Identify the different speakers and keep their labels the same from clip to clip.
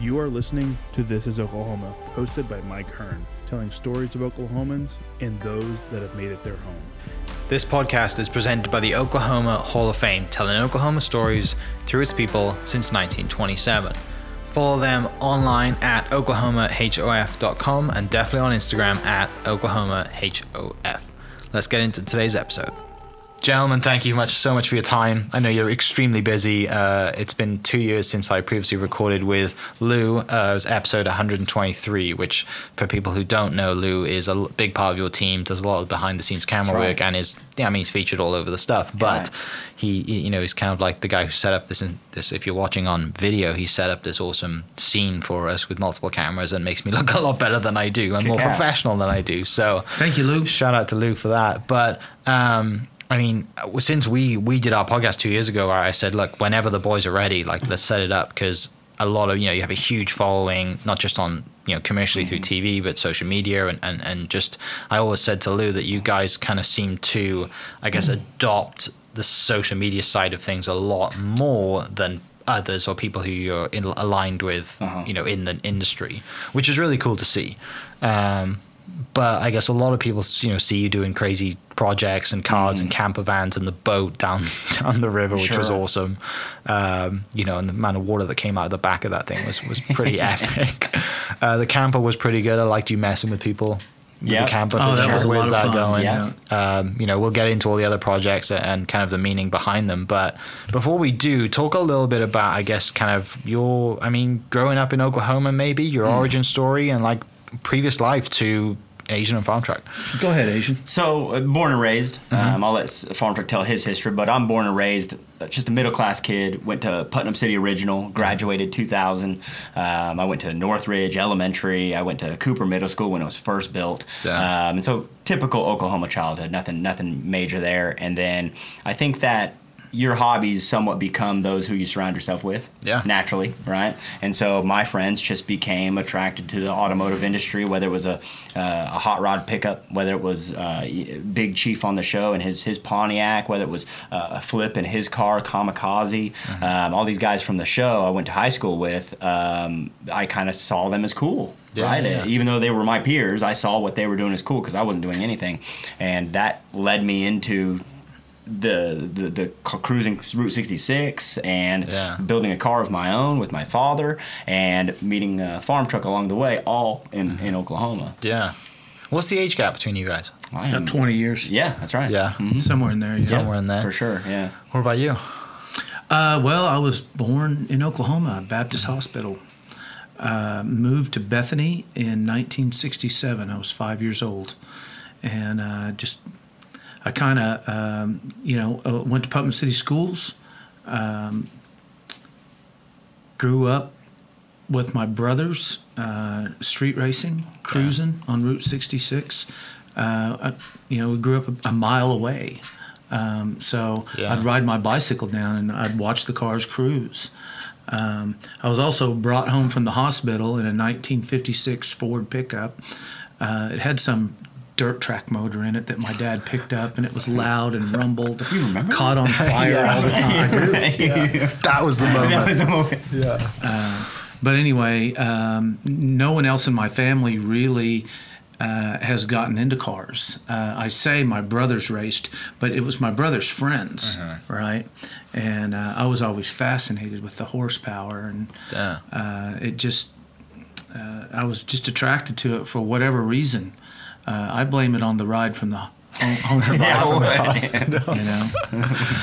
Speaker 1: You are listening to This is Oklahoma, hosted by Mike Hearn, telling stories of Oklahomans and those that have made it their home.
Speaker 2: This podcast is presented by the Oklahoma Hall of Fame, telling Oklahoma stories through its people since 1927. Follow them online at oklahomahof.com and definitely on Instagram at oklahomahof. Let's get into today's episode. Gentlemen, thank you much so much for your time. I know you're extremely busy. Uh, it's been two years since I previously recorded with Lou. Uh, it was episode 123, which, for people who don't know, Lou is a l- big part of your team. Does a lot of behind the scenes camera
Speaker 3: right.
Speaker 2: work and is, yeah, I mean, he's featured all over the stuff. But he, he- you know, he's kind of like the guy who set up this. in- This, if you're watching on video, he set up this awesome scene for us with multiple cameras and makes me look a lot better than I do and more
Speaker 3: Kick ass.
Speaker 2: professional than I do. So
Speaker 4: Thank you, Lou.
Speaker 2: shout out to Lou for that. But um, I mean, since we we did our podcast two years ago, I said, look, whenever the boys are ready, like let's set it up because a lot of you know you have a huge following, not just on you know commercially through TV, but social media and and and just I always said to Lou that you guys kind of seem to, I guess, adopt the social media side of things a lot more than others or people who you're in, aligned with you know in the industry which is really cool to see um, but I guess a lot of people, you know, see you doing crazy projects and cars and camper vans and the boat down down the river, which was
Speaker 3: Sure.
Speaker 2: awesome. Um, you know, and the amount of water that came out of the back of that thing was was pretty epic. Uh, the camper was pretty good. I liked you messing with people. with
Speaker 3: Yep.
Speaker 2: The camper.
Speaker 4: Oh, that was a
Speaker 2: Where's
Speaker 4: lot of
Speaker 2: that
Speaker 4: fun,
Speaker 2: going?
Speaker 3: yeah.
Speaker 2: Um, you know, we'll get into all the other projects a- and kind of the meaning behind them. But before we do, talk a little bit about, I guess, kind of your, I mean, growing up in Oklahoma, maybe your origin story and like previous life to Asian and Farm Truck.
Speaker 1: Go ahead, Asian.
Speaker 3: So, uh, born and raised. Um, I'll let S- Farm Truck tell his history, but I'm born and raised uh, just a middle class kid. Went to Putnam City Original, graduated 2000. Um, I went to Northridge Elementary. I went to Cooper Middle School when it was first built.
Speaker 2: Yeah.
Speaker 3: Um, and so, typical Oklahoma childhood. Nothing, nothing major there. And then I think that your hobbies somewhat become those who you surround yourself with
Speaker 2: Yeah.
Speaker 3: naturally right and so my friends just became attracted to the automotive industry whether it was a, uh, a hot rod pickup whether it was uh, y- big chief on the show and his, his pontiac whether it was uh, a flip in his car kamikaze
Speaker 2: Mm-hmm.
Speaker 3: um, all these guys from the show i went to high school with um, i kind of saw them as cool
Speaker 2: Yeah,
Speaker 3: right
Speaker 2: yeah.
Speaker 3: even though they were my peers i saw what they were doing as cool because i wasn't doing anything and that led me into the the, the ca- cruising Route 66 and
Speaker 2: Yeah.
Speaker 3: building a car of my own with my father and meeting a farm truck along the way, all in,
Speaker 2: Mm-hmm.
Speaker 3: in Oklahoma.
Speaker 2: Yeah. What's the age gap between you guys?
Speaker 3: I am-
Speaker 4: About 20 years. Mm-hmm.
Speaker 3: Yeah, that's right.
Speaker 2: Yeah.
Speaker 3: Mhm.
Speaker 4: Somewhere in there. Yeah.
Speaker 2: Somewhere in there.
Speaker 3: For sure, yeah.
Speaker 2: What about you?
Speaker 4: Uh, well, I was born in Oklahoma, Baptist Hospital. Uh, moved to Bethany in 1967. I was five years old. And uh, just, I kind of, um, you know, uh, went to Putnam City Schools, um, grew up with my brothers, uh, street racing, cruising on Route 66. Uh, I, you know, we grew up a, a mile away. Um, so
Speaker 2: Yeah.
Speaker 4: I'd ride my bicycle down and I'd watch the cars cruise. Um, I was also brought home from the hospital in a 1956 Ford pickup. Uh, it had some dirt track motor in it that my dad picked up, and it was loud and rumbled, caught on fire all the time.
Speaker 2: That was the moment.
Speaker 4: But anyway, um, no one else in my family really uh, has gotten into cars. Uh, I say my brothers raced, but it was my brother's friends,
Speaker 3: Uh-huh.
Speaker 4: right? And uh, I was always fascinated with the horsepower, and
Speaker 2: Yeah.
Speaker 4: uh, it just, uh, I was just attracted to it for whatever reason. Uh, I blame it on the ride from the home, home from the
Speaker 3: I would.
Speaker 4: hospital, you know.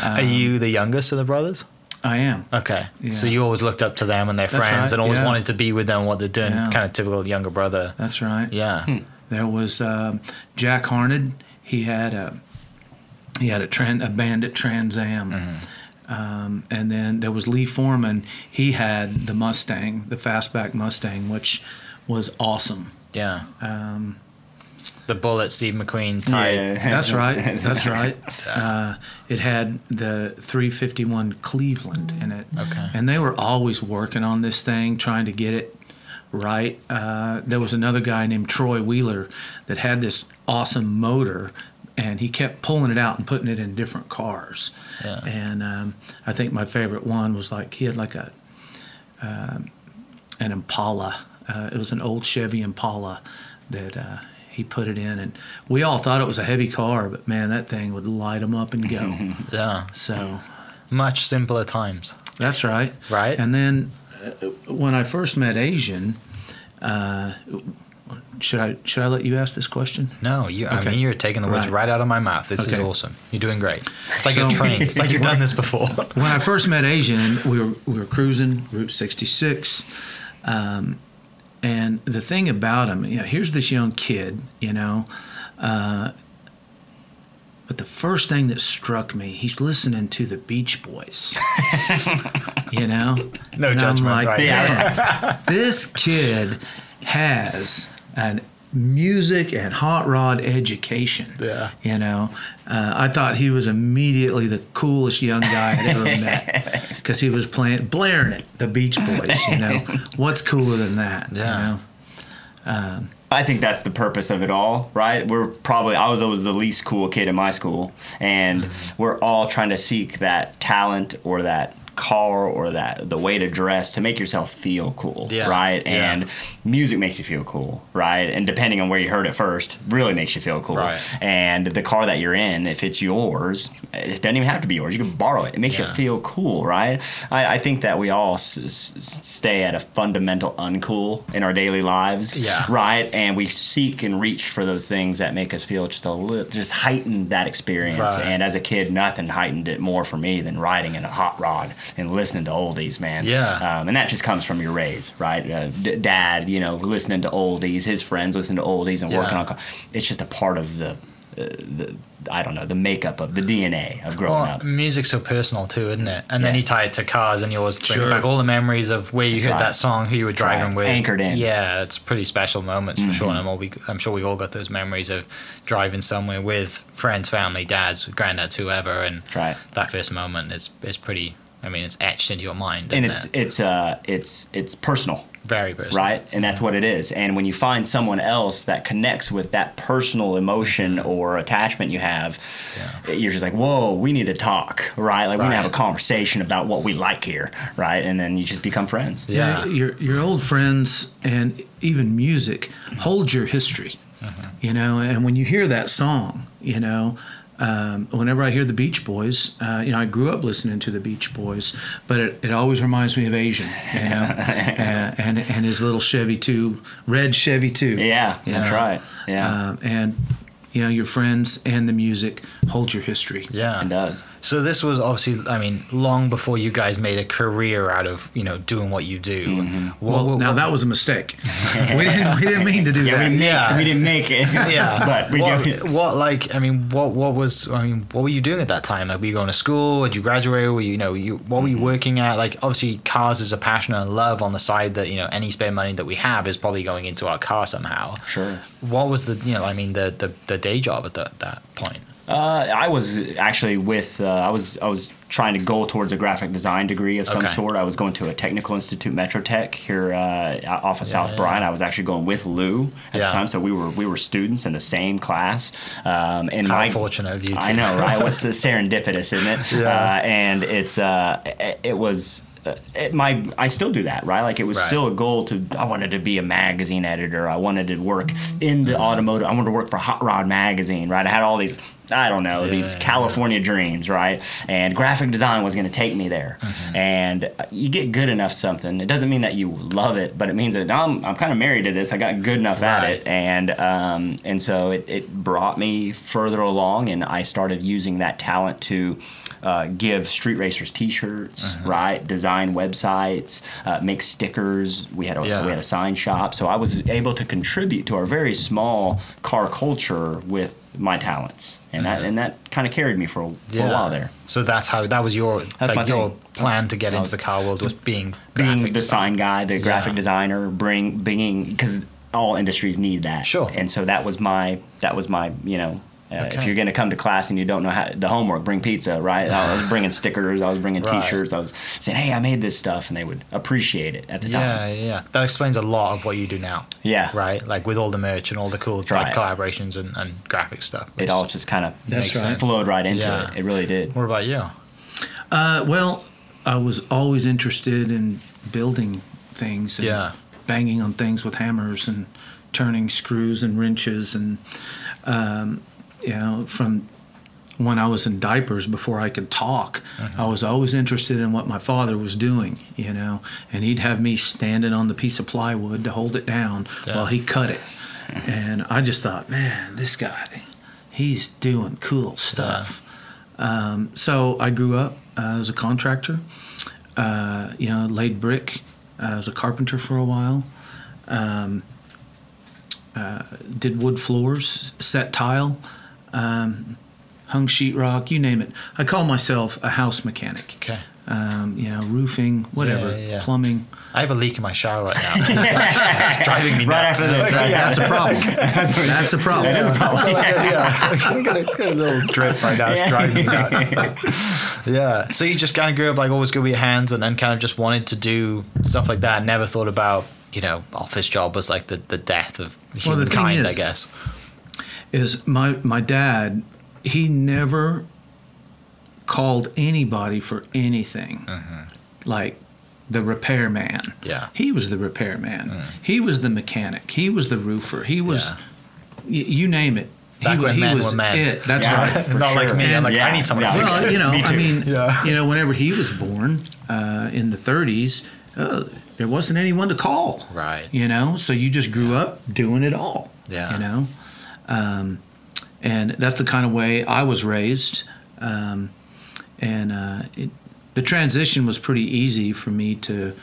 Speaker 2: Are you the youngest of the brothers?
Speaker 4: I am.
Speaker 2: Um, Okay. So
Speaker 4: Yeah.
Speaker 2: you always looked up to them and their
Speaker 4: That's
Speaker 2: friends
Speaker 4: right,
Speaker 2: and always
Speaker 4: yeah.
Speaker 2: wanted to be with them, what they're doing,
Speaker 4: Yeah.
Speaker 2: kind of typical younger brother.
Speaker 4: That's right.
Speaker 2: Yeah.
Speaker 4: There was um, Jack Harned. He had a he had a, tran- a Bandit Trans Am, um, and then there was Lee Foreman. He had the Mustang, the fastback Mustang, which was awesome.
Speaker 2: Yeah. Um, the bullet Steve McQueen tied.
Speaker 4: That's right. That's right. Uh, it had the 351 Cleveland in it.
Speaker 2: Okay.
Speaker 4: And they were always working on this thing, trying to get it right. Uh, there was another guy named Troy Wheeler that had this awesome motor, and he kept pulling it out and putting it in different cars.
Speaker 2: Yeah.
Speaker 4: And um, I think my favorite one was like he had like a an Impala. Uh, it was an old Chevy Impala that uh, he put it in, and we all thought it was a heavy car, but man, that thing would light him up and go.
Speaker 2: Yeah.
Speaker 4: so
Speaker 2: Much simpler times.
Speaker 4: that's right.
Speaker 2: Right.
Speaker 4: And then uh, when I first met Asian, uh, should I should I let you ask this question?
Speaker 2: No, you. I
Speaker 4: Okay.
Speaker 2: mean, you're taking the words
Speaker 4: Right.
Speaker 2: right, out of my mouth. This is
Speaker 4: Okay.
Speaker 2: awesome. You're doing great. It's like
Speaker 4: So-
Speaker 2: a train. It's like you've done this before.
Speaker 4: when I first met Asian, we were we were cruising Route 66, um, and the thing about him, you know, here's this young kid, you know, uh, but the first thing that struck me, he's listening to the Beach Boys, you know,
Speaker 2: No
Speaker 4: and
Speaker 2: judgment,
Speaker 4: I'm like,
Speaker 2: right.
Speaker 4: "Man, this kid has an music and hot rod education.
Speaker 2: Yeah.
Speaker 4: You know, uh, I thought he was immediately the coolest young guy I'd ever met because he was playing, blaring it, the Beach Boys. You know, what's cooler than that?
Speaker 2: Yeah.
Speaker 4: You know?
Speaker 3: I think that's the purpose of it all, right? We're probably I was always the least cool kid in my school, and
Speaker 2: Mm-hmm.
Speaker 3: we're all trying to seek that talent or that car or that the way to dress to make yourself feel cool,
Speaker 2: Yeah.
Speaker 3: right?
Speaker 2: Yeah.
Speaker 3: And music makes you feel cool, right? And depending on where you heard it first, really makes you feel cool.
Speaker 2: Right.
Speaker 3: And the car that you're in, if it's yours, it doesn't even have to be yours. You can borrow it. It makes
Speaker 2: Yeah.
Speaker 3: you feel cool, right? I, I think that we all s- s- stay at a fundamental uncool in our daily lives,
Speaker 2: Yeah.
Speaker 3: right? And we seek and reach for those things that make us feel just a little, just heighten that experience.
Speaker 2: Right.
Speaker 3: And as a kid, nothing heightened it more for me than riding in a hot rod and listening to oldies, man.
Speaker 2: Yeah.
Speaker 3: Um, and that just comes from your raise, right? Uh, d- dad, you know, listening to oldies, his friends listening to oldies and working
Speaker 2: Yeah.
Speaker 3: on. Co- it's just a part of the, uh, the, I don't know, the makeup of the DNA of growing
Speaker 2: Well,
Speaker 3: up.
Speaker 2: music's so personal too, isn't it? And then
Speaker 3: Yeah.
Speaker 2: you tie it to cars, and yours bring
Speaker 4: Sure.
Speaker 2: back all the memories of where you heard
Speaker 3: right.
Speaker 2: that song, who you were
Speaker 3: right.
Speaker 2: driving
Speaker 3: It's
Speaker 2: with,
Speaker 3: anchored in. Mm-hmm.
Speaker 2: Yeah, it's pretty special moments for sure. And I'm, all we, I'm sure we've all got those memories of driving somewhere with friends, family, dads, granddads, whoever, and
Speaker 3: That's right.
Speaker 2: that first moment is is pretty. I mean, it's etched into your mind,
Speaker 3: And it's
Speaker 2: isn't it?
Speaker 3: it's uh it's it's personal.
Speaker 2: very personal,
Speaker 3: right? And that's what it is. And when you find someone else that connects with that personal emotion or attachment you have, you're just like, whoa, we need to talk, right? Like, we need to have a
Speaker 2: Right.
Speaker 3: conversation about what we like here, right? And then you just become friends.
Speaker 2: Yeah.
Speaker 4: Your your old friends and even music hold your history.
Speaker 2: Uh-huh.
Speaker 4: You know, and when you hear that song, you know. Um, whenever I hear the Beach Boys, uh, you know I grew up listening to the Beach Boys, but it, it always reminds me of Asian, you know, and, and and his little Chevy two, red Chevy two.
Speaker 3: Yeah,
Speaker 4: you
Speaker 3: that's
Speaker 4: know.
Speaker 3: right. Yeah,
Speaker 4: Um, and you know your friends and the music hold your history.
Speaker 2: Yeah,
Speaker 3: it does.
Speaker 2: So this was obviously, I mean, long before you guys made a career out of you know doing what you do.
Speaker 3: Mm-hmm.
Speaker 2: What-
Speaker 4: Well,
Speaker 2: what-
Speaker 4: now
Speaker 2: what-
Speaker 4: that was a mistake. we didn't we didn't mean to do
Speaker 3: Yeah,
Speaker 4: that.
Speaker 3: we, make,
Speaker 2: Yeah.
Speaker 3: we didn't make it.
Speaker 2: yeah,
Speaker 3: but we
Speaker 2: what,
Speaker 3: do.
Speaker 2: What like I mean, what what was I mean, what were you doing at that time? Like, were you going to school? Did you graduate? Were you, you know you what were
Speaker 3: Mm-hmm.
Speaker 2: you working at? Like, obviously, cars is a passion and a love on the side that you know any spare money that we have is probably going into our car somehow.
Speaker 3: Sure.
Speaker 2: What was the you know I mean the the, the day job at that that point?
Speaker 3: Uh, I was actually with uh, I was I was trying to go towards a graphic design degree of some
Speaker 2: Okay.
Speaker 3: sort. I was going to a technical institute, Metrotech, here uh, off of South Bryan. I was actually going with Lou at
Speaker 2: Yeah.
Speaker 3: the time, so we were we were students in the same class. Um, and
Speaker 2: How
Speaker 3: my,
Speaker 2: fortunate of you.
Speaker 3: I
Speaker 2: to-
Speaker 3: know, right? What's the serendipitous, isn't it?
Speaker 2: Yeah.
Speaker 3: Uh, and it's uh, it- it was. uh, It, my I still do that right like it was
Speaker 2: Right.
Speaker 3: still a goal to I wanted to be a magazine editor I wanted to work in
Speaker 2: Mm-hmm.
Speaker 3: the automotive I wanted to work for Hot Rod magazine right I had all these I don't know these
Speaker 2: yeah.
Speaker 3: California dreams right and graphic design was going to take me there
Speaker 2: Mm-hmm.
Speaker 3: and uh, you get good enough something it doesn't mean that you love it but it means that I'm, I'm kind of married to this I got good enough at
Speaker 2: Right.
Speaker 3: it and um, and so it, it brought me further along, and I started using that talent to uh, give street racers T-shirts, right? Design websites, uh, make stickers. We had a
Speaker 2: Yeah.
Speaker 3: we had a sign shop, so I was able to contribute to our very small car culture with my talents, and that and that kind of carried me for, a- for a while there.
Speaker 2: So that's how that was your
Speaker 3: That's my
Speaker 2: like your
Speaker 3: thing.
Speaker 2: plan to get
Speaker 3: I
Speaker 2: into
Speaker 3: was-
Speaker 2: the car world was being
Speaker 3: being
Speaker 2: graphic
Speaker 3: the
Speaker 2: design.
Speaker 3: sign guy, the graphic
Speaker 2: Yeah.
Speaker 3: designer, bring bringing because all industries need that.
Speaker 2: Sure.
Speaker 3: And so that was my that was my you know. Uh, If
Speaker 2: Okay.
Speaker 3: you're going to come to class and you don't know how the homework, bring pizza, right? I was bringing stickers, I was bringing
Speaker 2: Right.
Speaker 3: T-shirts, I was saying, "Hey, I made this stuff," and they would appreciate it at the
Speaker 2: Yeah,
Speaker 3: time.
Speaker 2: yeah. That explains a lot of what you do now.
Speaker 3: Yeah,
Speaker 2: Right? Like with all the merch and all the cool
Speaker 3: Right.
Speaker 2: like, collaborations and, and graphic stuff.
Speaker 3: It
Speaker 2: which-
Speaker 3: all just kind of
Speaker 4: That's
Speaker 2: Makes right. sense.
Speaker 3: flowed right into
Speaker 2: Yeah.
Speaker 3: it. It really did.
Speaker 2: What about you?
Speaker 4: Uh, well, I was always interested in building things and
Speaker 2: Yeah.
Speaker 4: banging on things with hammers and turning screws and wrenches and um, you know from when I was in diapers before I could talk,
Speaker 2: Uh-huh.
Speaker 4: I was always interested in what my father was doing, you know, and he'd have me standing on the piece of plywood to hold it down
Speaker 2: Yeah.
Speaker 4: while he cut it. And I just thought, man, this guy, he's doing cool stuff. Um, so I grew up uh, as a contractor, uh, you know, laid brick, uh, was a carpenter for a while, um, uh, did wood floors, set tile um, hung sheetrock, you name it. I call myself a house mechanic.
Speaker 2: Okay.
Speaker 4: Um, you know, roofing, whatever,
Speaker 2: Yeah, yeah, yeah.
Speaker 4: plumbing.
Speaker 2: I have a leak in my shower right now. it's driving me
Speaker 3: Right
Speaker 2: nuts.
Speaker 3: after this, right?
Speaker 4: That's a problem. That's a problem.
Speaker 2: yeah, I got a, got a little drip right now. It's driving me nuts. yeah. So you just kind of grew up like always good with your hands, and then kind of just wanted to do stuff like that. Never thought about you know office job was like the, the death of
Speaker 4: Well, the
Speaker 2: humankind.
Speaker 4: thing
Speaker 2: I
Speaker 4: is-
Speaker 2: guess.
Speaker 4: Is my my dad? He never called anybody for anything. Like the repairman.
Speaker 2: Mm-hmm. Yeah. Mm.
Speaker 4: He was the repairman. He was the mechanic. He was the roofer. He was,
Speaker 2: Yeah.
Speaker 4: y- you name it.
Speaker 2: Back
Speaker 4: he, wa-
Speaker 2: when
Speaker 4: he
Speaker 2: men
Speaker 4: was
Speaker 2: were men.
Speaker 4: it. That's
Speaker 3: Yeah.
Speaker 4: right.
Speaker 3: For
Speaker 2: Not like
Speaker 3: sure.
Speaker 2: me. I'm like
Speaker 3: Yeah,
Speaker 2: I need someone
Speaker 3: yeah.
Speaker 2: to fix
Speaker 4: Well,
Speaker 2: this.
Speaker 4: you know,
Speaker 3: Me
Speaker 4: I
Speaker 3: too.
Speaker 4: mean,
Speaker 2: Yeah.
Speaker 4: you know, whenever he was born uh, in the 30s, uh, there wasn't anyone to call.
Speaker 2: Right.
Speaker 4: You know, so you just grew up doing it all.
Speaker 2: Yeah.
Speaker 4: You know, um, and that's the kind of way I was raised. Um, and uh, it, the transition was pretty easy for me to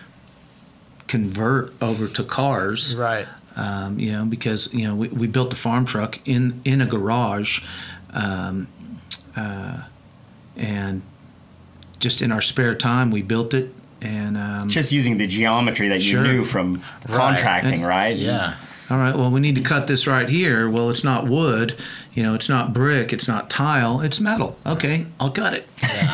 Speaker 4: convert over to cars
Speaker 2: Right.
Speaker 4: um, you know, because you know we, we built the farm truck in in a garage, um, uh, and just in our spare time we built it, and um,
Speaker 3: Just using the geometry that you
Speaker 4: Sure.
Speaker 3: knew from contracting, right?
Speaker 2: Yeah.
Speaker 4: all right, well we need to cut this right here. Well, it's not wood, you know, it's not brick, it's not tile, it's metal. Okay, I'll cut it.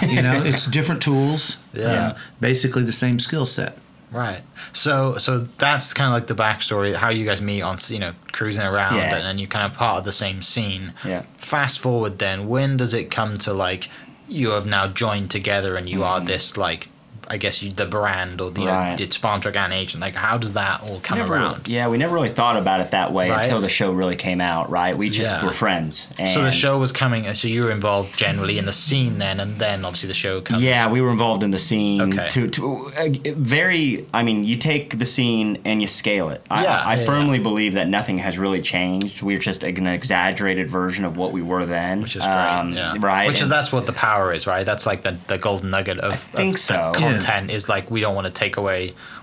Speaker 4: you know, it's different tools.
Speaker 2: Yeah.
Speaker 4: basically the same skill set.
Speaker 2: Right. So so that's kind of like the backstory, how you guys meet on you know cruising around,
Speaker 3: Yeah.
Speaker 2: and then you kind of part of the same scene.
Speaker 3: Yeah.
Speaker 2: Fast forward then, when does it come to like you have now joined together and you are this like I guess you, the brand or the
Speaker 3: Mm-hmm. Right.
Speaker 2: it's farm truck and agent. Like how does that all come
Speaker 3: Never-
Speaker 2: around?
Speaker 3: Yeah, we never really thought about it that way
Speaker 2: Right.
Speaker 3: until the show really came out, right? We just
Speaker 2: Yeah.
Speaker 3: were friends. And
Speaker 2: So the show was coming, and so you were involved generally in the scene then, and then obviously the show comes.
Speaker 3: Yeah, we were involved in the scene.
Speaker 2: Okay.
Speaker 3: To, to uh, very, I mean, you take the scene and you scale it. I,
Speaker 2: Yeah,
Speaker 3: I
Speaker 2: yeah,
Speaker 3: firmly believe that nothing has really changed. We're just an exaggerated version of what we were then.
Speaker 2: Which is great,
Speaker 3: Um,
Speaker 2: yeah.
Speaker 3: right?
Speaker 2: Which is
Speaker 3: and-
Speaker 2: that's what the power is, right? That's like the, the golden nugget of,
Speaker 3: think
Speaker 2: of
Speaker 3: so.
Speaker 2: the content is like we don't want to take away,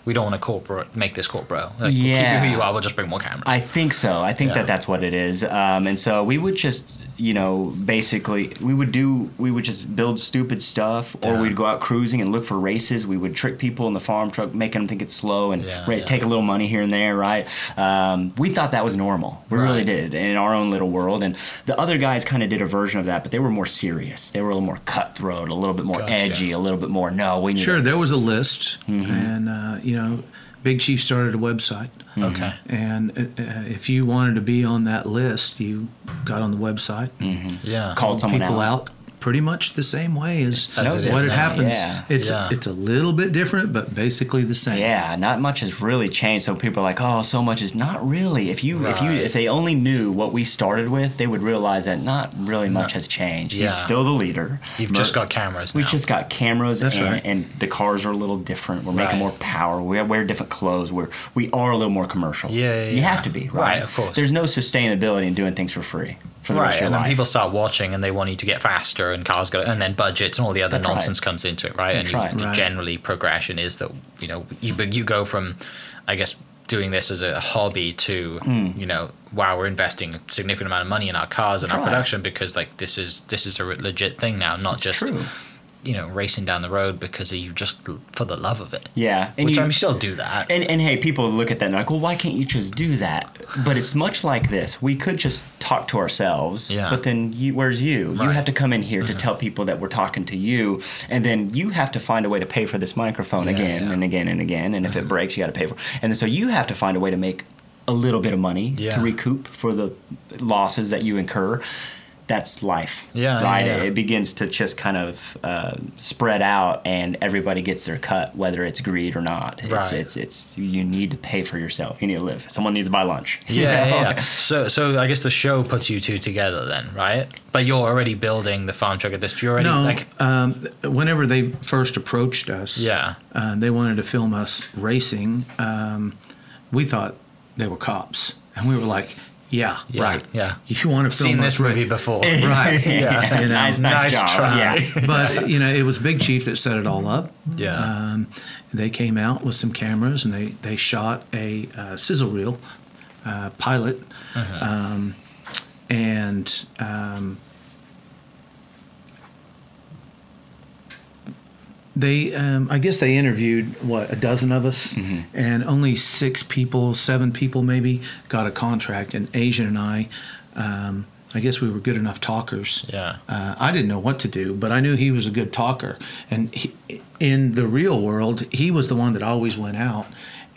Speaker 2: we don't want to corporate make this corporate. Like, we'll
Speaker 3: Yeah.
Speaker 2: keep you who you are. We'll just bring more cameras.
Speaker 3: I think so. I think
Speaker 2: Yeah.
Speaker 3: that that's what it is. Um, and so we would just, you know, basically we would do we would just build stupid stuff, or
Speaker 2: Yeah.
Speaker 3: we'd go out cruising and look for races. We would trick people in the farm truck, making them think it's slow, and
Speaker 2: Yeah,
Speaker 3: ra-
Speaker 2: yeah.
Speaker 3: take a little money here and there, right? Um, we thought that was normal. We really
Speaker 2: Right.
Speaker 3: did in our own little world. And the other guys kind of did a version of that, but they were more serious. They were a little more cutthroat, a little bit more
Speaker 2: Gotcha.
Speaker 3: edgy, a little bit more. No, we need
Speaker 4: Sure,
Speaker 3: to-"
Speaker 4: there was a list, and uh, you know, Big Chief started a website.
Speaker 2: okay.
Speaker 4: And uh, uh, if you wanted to be on that list, you got on the website,
Speaker 2: Mm-hmm. Yeah.
Speaker 3: called someone
Speaker 4: people
Speaker 3: out.
Speaker 4: out. pretty much the same way as,
Speaker 2: As it is
Speaker 4: what it
Speaker 2: now,
Speaker 4: happens.
Speaker 3: yeah.
Speaker 4: It's
Speaker 2: Yeah.
Speaker 4: it's a little bit different, but basically the same.
Speaker 3: Yeah, not much has really changed. So people are like, "Oh, so much is not really." If you if you
Speaker 2: Right.
Speaker 3: if they only knew what we started with, they would realize that not really much has changed.
Speaker 2: Yeah.
Speaker 3: He's still the leader.
Speaker 2: You've
Speaker 3: Mer-
Speaker 2: just got cameras.
Speaker 3: we
Speaker 2: now.
Speaker 3: just got cameras,
Speaker 4: That's
Speaker 3: and,
Speaker 4: right.
Speaker 3: and the cars are a little different. We're
Speaker 2: Right.
Speaker 3: making more power. We wear different clothes. We're we are a little more commercial.
Speaker 2: Yeah, yeah,
Speaker 3: you
Speaker 2: yeah.
Speaker 3: have to be right.
Speaker 2: Right, of course.
Speaker 3: There's no sustainability in doing things for free for the rest
Speaker 2: right,
Speaker 3: of your
Speaker 2: and then
Speaker 3: life.
Speaker 2: people start watching, and they want you to get faster, and cars go, and then budgets and all the other
Speaker 3: That's right.
Speaker 2: nonsense comes into it, right?
Speaker 3: That's
Speaker 2: and you,
Speaker 3: right.
Speaker 2: the
Speaker 4: Right.
Speaker 2: generally progression is that you know you but you go from, I guess, doing this as a hobby to
Speaker 3: Mm.
Speaker 2: you know wow we're investing a significant amount of money in our cars and
Speaker 3: That's
Speaker 2: our
Speaker 3: right.
Speaker 2: production because like this is this is a re- legit thing now, not just
Speaker 3: true.
Speaker 2: you know racing down the road because you just l- for the love of it.
Speaker 3: yeah, and
Speaker 2: Which
Speaker 3: you-
Speaker 2: I'm still do that.
Speaker 3: And, and hey, people look at that and they're like, well, why can't you just do that? But it's much like this. We could just talk to ourselves,
Speaker 2: Yeah.
Speaker 3: but then you, where's you? You
Speaker 2: Right. Mm-hmm.
Speaker 3: have to come in here to tell people that we're talking to you, and then you have to find a way to pay for this microphone again
Speaker 2: yeah. Mm-hmm.
Speaker 3: and again and again. And if it breaks, you got to pay for. And then so you have to find a way to make a little bit of money
Speaker 2: Yeah.
Speaker 3: to recoup for the losses that you incur. that's life.
Speaker 2: Yeah,
Speaker 3: Right?
Speaker 2: yeah, yeah.
Speaker 3: It begins to just kind of uh, spread out and everybody gets their cut, whether it's greed or not. It's,
Speaker 2: Right.
Speaker 3: it's, it's, you need to pay for yourself. You need to live. Someone needs to buy lunch. you
Speaker 2: Yeah,
Speaker 3: know?
Speaker 2: yeah, yeah. So, so I guess the show puts you two together then, right? But you're already building the farm truck at this. You're already
Speaker 4: No,
Speaker 2: like,
Speaker 4: um, whenever they first approached us,
Speaker 2: yeah,
Speaker 4: uh, they wanted to film us racing. Um, we thought they were cops, and we were like, "Yeah,
Speaker 2: Yeah,
Speaker 4: right,
Speaker 2: yeah.
Speaker 4: If you want to film
Speaker 2: seen
Speaker 4: us
Speaker 2: this movie
Speaker 4: ra-
Speaker 2: before.
Speaker 4: right?
Speaker 3: Yeah.
Speaker 4: you know,
Speaker 3: nice,
Speaker 2: nice
Speaker 3: nice, job.
Speaker 2: try.
Speaker 3: Yeah.
Speaker 4: but you know, it was Big Chief that set it all up.
Speaker 2: Yeah.
Speaker 4: um, they came out with some cameras and they they shot a uh, sizzle reel uh, pilot,
Speaker 2: Uh-huh.
Speaker 4: um, and um, they um, I guess they interviewed what a dozen of us,
Speaker 2: Mm-hmm.
Speaker 4: and only six people, seven people maybe got a contract. And Asian and I. Um, I guess we were good enough talkers
Speaker 2: Yeah.
Speaker 4: uh, I didn't know what to do, but I knew he was a good talker. And he, in the real world, he was the one that always went out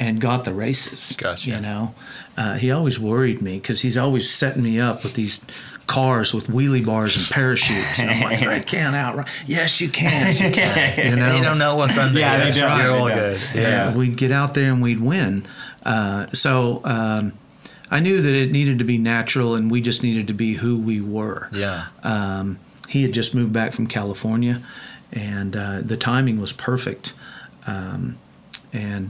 Speaker 4: and got the races.
Speaker 2: Gotcha.
Speaker 4: You know, uh, he always worried me because he's always setting me up with these cars with wheelie bars and parachutes. And I'm like, I can't outrun. Yes, you can. You can. You know?
Speaker 2: They don't know what's under.
Speaker 3: Uh, Yeah,
Speaker 2: yeah,
Speaker 3: they
Speaker 2: that's
Speaker 3: don't.
Speaker 2: right. You're
Speaker 3: They
Speaker 2: all
Speaker 3: don't.
Speaker 2: good.
Speaker 4: Yeah.
Speaker 2: Yeah.
Speaker 4: we'd get out there and we'd win. Uh, so um, I knew that it needed to be natural, and we just needed to be who we were.
Speaker 2: Yeah.
Speaker 3: Uh,
Speaker 4: Um, he had just moved back from California, and uh, the timing was perfect. Um, and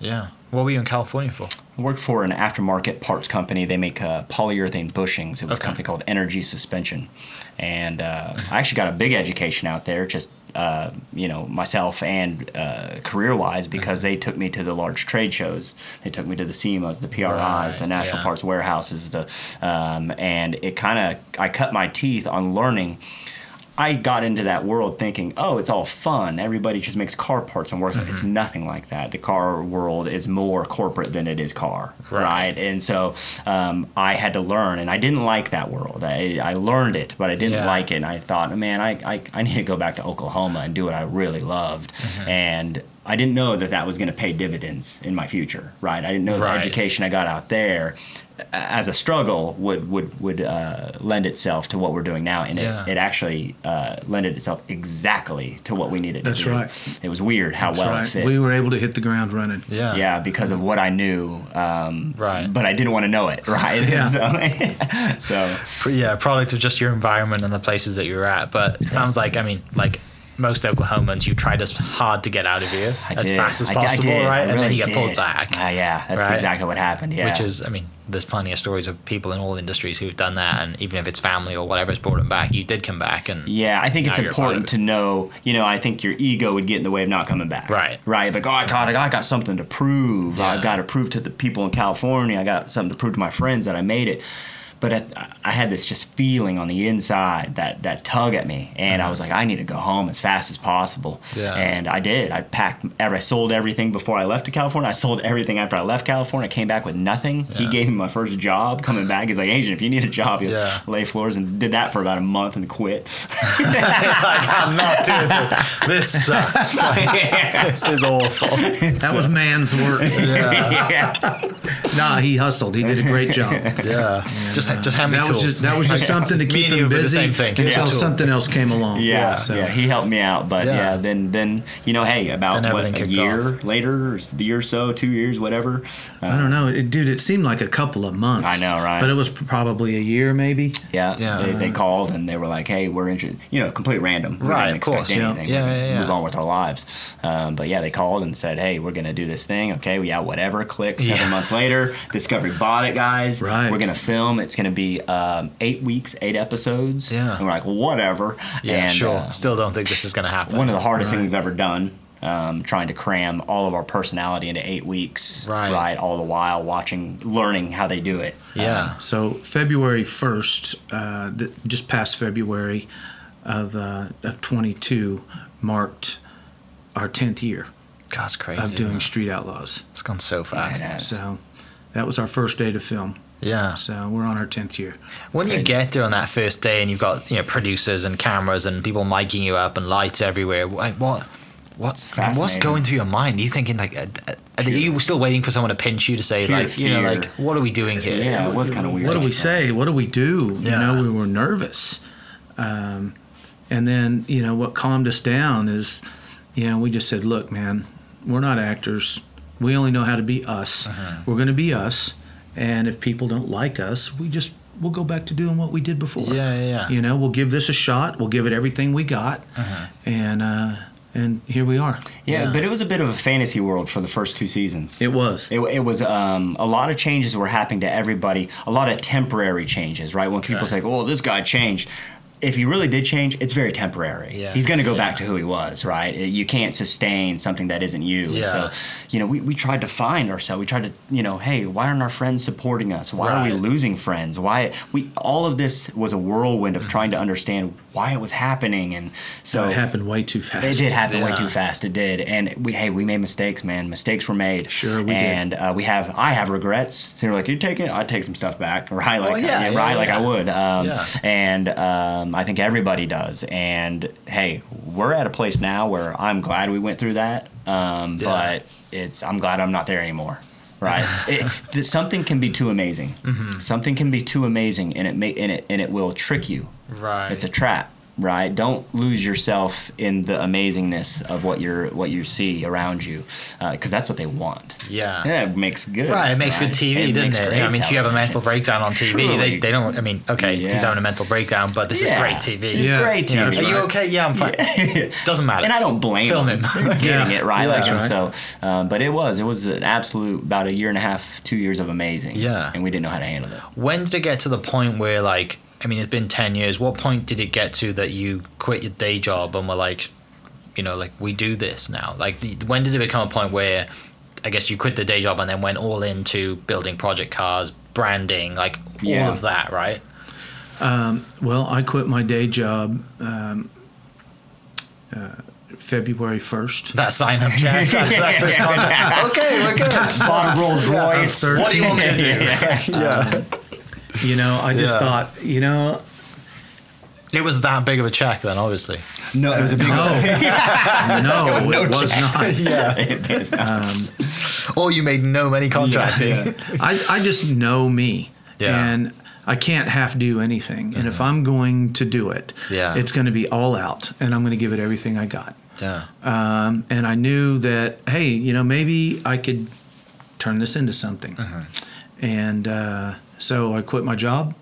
Speaker 2: Yeah. What were you in California for?
Speaker 3: I worked for an aftermarket parts company. They make uh, polyurethane bushings. It was
Speaker 2: Okay.
Speaker 3: a company called Energy Suspension, and uh, I actually got a big education out there. Just uh, you know, myself and uh, career-wise, because
Speaker 2: Mm-hmm.
Speaker 3: they took me to the large trade shows. They took me to the SEMAs, the PRIs, the
Speaker 2: Right,
Speaker 3: National
Speaker 2: yeah.
Speaker 3: Parts Warehouses, the um, and it kind of I cut my teeth on learning. I got into that world thinking, oh, it's all fun. Everybody just makes car parts and works. on it.
Speaker 2: Mm-hmm.
Speaker 3: It's nothing like that. The car world is more corporate than it is car,
Speaker 2: Right.
Speaker 3: right? And so um, I had to learn, and I didn't like that world. I, I learned it, but I didn't
Speaker 2: Yeah.
Speaker 3: like it. And I thought, man, I, I, I need to go back to Oklahoma and do what I really loved.
Speaker 2: Mm-hmm.
Speaker 3: And I didn't know that that was going to pay dividends in my future, right? I didn't know
Speaker 2: Right.
Speaker 3: the education I got out there a- as a struggle would would would uh, lend itself to what we're doing now, and
Speaker 2: Yeah.
Speaker 3: it, it actually uh, lended itself exactly to what we needed.
Speaker 4: That's
Speaker 3: to do.
Speaker 4: right.
Speaker 3: It was weird how
Speaker 4: that's
Speaker 3: well it
Speaker 4: right.
Speaker 3: fit.
Speaker 4: We were able to hit the ground running.
Speaker 2: Yeah.
Speaker 3: yeah, because of what I knew, um,
Speaker 2: Right.
Speaker 3: But I didn't want to know it, right?
Speaker 4: Yeah.
Speaker 3: so, so
Speaker 2: Pr- Yeah. Probably to just your environment and the places that you're at. But it sounds like I mean, like most Oklahomans, you tried as hard to get out of here
Speaker 3: I
Speaker 2: as
Speaker 3: did.
Speaker 2: fast as
Speaker 3: I d- I
Speaker 2: possible,
Speaker 3: did. I
Speaker 2: right? and then
Speaker 3: really
Speaker 2: you get pulled
Speaker 3: did.
Speaker 2: back.
Speaker 3: Ah, yeah, that's
Speaker 2: Right.
Speaker 3: exactly what happened. Yeah,
Speaker 2: which is, I mean, there's plenty of stories of people in all industries who've done that, and even if it's family or whatever has brought them back, you did come back, and
Speaker 3: Yeah, I think
Speaker 2: Mm. Now
Speaker 3: it's
Speaker 2: you're part of
Speaker 3: important
Speaker 2: it.
Speaker 3: to know. You know, I think your ego would get in the way of not coming back.
Speaker 2: Right.
Speaker 3: Right. Like, oh, I got, I got something to prove.
Speaker 2: Yeah.
Speaker 3: I've got to prove to the people in California. I got something to prove to my friends that I made it. But I, I had this just feeling on the inside that that tug at me, and I was like, I need to go home as fast as possible.
Speaker 2: Uh-huh. Yeah.
Speaker 3: And I did. I packed. ev- I sold everything before I left to California. I sold everything after I left California. I came back with nothing. He
Speaker 2: Yeah.
Speaker 3: gave me my first job. Coming back, he's like, Agent, if you need a job, you
Speaker 2: Yeah.
Speaker 3: lay floors, and did that for about a month and quit.
Speaker 2: like, I'm not doing this. This sucks. this is awful.
Speaker 4: That was man's work.
Speaker 3: yeah.
Speaker 4: nah, he hustled. He did a great job.
Speaker 2: Yeah. Just, just hand me
Speaker 4: That was
Speaker 2: tools.
Speaker 4: just that was just something to
Speaker 2: me
Speaker 4: keep
Speaker 2: and you
Speaker 4: him
Speaker 2: were the
Speaker 4: busy
Speaker 2: same thing.
Speaker 4: until
Speaker 2: Here's a tool.
Speaker 4: something else came along.
Speaker 3: Yeah,
Speaker 4: So,
Speaker 3: yeah, he helped me out, but
Speaker 2: Yeah.
Speaker 3: yeah, then then you know, hey, about
Speaker 2: Then
Speaker 3: what
Speaker 2: everything
Speaker 3: a
Speaker 2: kicked
Speaker 3: year later, or s- the year or so, two years, whatever.
Speaker 4: I
Speaker 3: Uh,
Speaker 4: don't know, it, dude. It seemed like a couple of months.
Speaker 3: I know, right?
Speaker 4: But it was probably a year, maybe.
Speaker 3: yeah,
Speaker 2: Yeah. Mm-hmm.
Speaker 3: They, they called and they were like, hey, we're interested. You know, complete random. We
Speaker 2: Right,
Speaker 3: didn't
Speaker 2: of
Speaker 3: expect
Speaker 2: course,
Speaker 3: Anything.
Speaker 2: yeah.
Speaker 3: We
Speaker 2: Yeah, yeah, yeah.
Speaker 3: Move on with our lives. Um, but yeah, they called and said, hey, we're gonna do this thing. Okay, yeah, whatever. Click. Seven
Speaker 2: Yeah.
Speaker 3: months later, Discovery bought it, guys.
Speaker 4: Right.
Speaker 3: We're gonna film. It's gonna be um, eight weeks, eight episodes.
Speaker 2: Yeah.
Speaker 3: And we're like, whatever.
Speaker 2: yeah,
Speaker 3: and,
Speaker 2: sure.
Speaker 3: uh,
Speaker 2: Still don't think this is going to happen.
Speaker 3: one of the hardest
Speaker 4: Right.
Speaker 3: thing we've ever done. Um, trying to cram all of our personality into eight weeks,
Speaker 2: Right.
Speaker 3: All the while watching, learning how they do it.
Speaker 2: yeah.
Speaker 4: So February first, uh, th- just past February of uh, of twenty two, marked our tenth year
Speaker 2: God, it's crazy.
Speaker 4: of doing
Speaker 2: man.
Speaker 4: Street Outlaws.
Speaker 2: It's gone so fast.
Speaker 3: Yeah.
Speaker 4: So that was our first day to film.
Speaker 2: Yeah.
Speaker 4: So we're on our tenth year.
Speaker 2: When you
Speaker 3: crazy.
Speaker 2: get there on that first day and you've got you know producers and cameras and people miking you up and lights everywhere, like what, what, I mean, what's
Speaker 3: fascinating.
Speaker 2: going through your mind? Are you thinking like, uh, uh, and you were still waiting for someone to pinch you to say
Speaker 3: Pure
Speaker 2: like, you know,
Speaker 3: fear.
Speaker 2: like, what are we doing here?
Speaker 3: Yeah, it was kind of weird.
Speaker 4: What do we say? What do we do?
Speaker 2: Yeah.
Speaker 4: You know, we were nervous. Um, and then, you know, what calmed us down is, you know, we just said, look, man, we're not actors. We only know how to be us.
Speaker 2: Uh-huh.
Speaker 4: We're going to be us. And if people don't like us, we just, we'll go back to doing what we did before.
Speaker 2: Yeah, yeah, yeah. Uh-huh.
Speaker 4: You know, we'll give this a shot. We'll give it everything we got. And, uh, and here we are.
Speaker 3: Yeah,
Speaker 2: Yeah.
Speaker 3: but it was a bit of a fantasy world for the first two seasons.
Speaker 4: It was.
Speaker 3: It, it was um, a lot of changes were happening to everybody. A lot of temporary changes, right? When people
Speaker 2: Okay.
Speaker 3: say, "Oh, this guy changed," if he really did change, it's very temporary.
Speaker 2: Yeah.
Speaker 3: He's going to go back
Speaker 2: Yeah.
Speaker 3: to who he was, right? You can't sustain something that isn't you. And so,
Speaker 2: Yeah.
Speaker 3: you know, we, we tried to find ourselves. We tried to, you know, hey, why aren't our friends supporting us? Why are we
Speaker 2: Right.
Speaker 3: losing friends? Why we all of this was a whirlwind
Speaker 2: Mm-hmm.
Speaker 3: of trying to understand why it was happening, and so
Speaker 4: it happened way too fast.
Speaker 3: it did happen way
Speaker 2: Yeah.
Speaker 3: too fast. It did, and we hey, we made mistakes, man. Mistakes were made.
Speaker 4: Sure, we did.
Speaker 3: and, uh, we have. I have regrets. So you're like, you're taking. I take some stuff back, right? Like,
Speaker 2: Well, yeah,
Speaker 3: yeah,
Speaker 2: yeah,
Speaker 3: right? Like
Speaker 2: yeah.
Speaker 3: I would. Um,
Speaker 2: Yeah.
Speaker 3: And um, I think everybody does. And hey, we're at a place now where I'm glad we went through that. Um,
Speaker 2: Yeah.
Speaker 3: But it's. I'm glad I'm not there anymore. Right, it, th- something can be too amazing.
Speaker 2: Mm-hmm.
Speaker 3: Something can be too amazing, and it may and it and it will trick you.
Speaker 2: Right.
Speaker 3: It's a trap, right? Don't lose yourself in the amazingness of what you're what you see around you, because that's what they want.
Speaker 2: Yeah.
Speaker 3: yeah, it makes good.
Speaker 2: Right, it makes good TV, doesn't
Speaker 3: makes
Speaker 2: it?
Speaker 3: great
Speaker 2: I mean, if you have a
Speaker 3: television.
Speaker 2: mental breakdown on TV, they,
Speaker 3: Surely.
Speaker 2: they don't. I mean, okay,
Speaker 3: Yeah.
Speaker 2: he's having a mental breakdown, but this
Speaker 3: Yeah.
Speaker 2: is great TV.
Speaker 3: It's
Speaker 4: Yeah.
Speaker 3: great
Speaker 2: You know,
Speaker 3: TV.
Speaker 2: are you
Speaker 4: right.
Speaker 2: okay? Yeah, I'm fine. Doesn't matter.
Speaker 3: And I don't blame
Speaker 2: Film
Speaker 3: them.
Speaker 2: him.
Speaker 3: They're getting
Speaker 4: Yeah.
Speaker 3: it right, like
Speaker 2: Yeah.
Speaker 3: and so. Um, but it was it was an absolute about a year and a half, two years of amazing.
Speaker 2: Yeah.
Speaker 3: and we didn't know how to handle it.
Speaker 2: when did it get to the point where like i mean it's been 10 years what point did it get to that you quit your day job and were like you know like we do this now like the, when did it become a point where i guess you quit the day job and then went all into building project cars branding like
Speaker 3: Yeah.
Speaker 2: all of that right
Speaker 4: Well, I quit my day job um, uh, February 1st.
Speaker 2: that sign up chat that, that first contact. okay we're good
Speaker 3: Bought a Rolls Royce.
Speaker 4: I'm
Speaker 2: what do you want me to do
Speaker 3: Yeah.
Speaker 4: You know, I just
Speaker 2: Yeah.
Speaker 4: thought, you know,
Speaker 2: it was that big of a check then obviously
Speaker 3: No, it was a big.
Speaker 4: no, oh, no, it was, not.
Speaker 2: or you made no money contracting
Speaker 4: I, I just know me.
Speaker 2: Yeah. Mm-hmm.
Speaker 4: And I can't half do anything. And if I'm going to do it,
Speaker 2: Yeah.
Speaker 4: it's going to be all out and I'm going to give it everything I got.
Speaker 2: yeah
Speaker 4: Um, and I knew that, hey, you know, maybe I could turn this into something.
Speaker 2: Mm-hmm.
Speaker 4: And uh, so I quit my job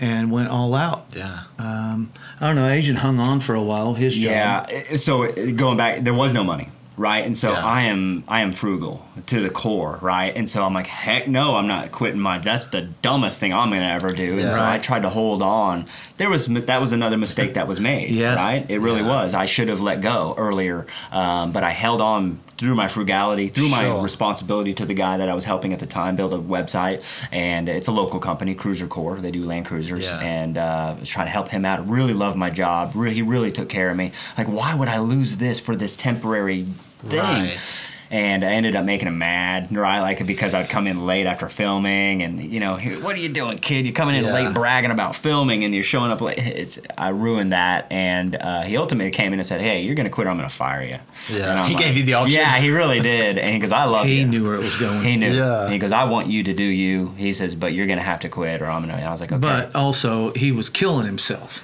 Speaker 4: and went all out.
Speaker 2: yeah
Speaker 3: Uh,
Speaker 4: Um, I don't know. Agent hung on for a while. His
Speaker 3: Yeah.
Speaker 4: job.
Speaker 3: uh, So uh, going back, there was no money, right? And so
Speaker 2: Yeah.
Speaker 3: I am I am frugal to the core, right? And so I'm like, heck no, I'm not quitting my. That's the dumbest thing I'm gonna ever do. And so I
Speaker 4: Right.
Speaker 3: tried to hold on. There was that was another mistake that was made.
Speaker 4: Yeah.
Speaker 3: Right. It really
Speaker 2: Yeah.
Speaker 3: was. I should have let go earlier, um, but I held on through my frugality, through my
Speaker 2: Sure.
Speaker 3: responsibility to the guy that I was helping at the time build a website, and it's a local company, Cruiser Core. They do land cruisers,
Speaker 2: Yeah.
Speaker 3: and and uh, was trying to help him out. Really loved my job. Re- he really took care of me. Like, why would I lose this for this temporary thing?
Speaker 2: Right.
Speaker 3: And I ended up making him mad, right? Like because I'd come in late after filming, and you know, he- what are you doing, kid? You're coming in
Speaker 2: Yeah.
Speaker 3: late, bragging about filming, and you're showing up late. It's I ruined that, and uh, he ultimately came in and said, "Hey, you're gonna quit, or I'm gonna fire you."
Speaker 2: Yeah.
Speaker 3: And I'm
Speaker 2: He gave you the option.
Speaker 3: Yeah, he really did, and because I love
Speaker 4: He
Speaker 3: you.
Speaker 4: knew where it was going.
Speaker 3: Oh, He knew.
Speaker 2: Yeah.
Speaker 3: And he goes, "I want you to do you." He says, "But you're gonna have to quit, or I'm gonna." And I was like, "Okay."
Speaker 4: But also, he was killing himself.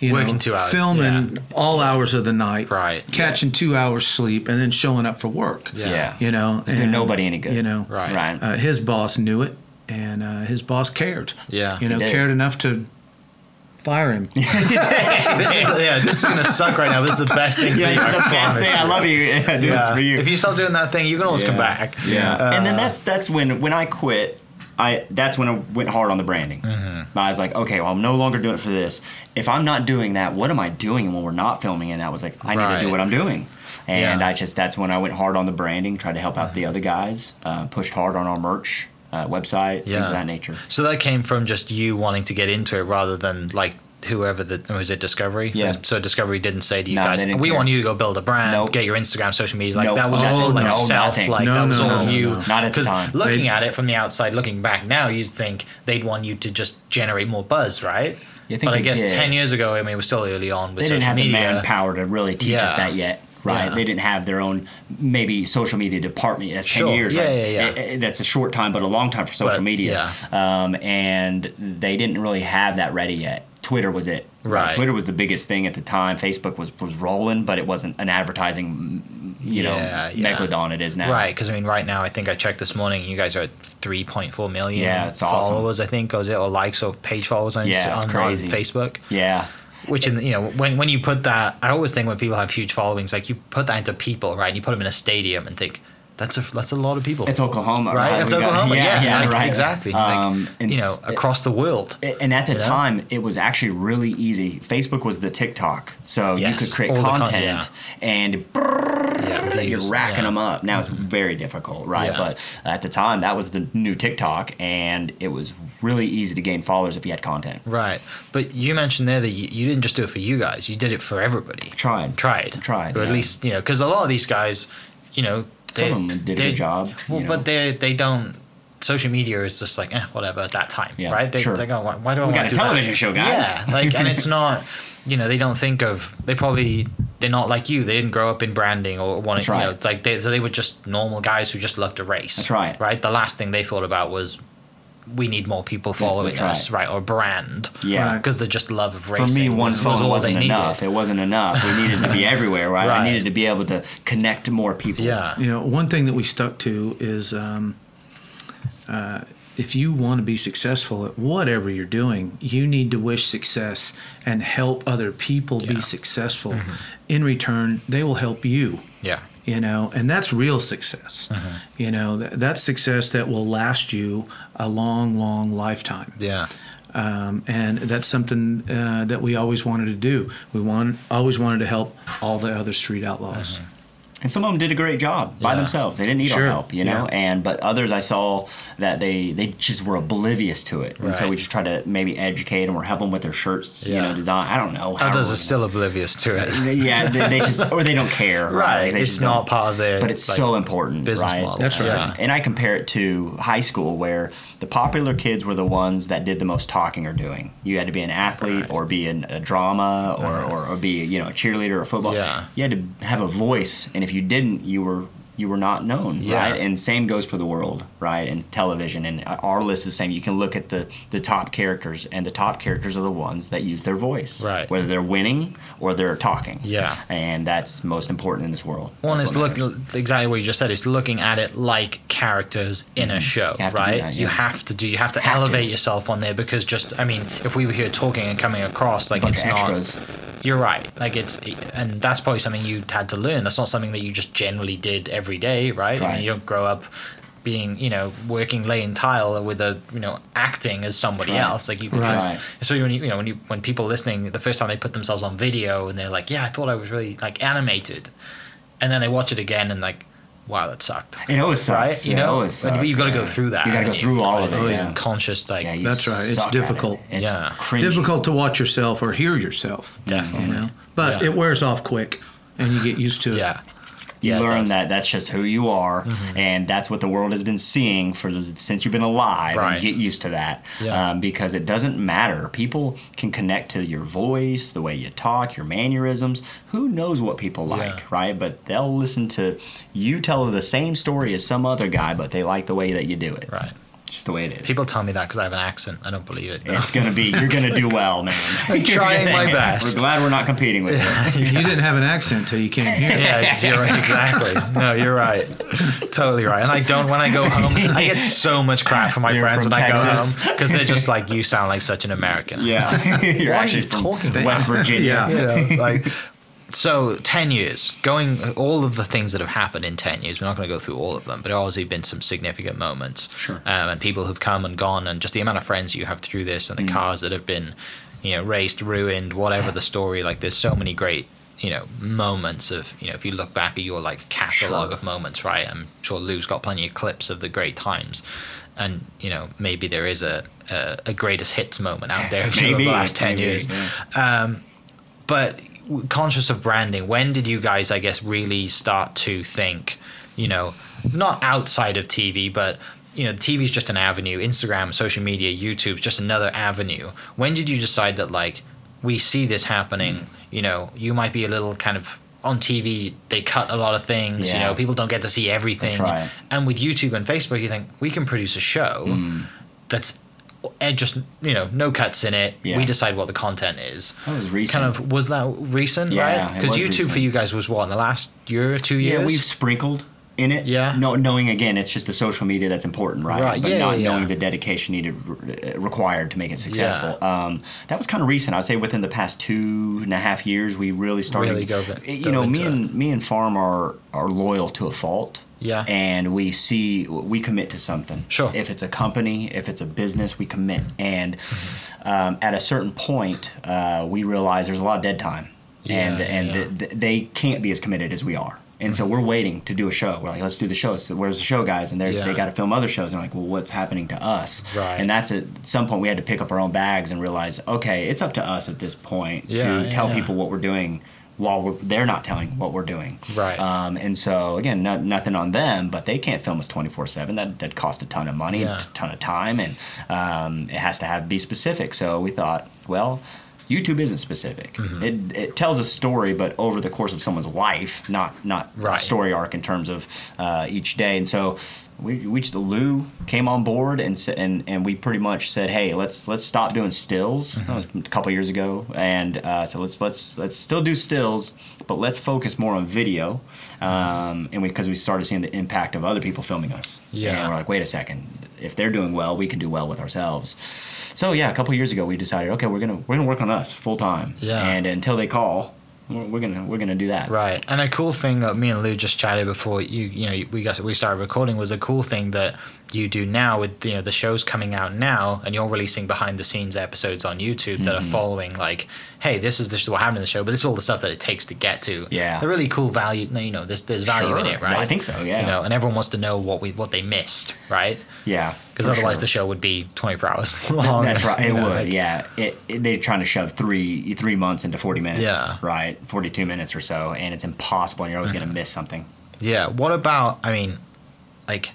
Speaker 4: You
Speaker 2: Working
Speaker 4: know,
Speaker 2: two hours,
Speaker 4: filming all hours of the night,
Speaker 2: Right, yeah.
Speaker 4: Catching two hours sleep and then showing up for work.
Speaker 2: Yeah.
Speaker 3: Yeah.
Speaker 4: you know,
Speaker 3: It's doing
Speaker 4: and,
Speaker 3: nobody any good.
Speaker 4: You know,
Speaker 2: Right.
Speaker 3: Right.
Speaker 4: Uh, his boss knew it, and uh, his boss cared.
Speaker 2: Yeah.
Speaker 4: you know,
Speaker 3: He did.
Speaker 4: cared enough to fire him.
Speaker 2: this is, yeah this is gonna suck right now this is the best thing for you, I
Speaker 3: yeah, the best
Speaker 2: promise
Speaker 3: thing. I
Speaker 2: you.
Speaker 3: love you. Yeah, do this for you.
Speaker 2: If you stop doing that thing, you Uh, can always come back.
Speaker 3: Yeah. and then that's that's when when I quit. I that's when I went hard on the branding. I was like, okay, well, I'm no longer doing it for this. If I'm not doing that, what am I doing when we're not filming? And I was like, I need to
Speaker 2: Right.
Speaker 3: do what I'm doing. And
Speaker 2: Yeah.
Speaker 3: I just that's when I went hard on the branding, tried to help out the other guys, uh, pushed hard on our merch uh, website, things
Speaker 2: Yeah.
Speaker 3: of that nature.
Speaker 2: So that came from just you wanting to get into it rather than like whoever the was it Discovery?
Speaker 3: Yeah.
Speaker 2: So Discovery didn't say to you
Speaker 3: No,
Speaker 2: guys,
Speaker 3: they didn't
Speaker 2: we
Speaker 3: care.
Speaker 2: want you to go build a brand,
Speaker 3: Nope.
Speaker 2: get your Instagram, social media. Like
Speaker 3: Nope.
Speaker 2: that was
Speaker 3: Oh,
Speaker 2: all like
Speaker 3: no,
Speaker 2: self,
Speaker 3: nothing.
Speaker 2: like
Speaker 4: No,
Speaker 2: that was
Speaker 4: no,
Speaker 2: all
Speaker 4: no,
Speaker 2: you.
Speaker 4: no.
Speaker 3: Not at the
Speaker 2: 'Cause
Speaker 3: time.
Speaker 2: Looking
Speaker 4: They-
Speaker 2: at it from the outside, looking back now, you'd think they'd want you to just generate more buzz, right?
Speaker 3: You think
Speaker 2: but I
Speaker 3: they
Speaker 2: guess
Speaker 3: did.
Speaker 2: ten years ago, I mean, it was still early on with
Speaker 3: They
Speaker 2: social
Speaker 3: didn't have
Speaker 2: media.
Speaker 3: the manpower to really teach us
Speaker 2: Yeah.
Speaker 3: that yet. right?
Speaker 2: Yeah.
Speaker 3: They didn't have their own maybe social media department. That's ten
Speaker 2: Sure.
Speaker 3: years,
Speaker 2: Yeah,
Speaker 3: right?
Speaker 2: yeah, yeah.
Speaker 3: Eh, eh, That's a short time, but a long time for social
Speaker 2: But,
Speaker 3: media. Um, and they didn't really have that ready yet. Twitter was it.
Speaker 2: Right.
Speaker 3: Twitter was the biggest thing at the time. Facebook was was rolling, but it wasn't an advertising, you know,
Speaker 2: Yeah, yeah.
Speaker 3: megalodon it is now.
Speaker 2: Right, because I mean, right now I think I checked this morning. You guys are at 3.4 million
Speaker 3: Yeah, it's awesome.
Speaker 2: followers. I think was it or likes or page followers on,
Speaker 3: Yeah,
Speaker 2: on,
Speaker 3: it's
Speaker 2: on
Speaker 3: crazy.
Speaker 2: Facebook.
Speaker 3: Yeah.
Speaker 2: Which in you know when when you put that, I always think when people have huge followings, like you put that into people, right? And you put them in a stadium and think that's a that's a lot of people.
Speaker 3: It's Oklahoma,
Speaker 2: right.
Speaker 3: right?
Speaker 2: It's
Speaker 3: We got-
Speaker 2: Oklahoma. yeah, like,
Speaker 3: right.
Speaker 2: Exactly.
Speaker 3: Um,
Speaker 2: like,
Speaker 3: and
Speaker 2: you know,
Speaker 3: s-
Speaker 2: across the world.
Speaker 3: And at the
Speaker 2: You know?
Speaker 3: time, it was actually really easy. Facebook was the TikTok, so you
Speaker 2: Yes,
Speaker 3: could create
Speaker 2: all the con-
Speaker 3: content and brrrr,
Speaker 2: Yeah,
Speaker 3: you're
Speaker 2: views,
Speaker 3: racking
Speaker 2: yeah. Mm-hmm.
Speaker 3: them up. Now it's very difficult, right?
Speaker 2: Yeah.
Speaker 3: But at the time, that was the new TikTok, and it was really easy to gain followers if you had content.
Speaker 2: Right. But you mentioned there that you, you didn't just do it for you guys. You did it for everybody.
Speaker 3: Tried.
Speaker 2: Tried.
Speaker 3: Tried,
Speaker 2: Or at
Speaker 3: yeah.
Speaker 2: least, you know, because a lot of these guys, you know,
Speaker 3: Some of them did a
Speaker 2: they-
Speaker 3: good job,
Speaker 2: Well,
Speaker 3: you know.
Speaker 2: but they they don't. Social media is just like eh, whatever at that time,
Speaker 3: Yeah,
Speaker 2: right? They,
Speaker 3: sure.
Speaker 2: They go, why, why do I
Speaker 3: We
Speaker 2: want to
Speaker 3: got a
Speaker 2: do that?"
Speaker 3: television show, guys.
Speaker 2: Yeah, like, and it's not, you know, they don't think of. They probably they're not like you. They didn't grow up in branding or wanting,
Speaker 3: That's
Speaker 2: to you know,
Speaker 3: right.
Speaker 2: like they so they were just normal guys who just loved to race.
Speaker 3: That's right.
Speaker 2: Right. The last thing they thought about was, we need more people following
Speaker 3: right.
Speaker 2: us, right? Or brand.
Speaker 3: Yeah.
Speaker 4: Right.
Speaker 2: Because the just love of
Speaker 3: For
Speaker 2: racing.
Speaker 3: me, one
Speaker 2: was, was
Speaker 3: phone
Speaker 2: all
Speaker 3: wasn't
Speaker 2: they needed.
Speaker 3: enough. It wasn't enough. We needed to be everywhere, right?
Speaker 2: Right.
Speaker 3: I needed to be able to connect more people.
Speaker 2: Yeah.
Speaker 4: You know, one thing that we stuck to is um, uh, if you want to be successful at whatever you're doing, you need to wish success and help other people
Speaker 2: Yeah. Mm-hmm.
Speaker 4: be successful. In return, they will help you.
Speaker 2: Yeah. Mm-hmm.
Speaker 4: You know, and that's real success. You know, th- that's success that will last you a long, long lifetime
Speaker 2: Yeah.
Speaker 4: um, and that's something uh, that we always wanted to do. We want, always wanted to help all the other street
Speaker 2: Mm-hmm.
Speaker 4: outlaws.
Speaker 3: and some of them did a great job by
Speaker 2: Yeah.
Speaker 3: themselves. They didn't need
Speaker 4: Sure.
Speaker 3: our help, you know.
Speaker 4: Yeah.
Speaker 3: And but others, I saw that they they just were oblivious to it, and so
Speaker 2: Right.
Speaker 3: we just try to maybe educate them or help them with their shirts, you
Speaker 2: Yeah.
Speaker 3: know, design. I don't know. how
Speaker 2: Others
Speaker 3: we're
Speaker 2: are still oblivious to it.
Speaker 3: gonna- yeah, they, they just or they don't care, right?
Speaker 2: Right.
Speaker 3: They
Speaker 2: It's
Speaker 3: just
Speaker 2: not
Speaker 3: don't-
Speaker 2: part of their.
Speaker 3: But it's
Speaker 2: like,
Speaker 3: so important,
Speaker 2: business
Speaker 3: right?
Speaker 2: model.
Speaker 4: That's right.
Speaker 2: Yeah.
Speaker 3: And I compare it to high school, where the popular kids were the ones that did the most talking or doing. You had to be an athlete
Speaker 2: Right. Uh-huh.
Speaker 3: or be in a drama or, or, or be you know a cheerleader or football.
Speaker 2: Yeah.
Speaker 3: You had to have a voice, and if you didn't, you were you were not known,
Speaker 2: Yeah.
Speaker 3: right? And same goes for the world, right? And television and our list is the same. You can look at the the top characters, and the top characters are the ones that use their voice,
Speaker 2: Right.
Speaker 3: Whether they're winning or they're talking,
Speaker 2: Yeah.
Speaker 3: And that's most important in this world.
Speaker 2: One
Speaker 3: That's
Speaker 2: is look
Speaker 3: what matters.
Speaker 2: exactly what you just said. Is looking at it like characters in a show,
Speaker 3: Mm-hmm. You have to do
Speaker 2: right?
Speaker 3: that,
Speaker 2: You
Speaker 3: yeah.
Speaker 2: have to do. You have to
Speaker 3: Have to.
Speaker 2: elevate yourself on there because just I mean, if we were here talking and coming across like
Speaker 3: Bunch
Speaker 2: it's
Speaker 3: of
Speaker 2: not.
Speaker 3: extras.
Speaker 2: You're right. Like it's and that's probably something you had to learn. That's not something that you just generally did every day, right? I
Speaker 3: Right.
Speaker 2: mean, you don't grow up being you know working laying tile with a you know acting as somebody
Speaker 3: That's right.
Speaker 2: else like you could
Speaker 4: Right.
Speaker 2: just
Speaker 3: Right.
Speaker 2: especially when you, you know when you when people listening the first time they put themselves on video and they're like yeah i thought i was really like animated and then they watch it again and like wow that sucked
Speaker 3: It always
Speaker 2: right
Speaker 3: sucks.
Speaker 2: you
Speaker 3: it
Speaker 2: know
Speaker 3: always sucks.
Speaker 2: but you've got to
Speaker 3: yeah.
Speaker 2: go through that
Speaker 3: You got to go
Speaker 2: haven't
Speaker 3: through all of
Speaker 2: It's
Speaker 3: it.
Speaker 2: just
Speaker 3: yeah.
Speaker 2: conscious like
Speaker 3: Yeah, you
Speaker 4: That's right, it's
Speaker 3: suck at it.
Speaker 4: difficult.
Speaker 3: It's
Speaker 2: Yeah.
Speaker 3: cringy.
Speaker 4: Difficult to watch yourself or hear yourself.
Speaker 2: Definitely.
Speaker 4: You know, but
Speaker 2: Yeah.
Speaker 4: it wears off quick, and you get used to it.
Speaker 2: yeah
Speaker 3: You
Speaker 2: Yeah, it
Speaker 3: learn
Speaker 2: does.
Speaker 3: that that's just who you are,
Speaker 2: Mm-hmm.
Speaker 3: and that's what the world has been seeing for the, since you've been alive.
Speaker 2: Right.
Speaker 3: And get used to that,
Speaker 2: Yeah.
Speaker 3: um, because it doesn't matter. People can connect to your voice, the way you talk, your mannerisms. Who knows what people like,
Speaker 2: Yeah.
Speaker 3: right? But they'll listen to you tell the same story as some other guy, but they like the way that you do it.
Speaker 2: right
Speaker 3: Just the way it is.
Speaker 2: people tell me that because i have an accent i don't believe it
Speaker 3: It's gonna be. You're gonna do well, man.
Speaker 2: I'm trying my best.
Speaker 3: We're glad we're not competing with you.
Speaker 4: You didn't have an accent till you came here.
Speaker 2: Yeah, zero, exactly. No, you're right. Totally right. And I don't, when I go home, I get so much crap from my
Speaker 3: You're
Speaker 2: friends
Speaker 3: from
Speaker 2: when
Speaker 3: Texas.
Speaker 2: I go home because they're just like, you sound like such an American.
Speaker 3: Yeah, you're
Speaker 2: What are
Speaker 3: actually
Speaker 2: you
Speaker 3: from
Speaker 2: talking about?
Speaker 3: West Virginia.
Speaker 4: Yeah.
Speaker 2: You know, like, so 10 years, going all of the things that have happened in 10 years, we're not going to go through all of them, but obviously been some significant moments.
Speaker 3: Sure.
Speaker 2: Um, and people have come and gone, and just the amount of friends you have through this
Speaker 3: Mm.
Speaker 2: and the cars that have been, you know, raced, ruined, whatever the story, like, there's so many great. You know, moments of you know, if you look back at your like catalog of moments, right? I'm sure Lou's got plenty of clips of the great times, and you know, maybe there is a a, a greatest hits moment out there if you look at the
Speaker 3: Maybe,
Speaker 2: last ten
Speaker 3: maybe,
Speaker 2: years
Speaker 3: yeah.
Speaker 2: but w- conscious of branding when did you guys i guess really start to think you know not outside of tv but you know tv's just an avenue instagram social media youtube's just another avenue when did you decide that like we see this happening you know you might be a little kind of on TV they cut a lot of things. You
Speaker 3: Yeah.
Speaker 2: know, people don't get to see everything.
Speaker 3: right.
Speaker 2: And with YouTube and Facebook, you think we can produce a show
Speaker 3: Hmm.
Speaker 2: that's eh, just you know no cuts in it.
Speaker 3: Yeah. Oh,
Speaker 2: We decide what the content is.
Speaker 3: That was recent.
Speaker 2: Kind of was that recent,
Speaker 3: Yeah,
Speaker 2: right?
Speaker 3: it
Speaker 2: Because
Speaker 3: was
Speaker 2: YouTube for
Speaker 3: recent.
Speaker 2: you guys was what in the last year, two
Speaker 3: Yeah,
Speaker 2: years.
Speaker 3: we've sprinkled in it.
Speaker 2: Yeah.
Speaker 3: No, knowing again, it's just the social media that's important, right?
Speaker 2: Right,
Speaker 3: But
Speaker 2: yeah,
Speaker 3: not
Speaker 2: yeah,
Speaker 3: knowing
Speaker 2: yeah.
Speaker 3: the dedication needed uh, required to make it successful. Um, that was kind of recent. I'd say within the past two and a half years, we really started.
Speaker 2: Really dove in-
Speaker 3: you
Speaker 2: dove
Speaker 3: know, me
Speaker 2: into
Speaker 3: and me and Farm are are loyal to a fault.
Speaker 2: Yeah.
Speaker 3: And we see we commit to something.
Speaker 2: Sure.
Speaker 3: If it's a company, if it's a business, we commit. And
Speaker 2: Mm-hmm.
Speaker 3: um, at a certain point, uh, we realize there's a lot of dead time, and
Speaker 2: Yeah,
Speaker 3: and
Speaker 2: yeah.
Speaker 3: The, th- they can't be as committed as we are. And so we're waiting to do a show. We're like, let's do the show. So where's the show, guys? And they're,
Speaker 2: Yeah.
Speaker 3: they got to film other shows. And I'm like, well, what's happening to us?
Speaker 2: Right.
Speaker 3: And that's at some point we had to pick up our own bags and realize, okay, it's up to us at this point
Speaker 2: Yeah,
Speaker 3: to
Speaker 2: yeah,
Speaker 3: tell
Speaker 2: yeah.
Speaker 3: people what we're doing while we're, they're not telling what we're doing.
Speaker 2: Right.
Speaker 3: Um, and so again, no, nothing on them, but they can't film us 24 seven. That that costs a ton of money,
Speaker 2: Yeah.
Speaker 3: a t- ton of time, and um, it has to have be specific. So we thought, well. YouTube isn't specific.
Speaker 2: Mm-hmm.
Speaker 3: It, it tells a story, but over the course of someone's life, not not
Speaker 2: Right.
Speaker 3: a story arc in terms of uh, each day. And so we, we just Lou came on board and sa- and and we pretty much said, hey, let's let's stop doing stills.
Speaker 2: Mm-hmm.
Speaker 3: That was a couple years ago, and uh, so let's let's let's still do stills, but let's focus more on video. Um, and because we, started seeing the impact of other people filming us,
Speaker 2: Yeah.
Speaker 3: and we're like, wait a second. If they're doing well, we can do well with ourselves. So yeah, a couple years ago, we decided, okay, we're gonna we're gonna work on us full time.
Speaker 2: Yeah.
Speaker 3: And until they call, we're, we're gonna we're gonna do that.
Speaker 2: Right, and a cool thing that me and Lou just chatted before you, you know, we got we started recording was a cool thing that you do now with you know the shows coming out now, and you're releasing behind the scenes episodes on YouTube that are
Speaker 3: Mm-hmm.
Speaker 2: following like, hey, this is this is what happened in the show, but this is all the stuff that it takes to get to.
Speaker 3: Yeah.
Speaker 2: the really cool value. You know, there's there's value in
Speaker 3: Sure.
Speaker 2: it, right?
Speaker 3: I think so, yeah.
Speaker 2: You know, and everyone wants to know what we what they missed, right?
Speaker 3: Yeah.
Speaker 2: Because
Speaker 3: for
Speaker 2: otherwise
Speaker 3: sure.
Speaker 2: the show would be 24 hours long.
Speaker 3: That's right. It
Speaker 2: you know,
Speaker 3: would,
Speaker 2: like-
Speaker 3: yeah. It, it- they're trying to shove three three months into forty minutes,
Speaker 2: Yeah.
Speaker 3: right? Forty two minutes or so, and it's impossible, and you're always going to miss something.
Speaker 2: Yeah. What about? I mean, like,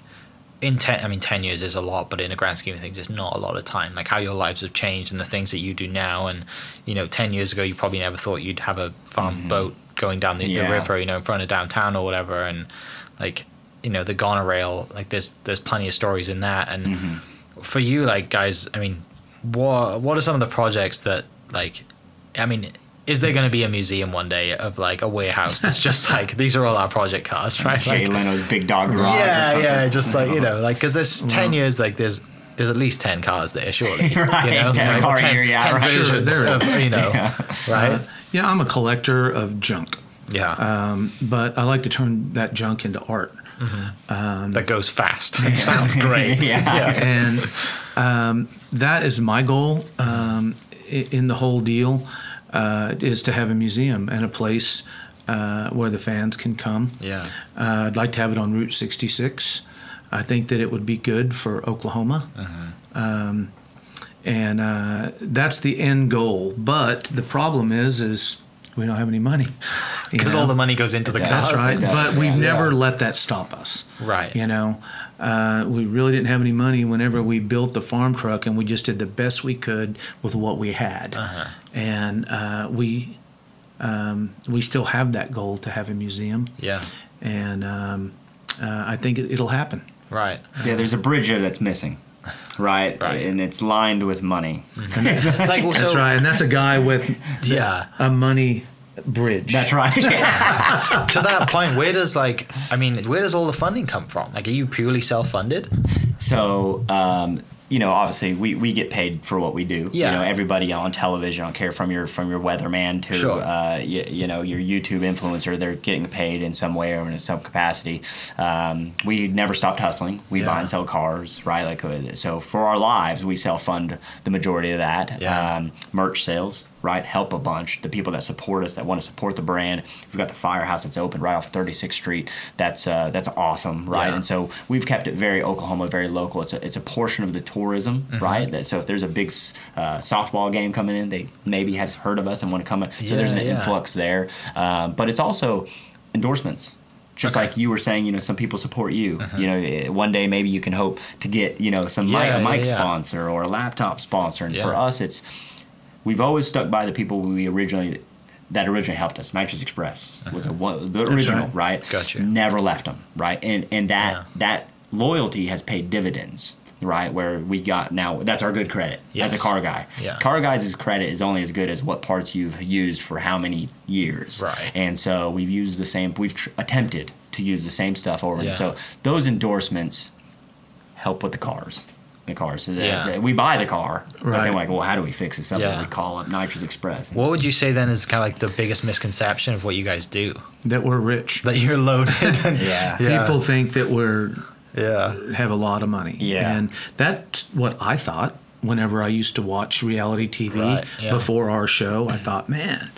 Speaker 2: in ten. I mean, ten years is a lot, but in the grand scheme of things, it's not a lot of time. Like how your lives have changed and the things that you do now, and you know, ten years ago, you probably never thought you'd have a farm boat going down the,
Speaker 3: Yeah.
Speaker 2: the river, you know, in front of downtown or whatever, and like, you know, the gonorrhea. Like, there's there's plenty of stories in that, and for you, like, guys, I mean, what what are some of the projects that like, I mean. Is there going to be a museum one day of like a warehouse that's just like these are all our project cars, right?
Speaker 3: Jay
Speaker 2: Like-
Speaker 3: Leno's Big Dog Garage. or
Speaker 2: yeah,
Speaker 3: something. Mm-hmm.
Speaker 2: yeah, just like you know, like because there's ten years, like there's there's at least ten cars there, surely.
Speaker 3: Right,
Speaker 2: you know? like,
Speaker 3: 10 car a year, yeah, right.
Speaker 2: versions
Speaker 4: Sure, there
Speaker 2: of,
Speaker 4: is.
Speaker 2: you know,
Speaker 3: Yeah. Uh-huh.
Speaker 2: right?
Speaker 4: Yeah, I'm a collector of junk,
Speaker 2: yeah,
Speaker 4: um, but I like to turn that junk into art.
Speaker 2: that goes fast. It sounds great.
Speaker 3: Um, Yeah.
Speaker 4: and um, that is my goal um, i- in the whole deal uh, is to have a museum and a place uh, where the fans can come.
Speaker 2: Yeah.
Speaker 4: Uh, I'd like to have it on Route 66. I think that it would be good for Oklahoma.
Speaker 2: Uh-huh.
Speaker 4: Um, and uh, that's the end goal. But the problem is, is we don't have any money. you
Speaker 2: because all
Speaker 4: know?
Speaker 2: the money goes into the
Speaker 3: Yeah.
Speaker 2: cars.
Speaker 4: That's right.
Speaker 3: does,
Speaker 4: But
Speaker 3: yeah.
Speaker 4: we've
Speaker 3: Yeah.
Speaker 4: never let that stop us.
Speaker 2: Right.
Speaker 4: You know, uh, we really didn't have any money whenever we built the farm truck, and we just did the best we could with what we had.
Speaker 2: Uh-huh.
Speaker 4: And uh, we um, we still have that goal to have a museum.
Speaker 2: Yeah,
Speaker 4: And um, uh, I think it, it'll happen.
Speaker 2: right.
Speaker 3: Yeah, there's a bridge there that's missing, right?
Speaker 2: Right.
Speaker 3: And it's lined with money.
Speaker 2: It's like, well,
Speaker 4: That's
Speaker 2: so-
Speaker 4: right. And that's a guy with
Speaker 2: Yeah.
Speaker 4: a money bridge.
Speaker 3: That's right. Yeah.
Speaker 2: to that point, where does like, I mean, where does all the funding come from? Like, are you purely self-funded?
Speaker 3: So, um, you know, obviously, we, we get paid for what we do.
Speaker 2: Yeah.
Speaker 3: You know, everybody on television, I don't care from your from your weatherman to
Speaker 2: Sure.
Speaker 3: uh, you, you know your YouTube influencer, they're getting paid in some way or in some capacity. Um, we never stopped hustling. We
Speaker 2: Yeah.
Speaker 3: buy and sell cars, right? Like uh, so for our lives, we self fund the majority of that.
Speaker 2: Yeah.
Speaker 3: Um, merch sales, right? Help a bunch. The people that support us, that want to support the brand. We've got the firehouse that's open right off of 36th Street. That's uh, that's awesome, right?
Speaker 2: Yeah.
Speaker 3: And so we've kept it very Oklahoma, very local. It's a, it's a portion of the tourism,
Speaker 2: Mm-hmm.
Speaker 3: right? That, so if there's a big s- uh, softball game coming in, they maybe have heard of us and want to come. In. So there's
Speaker 2: Yeah,
Speaker 3: an
Speaker 2: yeah.
Speaker 3: influx there, um, but it's also endorsements. Just
Speaker 2: Okay. Mm-hmm.
Speaker 3: like you were saying, you know, some people support you. You know, eh, one day maybe you can hope to get, you know, some
Speaker 2: Yeah,
Speaker 3: mic,
Speaker 2: yeah,
Speaker 3: mic
Speaker 2: yeah.
Speaker 3: sponsor or a laptop sponsor. And for
Speaker 2: Yeah.
Speaker 3: us, it's we've always stuck by the people we originally that originally helped us. Nitrous Express was a, one- the original,
Speaker 4: right.
Speaker 3: right?
Speaker 2: Gotcha.
Speaker 3: Never left them, right? And and that
Speaker 2: Yeah.
Speaker 3: that loyalty has paid dividends, right? Where we got now that's our good credit as
Speaker 2: Yes.
Speaker 3: a car guy.
Speaker 2: Yeah.
Speaker 3: Car guys' credit is only as good as what parts you've used for how many years.
Speaker 2: Right.
Speaker 3: And so we've used the same. We've tr- attempted to use the same stuff over.
Speaker 2: Yeah.
Speaker 3: And so those endorsements help with the cars. The cars.
Speaker 2: Yeah.
Speaker 3: We buy the car, but
Speaker 4: Right.
Speaker 3: then we're like, well, how do we fix this up?
Speaker 2: Yeah.
Speaker 3: We call up Nitrous Express.
Speaker 2: What would you say then is kind of like the biggest misconception of what you guys do?
Speaker 4: that we're rich.
Speaker 2: That you're loaded.
Speaker 3: Yeah.
Speaker 2: Yeah.
Speaker 4: People think that we're
Speaker 2: yeah.
Speaker 4: have a lot of money.
Speaker 3: Yeah.
Speaker 4: And that's what I thought whenever I used to watch reality TV
Speaker 2: Right, yeah.
Speaker 4: before our show. I thought, man,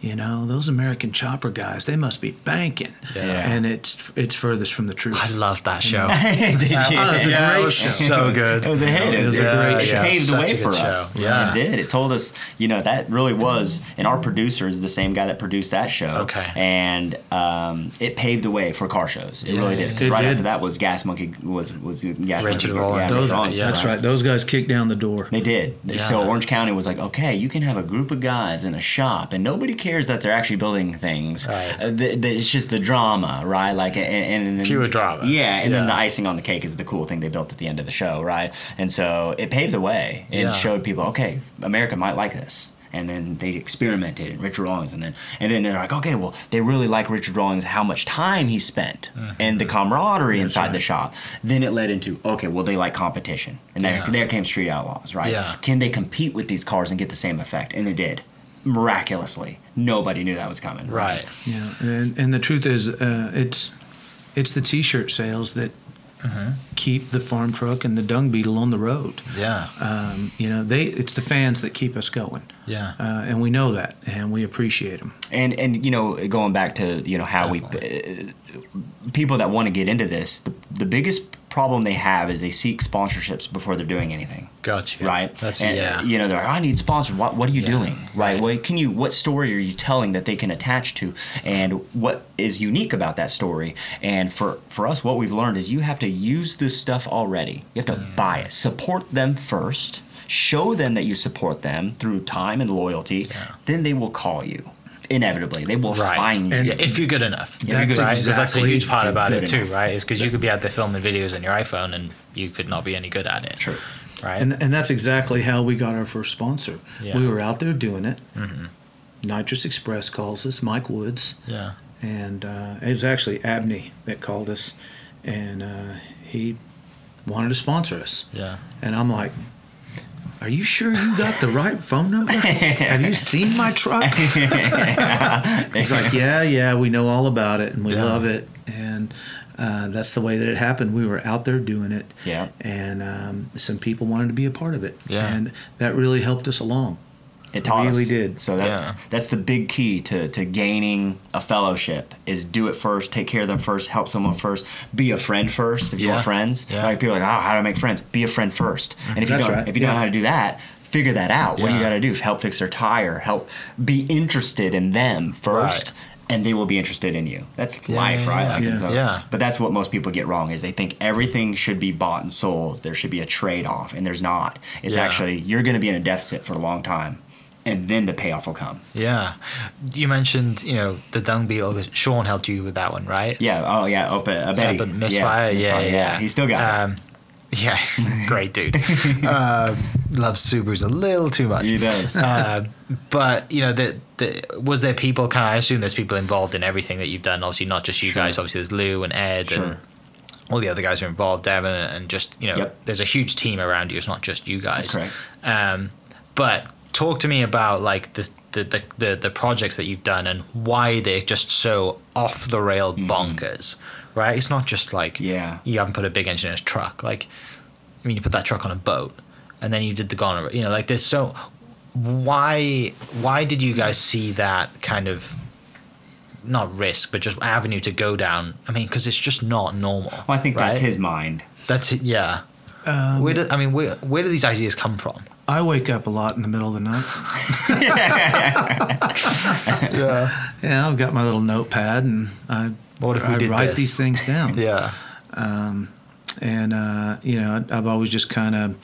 Speaker 4: you know, those American chopper guys, they must be banking.
Speaker 2: Yeah.
Speaker 4: And it's it's furthest from the truth.
Speaker 2: I love that show.
Speaker 3: Did you?
Speaker 4: Oh, it's a
Speaker 2: Yeah,
Speaker 4: great
Speaker 2: it was
Speaker 4: show.
Speaker 2: so good.
Speaker 3: It was a hit.
Speaker 4: It was a great
Speaker 3: It
Speaker 4: show.
Speaker 3: paved the
Speaker 2: Such
Speaker 3: way
Speaker 2: a good
Speaker 3: for
Speaker 2: show.
Speaker 3: us.
Speaker 2: Yeah.
Speaker 3: It did. It told us, you know, that really was, and our producer is the same guy that produced that show.
Speaker 2: Okay.
Speaker 3: And um, it paved the way for car shows. It really did. 'Cause
Speaker 4: It
Speaker 3: right
Speaker 4: did.
Speaker 3: after that was Gas Monkey was was Gas
Speaker 2: Richard
Speaker 3: Monkey.
Speaker 2: Rollins.
Speaker 3: Gas
Speaker 4: those,
Speaker 2: Monkey Rollins,
Speaker 4: That's
Speaker 2: yeah.
Speaker 4: right. Those guys kicked down the door.
Speaker 3: They did. They- So
Speaker 2: Yeah.
Speaker 3: Orange County was like, okay, you can have a group of guys in a shop, and nobody cares that they're actually building things.
Speaker 2: Right.
Speaker 3: Uh, th- th- it's just the drama, right? Like, and, and, and then,
Speaker 2: Pure drama.
Speaker 3: Yeah, and
Speaker 2: Yeah.
Speaker 3: then the icing on the cake is the cool thing they built at the end of the show, right? And so it paved the way. It
Speaker 2: Yeah.
Speaker 3: showed people, okay, America might like this. And then they experimented in Richard Rawlings, and then and then they're like, okay, well, they really like Richard Rawlings, how much time he spent,
Speaker 2: Mm-hmm.
Speaker 3: and the camaraderie inside the shop. Then it led into, okay, well, they like competition, and there,
Speaker 2: Yeah.
Speaker 3: there came Street Outlaws, right?
Speaker 2: Yeah.
Speaker 3: Can they compete with these cars and get the same effect? And they did, miraculously. Nobody knew that was coming.
Speaker 2: Right.
Speaker 4: Yeah. And and the truth is, uh, it's it's the T-shirt sales that
Speaker 2: Uh-huh.
Speaker 4: keep the farm truck and the dung beetle on the road.
Speaker 2: Yeah.
Speaker 3: Uh,
Speaker 4: Um, you know, they it's the fans that keep us going.
Speaker 2: Yeah.
Speaker 4: Uh, and we know that, and we appreciate them.
Speaker 3: And and you know, going back to you know how we uh, people that want to get into this, the, the biggest problem they have is they seek sponsorships before they're doing anything.
Speaker 2: Gotcha.
Speaker 3: Right.
Speaker 2: That's
Speaker 3: and,
Speaker 2: yeah.
Speaker 3: You know, they're like, I need sponsors. What What are you
Speaker 2: Yeah.
Speaker 3: doing? Right.
Speaker 2: Right.
Speaker 3: What can you? What story are you telling that they can attach to? And what is unique about that story? And for for us, what we've learned is you have to use this stuff already. You have to
Speaker 2: Mm.
Speaker 3: buy it. Support them first. Show them that you support them through time and loyalty.
Speaker 2: Yeah.
Speaker 3: Then they will call you. Inevitably, they will
Speaker 2: Right.
Speaker 3: find you.
Speaker 2: yeah, if you're good enough.
Speaker 3: you're
Speaker 2: right?
Speaker 3: good
Speaker 2: 'Cause that's a
Speaker 4: exactly
Speaker 2: huge part
Speaker 3: good
Speaker 2: about it too,
Speaker 3: enough.
Speaker 2: right? Is because you could be out there filming videos on your iPhone and you could not be any good at it.
Speaker 3: True.
Speaker 2: Right.
Speaker 4: And, and that's exactly how we got our first sponsor.
Speaker 2: Yeah. Mm-hmm.
Speaker 4: We were out there doing it. Nitrous Express calls us, Mike Woods,
Speaker 2: yeah.
Speaker 4: and uh, it was actually Abney that called us, and uh, he wanted to sponsor us.
Speaker 2: Yeah.
Speaker 4: And I'm like, Are you sure you got the right phone number? Have you seen my truck? He's like, yeah, yeah, we know all about it and we
Speaker 2: Yeah.
Speaker 4: love it. And uh, that's the way that it happened. We were out there doing it.
Speaker 3: Yeah.
Speaker 4: And um, some people wanted to be a part of it.
Speaker 2: Yeah.
Speaker 4: And that really helped us along.
Speaker 3: It taught
Speaker 4: really
Speaker 3: us.
Speaker 4: did.
Speaker 3: So that's
Speaker 2: Yeah.
Speaker 3: that's the big key to, to gaining a fellowship is do it first, take care of them first, help someone first, be a friend first. If you
Speaker 2: Yeah.
Speaker 3: want friends,
Speaker 2: Yeah.
Speaker 3: like people are like, oh, how do I make friends? Be a friend first. And if you
Speaker 4: Mm-hmm. That's
Speaker 3: don't,
Speaker 4: right.
Speaker 3: if you don't know
Speaker 4: Yeah.
Speaker 3: how to do that, figure that out. What do you
Speaker 2: Yeah.
Speaker 3: got to do? Help fix their tire. Help be interested in them first.
Speaker 2: Right.
Speaker 3: And they will be interested in you. That's
Speaker 2: Yeah,
Speaker 3: life,
Speaker 2: yeah,
Speaker 3: right?
Speaker 2: yeah.
Speaker 3: Like, and
Speaker 4: Yeah.
Speaker 3: so-
Speaker 2: Yeah.
Speaker 3: But that's what most people get wrong is they think everything should be bought and sold. There should be a trade off, and there's not. It's
Speaker 2: Yeah.
Speaker 3: actually you're going to be in a deficit for a long time, and then the payoff will come.
Speaker 2: Yeah. You mentioned, you know, the dung beetle. Sean helped you with that one, right?
Speaker 3: Yeah. Oh, yeah. Up at uh, Betty.
Speaker 2: Up at Misfire. Yeah, yeah,
Speaker 3: Misfire,
Speaker 2: yeah,
Speaker 3: He still got
Speaker 2: um, Yeah, great dude. uh, loves Subarus a little too much.
Speaker 3: it. He does.
Speaker 2: Uh, but you know, the, the, was there people? Kind of, I assume there's people involved in everything that you've done. Obviously, not just you
Speaker 3: Sure.
Speaker 2: guys. Obviously, there's Lou and Ed and
Speaker 3: Sure.
Speaker 2: all the other guys who are involved, Devin, and just you know,
Speaker 3: Yep.
Speaker 2: there's a huge team around you. It's not just you guys.
Speaker 3: That's correct.
Speaker 2: Um, but talk to me about like this, the, the the the projects that you've done and why they're just so off the rail bonkers, right? It's not just like
Speaker 3: Mm-hmm. Yeah.
Speaker 2: you haven't put a big engineer's truck. Like, I mean, you put that truck on a boat, and then you did the Ghana. You know, like there's so why why did you guys see that kind of not risk, but just avenue to go down? I mean, because it's just not normal.
Speaker 3: Well, I think that's
Speaker 2: right?
Speaker 3: his mind.
Speaker 2: That's it, yeah.
Speaker 4: Um,
Speaker 2: Where do, I mean, where, where do these ideas come from?
Speaker 4: I wake up a lot in the middle of the night.
Speaker 2: Yeah.
Speaker 4: Yeah, I've got my little notepad and I,
Speaker 2: What if we
Speaker 4: I
Speaker 2: did
Speaker 4: write
Speaker 2: this?
Speaker 4: these things down.
Speaker 2: Yeah.
Speaker 4: and uh, you know I've always just kind of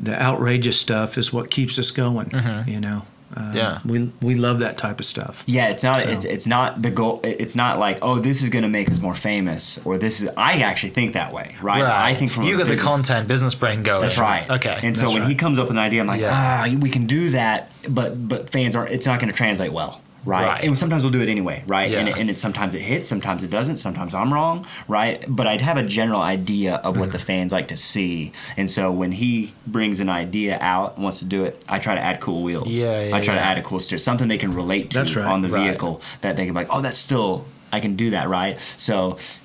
Speaker 4: the outrageous stuff is what keeps us going. You know, Uh,
Speaker 2: Mm-hmm. Yeah.
Speaker 4: we we love that type of stuff.
Speaker 3: Yeah, it's not
Speaker 4: So-
Speaker 3: it's, it's not the goal. It's not like oh, this is going to make us more famous, or this is. I actually think that way, right? I think from
Speaker 2: you
Speaker 3: a
Speaker 2: got the
Speaker 3: business-
Speaker 2: content business brain going.
Speaker 3: That's right.
Speaker 2: Okay.
Speaker 3: And so
Speaker 4: That's
Speaker 3: when he
Speaker 4: right.
Speaker 3: comes up with an idea, I'm like,
Speaker 2: Yeah.
Speaker 3: ah, we can do that, but but fans aren't. It's not going to translate well. Right?
Speaker 2: Right.
Speaker 3: and sometimes we'll do it anyway, right? And,
Speaker 2: Yeah.
Speaker 3: it, and it, sometimes it hits, sometimes it doesn't, sometimes I'm wrong, right? But I'd have a general idea of what the
Speaker 2: Mm-hmm.
Speaker 3: fans like to see, and so when he brings an idea out and wants to do it, I try to add cool wheels.
Speaker 2: Yeah, yeah,
Speaker 3: I try to
Speaker 2: yeah.
Speaker 3: add a cool steer, something they can relate to
Speaker 4: That's right.
Speaker 3: on the
Speaker 2: Right.
Speaker 3: vehicle that they can be like, oh, that's still I can do that, right? So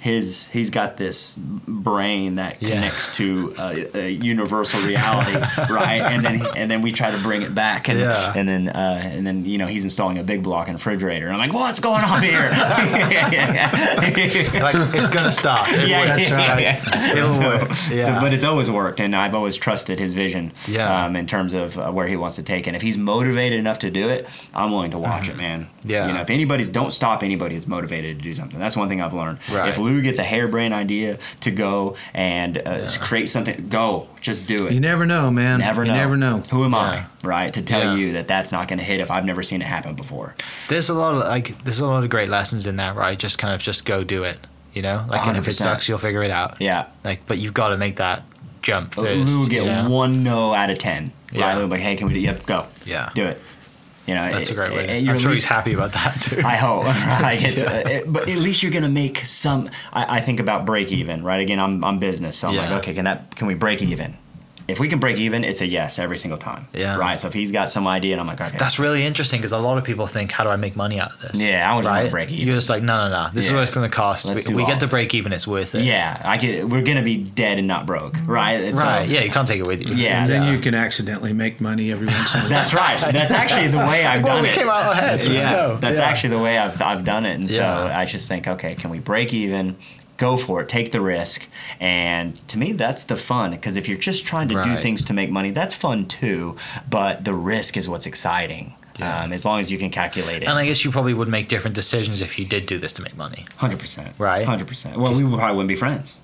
Speaker 3: his he's got this brain that
Speaker 2: Yeah.
Speaker 3: connects to a, a universal reality, right? And then and then we try to bring it back, and
Speaker 2: Yeah.
Speaker 3: and then uh, and then you know he's installing a big block in a refrigerator, and I'm like, what's going on here? yeah, yeah, yeah.
Speaker 2: like it's gonna start. It
Speaker 3: Yeah,
Speaker 2: works.
Speaker 3: yeah,
Speaker 2: Like,
Speaker 3: yeah.
Speaker 2: It'll work.
Speaker 3: So-
Speaker 2: Yeah.
Speaker 3: so- but it's always worked, and I've always trusted his vision
Speaker 2: Yeah.
Speaker 3: um, in terms of uh, where he wants to take it. And if he's motivated enough to do it, I'm willing to watch it, man.
Speaker 2: Uh-huh. Yeah.
Speaker 3: You know, if anybody's, don't stop anybody who's motivated to do something. That's one thing I've learned.
Speaker 2: Right.
Speaker 3: If Lou gets a harebrained idea to go and uh, create something, go. Just do it.
Speaker 4: You never know, man.
Speaker 3: Never
Speaker 4: you
Speaker 3: know.
Speaker 4: never know.
Speaker 3: Who am
Speaker 2: Yeah.
Speaker 3: I, right, to tell
Speaker 2: Yeah.
Speaker 3: you that that's not going to hit if I've never seen it happen before?
Speaker 2: there's a lot of like there's a lot of great lessons in that, right? Just kind of just go do it. You know, like and if it
Speaker 3: 100%.
Speaker 2: sucks, you'll figure it out.
Speaker 3: Yeah.
Speaker 2: Like, but you've got to make that jump first.
Speaker 3: Lou will get
Speaker 2: you know?
Speaker 3: one no out of ten.
Speaker 2: Yeah.
Speaker 3: Right? Lou will be like, hey, can we do? Yep, go.
Speaker 2: Yeah.
Speaker 3: Do it. You know,
Speaker 2: That's
Speaker 3: it-
Speaker 2: a great way.
Speaker 3: it-
Speaker 2: to-
Speaker 3: you're
Speaker 2: I'm
Speaker 3: at
Speaker 2: sure he's
Speaker 3: least-
Speaker 2: happy about that too.
Speaker 3: I hope. Right? It's, uh, it- but at least you're going to make some. I, I think about break even, right? Again, I'm, I'm business, so I'm
Speaker 2: Yeah.
Speaker 3: like, okay, can that can we break even? If we can break even, it's a yes every single time.
Speaker 2: Yeah.
Speaker 3: Right. So if he's got some idea, and I'm like, okay,
Speaker 2: That's really interesting because a lot of people think, how do I make money out of this?
Speaker 3: Yeah, I always wanna
Speaker 2: right?
Speaker 3: break even.
Speaker 2: You're just like, no, no, no. This is
Speaker 3: Yeah.
Speaker 2: what it's going to cost.
Speaker 3: Let's
Speaker 2: we
Speaker 3: do
Speaker 2: we
Speaker 3: all.
Speaker 2: get to break even. It's worth it.
Speaker 3: yeah, I get. We're going to be dead and not broke, right? uh, And so-
Speaker 2: Right. yeah. You can't take it with you.
Speaker 3: Yeah.
Speaker 4: And then
Speaker 3: Yeah.
Speaker 4: you can accidentally make money every once in a while.
Speaker 3: That's right. That's actually the way I've
Speaker 2: Well,
Speaker 3: done
Speaker 2: we
Speaker 3: it.
Speaker 2: came out ahead. Let's
Speaker 3: yeah,
Speaker 2: go.
Speaker 3: that's
Speaker 2: Yeah.
Speaker 3: actually the way I've, I've done it. And so
Speaker 2: Yeah.
Speaker 3: I just think, okay, can we break even? Go for it. Take the risk. And to me, that's the fun because if you're just trying to do
Speaker 2: Right.
Speaker 3: things to make money, that's fun too. But the risk is what's exciting.
Speaker 2: Yeah.
Speaker 3: Um, as long as you can calculate
Speaker 2: And
Speaker 3: it,
Speaker 2: I guess you probably would make different decisions if you did do this to make money.
Speaker 3: hundred percent,
Speaker 2: Right.
Speaker 3: Hundred percent. Well, we probably wouldn't be friends.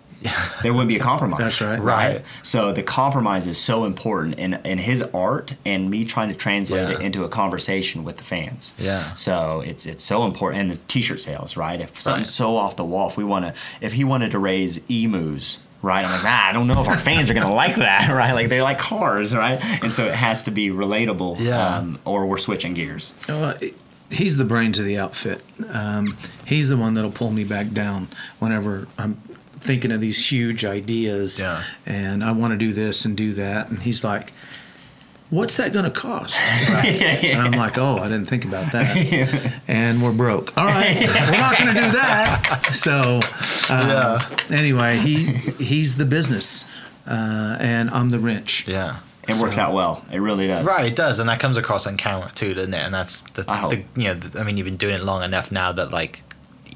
Speaker 3: There wouldn't be a compromise.
Speaker 4: That's right.
Speaker 2: Right.
Speaker 3: So the compromise is so important in, in his art and me trying to translate
Speaker 2: Yeah.
Speaker 3: it into a conversation with the fans.
Speaker 2: Yeah.
Speaker 3: So it's it's so important and the t-shirt sales, right? If something's
Speaker 2: Right.
Speaker 3: so off the wall, if we want to if he wanted to raise emus Right, I'm like, ah, I don't know if our fans are gonna like that, right? Like they like cars, right? And so it has to be relatable, um,
Speaker 2: Yeah.
Speaker 3: or we're switching gears.
Speaker 4: Well, it- he's the brains of the outfit. Um, he's the one that'll pull me back down whenever I'm thinking of these huge ideas
Speaker 2: Yeah.
Speaker 4: and I want to do this and do that. And he's like, What's that going to cost? And I'm like, Oh, I didn't think about that. and we're broke. All right, we're not going to do that. So, uh, anyway, he he's the business uh, and I'm the wrench.
Speaker 2: Yeah.
Speaker 3: It works out well. It really does.
Speaker 2: Right, it does, and that comes across on camera too, doesn't it? And that's that's
Speaker 3: I hope.
Speaker 2: the you know, th- I mean, you've been doing it long enough now that like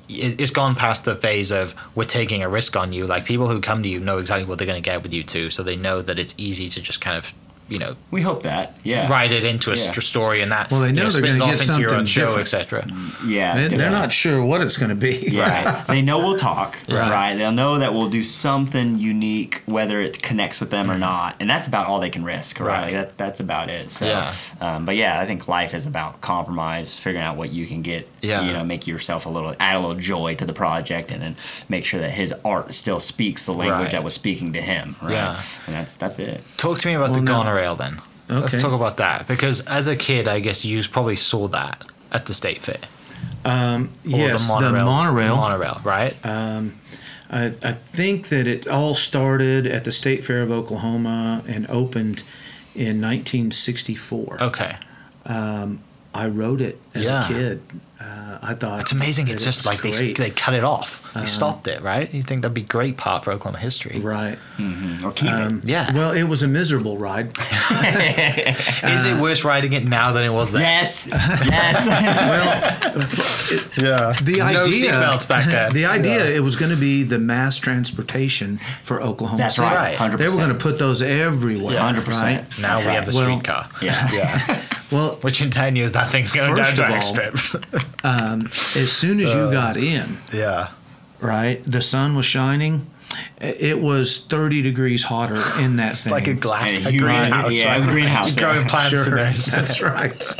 Speaker 2: it, it's gone past the phase of we're taking a risk on you. Like people who come to you know exactly what they're going to get with you too, so they know that it's easy to just kind of you know
Speaker 3: We hope that. Yeah.
Speaker 2: write it into a
Speaker 3: Yeah.
Speaker 2: st- story and that
Speaker 4: Well, they
Speaker 2: you
Speaker 4: know they're
Speaker 2: spins
Speaker 4: gonna
Speaker 2: off
Speaker 4: get
Speaker 2: into your own
Speaker 4: something
Speaker 2: show, etc.
Speaker 4: different.
Speaker 3: Yeah.
Speaker 4: They,
Speaker 3: yeah.
Speaker 4: they're not sure what it's going to be.
Speaker 3: Yeah, they know we'll talk,
Speaker 2: Right.
Speaker 3: right. They'll know that we'll do something unique, whether it connects with them or not, and that's about all they can risk, right?
Speaker 2: Mm-hmm. Right.
Speaker 3: That, that's about it. So,
Speaker 2: Yeah.
Speaker 3: um, but yeah, I think life is about compromise, figuring out what you can get.
Speaker 2: Yeah.
Speaker 3: you know, make yourself a little, add a little joy to the project, and then make sure that his art still speaks the language
Speaker 2: Right.
Speaker 3: that was speaking to him. Right?
Speaker 2: Yeah.
Speaker 3: and that's that's it.
Speaker 2: Talk to me about the
Speaker 4: no.
Speaker 2: gonorrhea then. Let's
Speaker 4: Okay.
Speaker 2: talk about that because as a kid, I guess you probably saw that at the state fair. Or
Speaker 4: yes, The monorail. Uh,
Speaker 2: Monorail, right?
Speaker 4: I, I think that it all started at the State Fair of Oklahoma and opened in 1964.
Speaker 2: okay.
Speaker 4: I rode it as
Speaker 2: Oh. Yeah.
Speaker 4: a kid. Uh, I thought
Speaker 2: It's amazing.
Speaker 4: that
Speaker 2: It's
Speaker 4: it
Speaker 2: just
Speaker 4: was
Speaker 2: like they,
Speaker 4: great. Uh.
Speaker 2: they cut it off. They stopped it, right? You think that'd be great part for Oklahoma history?
Speaker 4: right. Mm.
Speaker 3: Or keep
Speaker 4: Um,
Speaker 3: it.
Speaker 2: hmm. Yeah.
Speaker 4: Well, it was a miserable ride.
Speaker 2: Is
Speaker 4: Uh.
Speaker 2: it worse riding it now than it was then?
Speaker 3: Yes, yes.
Speaker 2: Yeah.
Speaker 4: The
Speaker 2: no
Speaker 4: idea
Speaker 2: seatbelts back then.
Speaker 4: The idea it was going to be the mass transportation for Oklahoma.
Speaker 3: that's
Speaker 4: City.
Speaker 2: right.
Speaker 3: right. Hundred
Speaker 4: They were
Speaker 3: percent.
Speaker 4: going to put those everywhere.
Speaker 3: Yeah, hundred percent.
Speaker 4: right?
Speaker 2: Now we have the
Speaker 4: Well-
Speaker 2: streetcar.
Speaker 3: Yeah.
Speaker 4: Well,
Speaker 2: Which in ten years that thing's going
Speaker 4: First
Speaker 2: down to
Speaker 4: of
Speaker 2: X
Speaker 4: all-
Speaker 2: strip. Uh,
Speaker 4: as soon as you got in,
Speaker 2: yeah.
Speaker 4: right? The sun was shining. It was 30 degrees hotter in that
Speaker 2: It's
Speaker 4: thing.
Speaker 2: like a glass,
Speaker 3: And
Speaker 2: a
Speaker 3: you-
Speaker 2: greenhouse.
Speaker 3: yeah, it's a greenhouse,
Speaker 2: You grow
Speaker 3: yeah.
Speaker 2: plants in there. and stuff.
Speaker 4: That's right.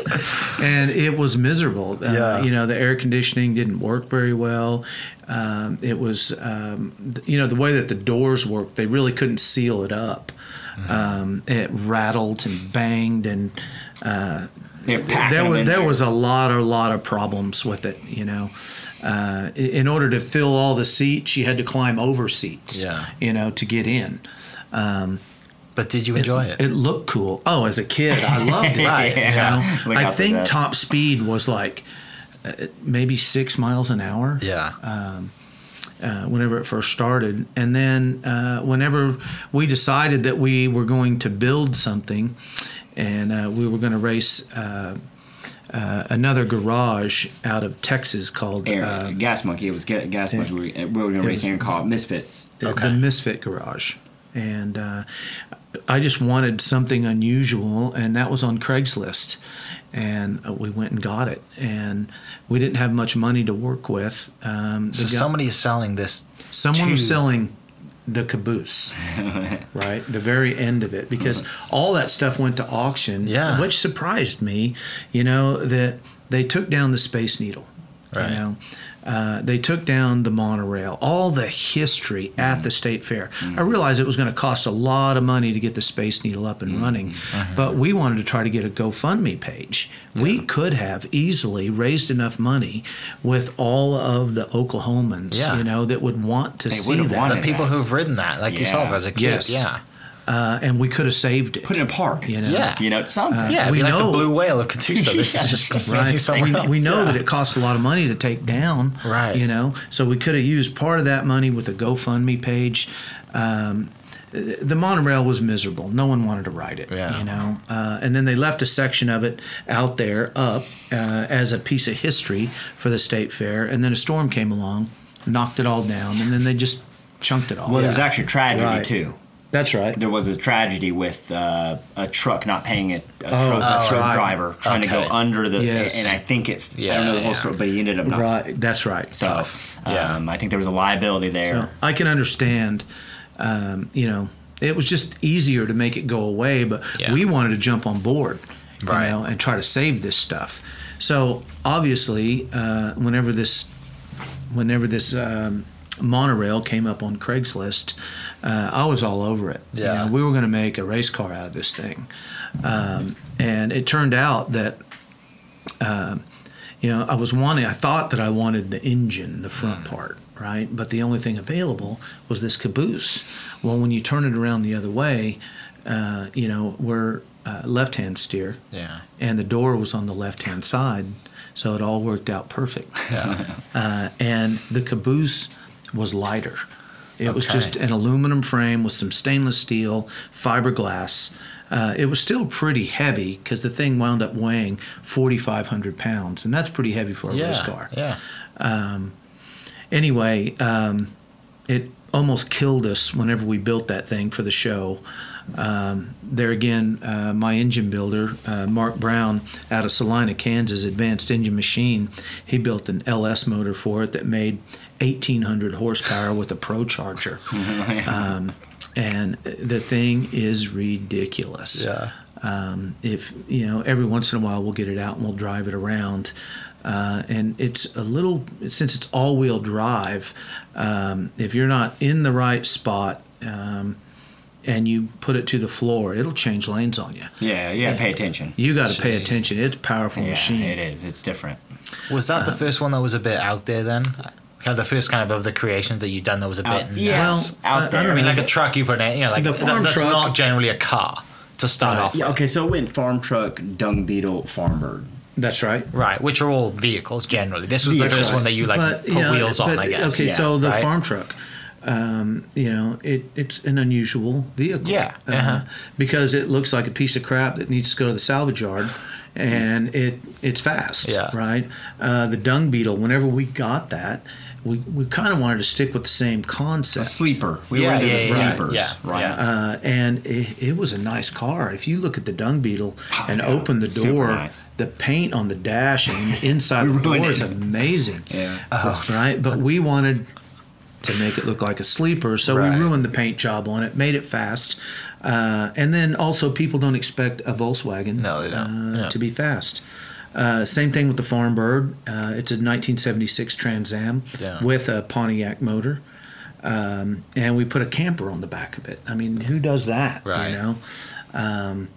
Speaker 4: and it was miserable. Uh,
Speaker 2: Yeah.
Speaker 4: You know, the air conditioning didn't work very well. Um, it was, um, th- you know, the way that the doors worked, they really couldn't seal it up.
Speaker 2: Mm-hmm.
Speaker 4: Um, it rattled and banged and. Uh,
Speaker 3: They're packing
Speaker 4: there
Speaker 3: them
Speaker 4: was
Speaker 3: in
Speaker 4: there,
Speaker 3: there.
Speaker 4: was a lot a lot of problems with it you know uh, i- in order to fill all the seats you had to climb over seats
Speaker 2: Yeah.
Speaker 4: you know to get in
Speaker 2: But did you enjoy it?
Speaker 4: it looked cool. Oh, as a kid, I loved it.
Speaker 2: Right.
Speaker 4: you
Speaker 3: Yeah.
Speaker 4: know?
Speaker 3: Look
Speaker 4: I
Speaker 3: out for
Speaker 4: think
Speaker 3: that.
Speaker 4: top speed was like uh, maybe six miles an hour.
Speaker 2: yeah.
Speaker 4: Um, Uh, whenever it first started, and then uh, whenever we decided that we were going to build something, and uh, we were going to race. Uh, uh, another garage out of Texas called
Speaker 3: Aaron,
Speaker 4: uh,
Speaker 3: Gas Monkey. It was Ga- Gas Monkey. We were, we were going to race
Speaker 4: was-
Speaker 3: Aaron Call it Misfits.
Speaker 4: the-
Speaker 2: Okay.
Speaker 4: the Misfit Garage, and uh, I just wanted something unusual, and that was on Craigslist, and uh, we went and got it, and we didn't have much money to work with. Um,
Speaker 2: so
Speaker 4: the guy-
Speaker 2: somebody is selling this.
Speaker 4: someone
Speaker 2: to-
Speaker 4: was selling the caboose, right? The very end of it, because all that stuff went to auction,
Speaker 2: Hmm. Yeah.
Speaker 4: which surprised me. You know that they took down the Space Needle.
Speaker 2: Right.
Speaker 4: You know, uh, they took down the monorail, all the history
Speaker 3: Mm-hmm.
Speaker 4: at the state fair. I realized it was going to cost a lot of money to get the Space Needle up
Speaker 3: Mm-hmm.
Speaker 4: and running,
Speaker 3: Uh-huh.
Speaker 4: but we wanted to try to get a GoFundMe page. We could have easily raised enough money with all of the Oklahomans,
Speaker 2: Yeah.
Speaker 4: you know, that would want to
Speaker 3: They
Speaker 4: see
Speaker 3: would've
Speaker 4: that,
Speaker 2: The
Speaker 3: wanted-
Speaker 2: people who've ridden that, like
Speaker 3: Yeah.
Speaker 2: yourself as a kid.
Speaker 4: Yes.
Speaker 2: Yeah.
Speaker 4: uh, and we could have saved it.
Speaker 3: Put it in a park.
Speaker 4: you know,
Speaker 2: Yeah.
Speaker 3: You know, something.
Speaker 2: Yeah, it'd
Speaker 4: Uh, we
Speaker 2: be like
Speaker 4: know-
Speaker 2: the blue whale of Catoosa. This
Speaker 3: Yeah.
Speaker 2: is just
Speaker 4: Right.
Speaker 2: somewhere
Speaker 4: We, we
Speaker 2: else.
Speaker 4: know
Speaker 2: Yeah.
Speaker 4: that it costs a lot of money to take down.
Speaker 2: Right.
Speaker 4: You know, so we could have used part of that money with a GoFundMe page. Um, th- the monorail was miserable. No one wanted to ride it.
Speaker 2: Yeah.
Speaker 4: You know, uh, and then they left a section of it out there up uh, as a piece of history for the state fair, and then a storm came along, knocked it all down, and then they just chunked it all.
Speaker 3: Well, there was actually a tragedy
Speaker 4: Right.
Speaker 3: too.
Speaker 4: That's right.
Speaker 3: There was a tragedy with uh, a truck not paying a, a truck, a
Speaker 4: that's
Speaker 3: truck
Speaker 4: Oh, right.
Speaker 3: driver trying to go
Speaker 2: Okay.
Speaker 3: under the.
Speaker 4: Yes.
Speaker 3: And I think it. I
Speaker 2: Yeah,
Speaker 3: don't know the whole
Speaker 2: yeah.
Speaker 3: story, but he ended up not.
Speaker 4: Right. That's right.
Speaker 3: So
Speaker 2: Yeah.
Speaker 3: um, I think there was a liability
Speaker 4: So
Speaker 3: there.
Speaker 4: I can understand, um, you know, it was just easier to make it go away, but
Speaker 2: Yeah.
Speaker 4: we wanted to jump on board, you
Speaker 2: Right.
Speaker 4: know, and try to save this stuff. So obviously, uh, whenever this, whenever this um, monorail came up on Craigslist, uh, I was all over it. You
Speaker 2: Yeah.
Speaker 4: know, we were going to make a race car out of this thing, um, and it turned out that you know, I was wanting, I thought that I wanted the engine, the front part, right? But the only thing available was this caboose. Well, when you turn it around the other way, uh, you know, we're uh, left hand steer,
Speaker 2: Yeah.
Speaker 4: and the door was on the left hand side. So it all worked out perfect. uh, and the caboose was lighter. It was
Speaker 2: Okay.
Speaker 4: just an aluminum frame with some stainless steel, fiberglass. Uh, it was still pretty heavy because the thing wound up weighing 4,500 pounds, and that's pretty heavy for a race
Speaker 2: Yeah.
Speaker 4: car.
Speaker 2: Yeah.
Speaker 4: Anyway, um, it almost killed us whenever we built that thing for the show. Um, there again, uh, my engine builder, uh, Mark Brown, out of Salina, Kansas, Advanced Engine Machine, he built an LS motor for it that made 1,800 horsepower with a Pro Charger. um, and the thing is ridiculous
Speaker 2: Yeah.
Speaker 4: um, if you know every once in a while we'll get it out and we'll drive it around uh, and it's a little since it's all-wheel drive um, if you're not in the right spot um, and you put it to the floor it'll change lanes on you
Speaker 3: Yeah. Yeah. Pay attention.
Speaker 4: you got to pay attention it's a powerful
Speaker 3: yeah,
Speaker 4: machine
Speaker 3: it is. It's different.
Speaker 2: Was that
Speaker 4: Uh,
Speaker 2: the first one that was a bit out there then? Kind of the first kind of of the creations that you've done that was a bit.
Speaker 3: Out,
Speaker 2: nuts?
Speaker 3: yes.
Speaker 4: Well, I- I
Speaker 3: out there.
Speaker 4: don't
Speaker 2: I mean,
Speaker 4: know.
Speaker 2: like a truck you put in, you know, like
Speaker 4: The
Speaker 2: that-
Speaker 4: farm
Speaker 2: that's
Speaker 4: truck-
Speaker 2: not generally a car to start
Speaker 4: Right.
Speaker 2: off
Speaker 3: Yeah,
Speaker 2: with.
Speaker 3: okay, so it went farm truck, dung beetle, farm bird.
Speaker 4: that's right
Speaker 2: Right, which are all vehicles generally. This was the
Speaker 3: Vehicles.
Speaker 2: first one that you like put
Speaker 4: yeah,
Speaker 2: wheels on,
Speaker 4: but,
Speaker 2: I guess.
Speaker 4: Okay,
Speaker 3: Yeah,
Speaker 4: so the
Speaker 2: right?
Speaker 4: farm truck, um, you know, it, it's an unusual vehicle.
Speaker 2: Yeah,
Speaker 4: uh,
Speaker 2: uh-huh.
Speaker 4: because it looks like a piece of crap that needs to go to the salvage yard, and it it's fast.
Speaker 2: Yeah.
Speaker 4: right. Uh, the dung beetle. Whenever we got that, we, we kind of wanted to stick with the same concept.
Speaker 3: A sleeper. We
Speaker 2: Yeah,
Speaker 3: were into
Speaker 2: yeah,
Speaker 3: the
Speaker 2: yeah, yeah.
Speaker 3: sleepers,
Speaker 2: Yeah,
Speaker 3: right?
Speaker 2: yeah.
Speaker 4: Uh, and it, it was a nice car. If you look at the dung beetle and
Speaker 2: Oh,
Speaker 3: yeah.
Speaker 4: open the
Speaker 3: Super
Speaker 4: door,
Speaker 3: nice.
Speaker 4: the paint on the dash and inside
Speaker 3: We
Speaker 4: the door
Speaker 3: ruined
Speaker 4: is
Speaker 3: it.
Speaker 4: amazing. Oh.
Speaker 3: Yeah.
Speaker 4: Right? But we wanted to make it look like a sleeper. So
Speaker 2: Right.
Speaker 4: we ruined the paint job on it, made it fast, uh, and then also people don't expect a Volkswagen
Speaker 2: No, they don't.
Speaker 4: Uh,
Speaker 2: Yeah.
Speaker 4: to be fast. Uh, same thing with the Farmbird. Uh, it's a 1976 Trans Am
Speaker 2: Yeah.
Speaker 4: with a Pontiac motor, um, and we put a camper on the back of it. I mean, who does that?
Speaker 2: Right.
Speaker 4: You know. Um,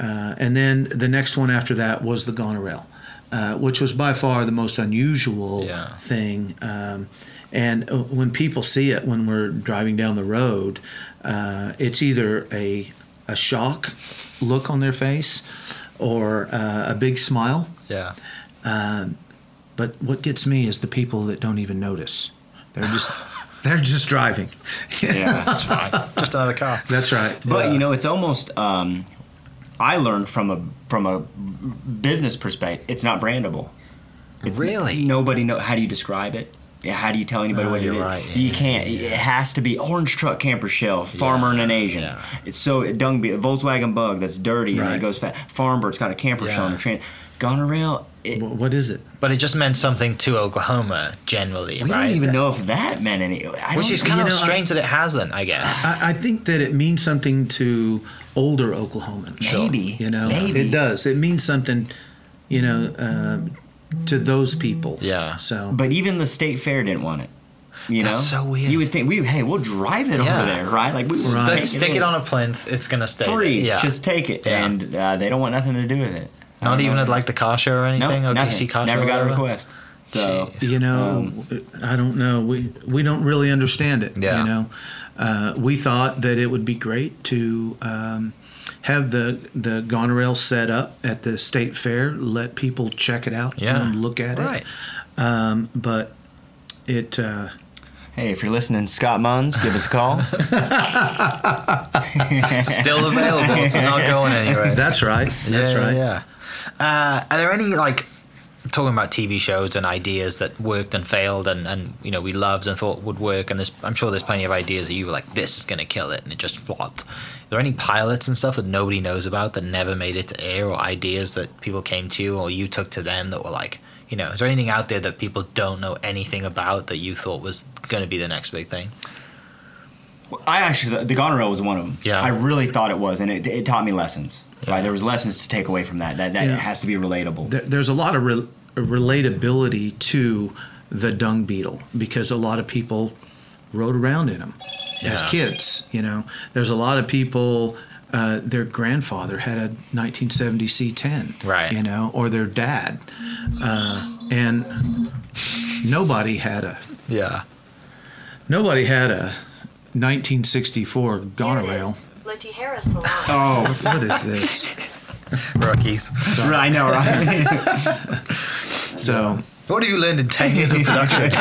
Speaker 4: uh, and then the next one after that was the Goneril, uh, which was by far the most unusual
Speaker 2: Yeah.
Speaker 4: thing. Um, and uh, when people see it when we're driving down the road, uh, it's either a, a shock look on their face or uh, a big smile.
Speaker 2: Yeah.
Speaker 4: But what gets me is the people that don't even notice. They're just they're just driving.
Speaker 3: Yeah.
Speaker 2: That's fine. Just another car.
Speaker 4: That's right.
Speaker 3: But
Speaker 4: Yeah.
Speaker 3: you know, it's almost. Um, I learned from a from a business perspective, it's not brandable. It's
Speaker 2: Really?
Speaker 3: nobody know. How do you describe it? Yeah, How do you tell anybody
Speaker 2: Oh,
Speaker 3: what it
Speaker 2: you're
Speaker 3: is?
Speaker 2: right, yeah,
Speaker 3: you
Speaker 2: yeah,
Speaker 3: can't.
Speaker 2: yeah.
Speaker 3: It has to be orange truck camper shell, farmer and an Asian.
Speaker 2: yeah.
Speaker 3: It's so it dung be Volkswagen bug that's dirty and
Speaker 4: Right.
Speaker 3: it goes fat. Farmbird's got a camper shell on
Speaker 2: Yeah.
Speaker 3: the train. Goneril. It,
Speaker 4: Wh- what is it?
Speaker 2: But it just meant something to Oklahoma generally,
Speaker 3: we
Speaker 2: right?
Speaker 3: don't even know if that meant any. I
Speaker 2: Which
Speaker 3: don't-
Speaker 2: is kind
Speaker 4: you
Speaker 2: of
Speaker 4: know, I-
Speaker 2: strange that it hasn't, I guess.
Speaker 4: I, I think that it means something to older Oklahomans.
Speaker 3: Maybe.
Speaker 4: you know,
Speaker 3: Maybe.
Speaker 4: it does. It means something, you know, um, to those people.
Speaker 2: Yeah.
Speaker 4: So,
Speaker 3: But even the state fair didn't want it. You
Speaker 2: That's
Speaker 3: know,
Speaker 2: so weird.
Speaker 3: You would think we, hey, we'll drive it
Speaker 2: Yeah.
Speaker 3: over there, right? Like we
Speaker 4: Right.
Speaker 2: Stick-
Speaker 3: take
Speaker 2: Stick it
Speaker 3: over.
Speaker 2: on a plinth, it's going to stay. there.
Speaker 3: free.
Speaker 2: Yeah.
Speaker 3: Just take it,
Speaker 2: Yeah.
Speaker 3: and uh, they don't want nothing to do with it. I
Speaker 2: Not
Speaker 3: don't
Speaker 2: even
Speaker 3: know.
Speaker 2: at like the car show or anything,
Speaker 3: no,
Speaker 2: or
Speaker 3: nothing.
Speaker 2: DC car show.
Speaker 3: Never
Speaker 2: or
Speaker 3: got a
Speaker 2: whatever?
Speaker 3: request. So
Speaker 2: Jeez.
Speaker 4: you know,
Speaker 3: Um,
Speaker 4: I don't know. We we don't really understand it.
Speaker 2: Yeah.
Speaker 4: You know, uh, we thought that it would be great to um, have the the goneril set up at the state fair, let people check it out,
Speaker 2: Yeah.
Speaker 4: and look at
Speaker 2: Right.
Speaker 4: it. Um, but it. Uh,
Speaker 3: hey, if you're listening, Scott Munns, give us a call.
Speaker 2: Still available. It's not going anywhere.
Speaker 4: that's right. That's
Speaker 2: yeah,
Speaker 4: right.
Speaker 2: Yeah. Uh, are there any like talking about TV shows and ideas that worked and failed and, and you know we loved and thought would work and there's I'm sure there's plenty of ideas that you were like this is gonna kill it and it just flopped. Are there any pilots and stuff that nobody knows about that never made it to air or ideas that people came to you or you took to them that were like you know is there anything out there that people don't know anything about that you thought was gonna be the next big thing?
Speaker 3: I actually, the, the gonorrhea was one of them.
Speaker 2: Yeah.
Speaker 3: I really thought it was, and it, it taught me lessons. Right, there was lessons to take away from that. That that
Speaker 4: Yeah.
Speaker 3: has to be relatable.
Speaker 4: there, there's a lot of re- relatability to the dung beetle because a lot of people rode around in them as
Speaker 2: Yeah.
Speaker 4: kids. You know, there's a lot of people. Uh, their grandfather had a 1970 C10,
Speaker 2: Right.
Speaker 4: You know, or their dad, uh, and nobody had a
Speaker 2: Yeah.
Speaker 4: nobody had a 1964 gonorail.
Speaker 5: Latihara Salon.
Speaker 3: oh,
Speaker 4: What is this?
Speaker 2: Rookies.
Speaker 3: right, I know, right?
Speaker 4: So
Speaker 2: What have you learned in ten years of production?
Speaker 3: no,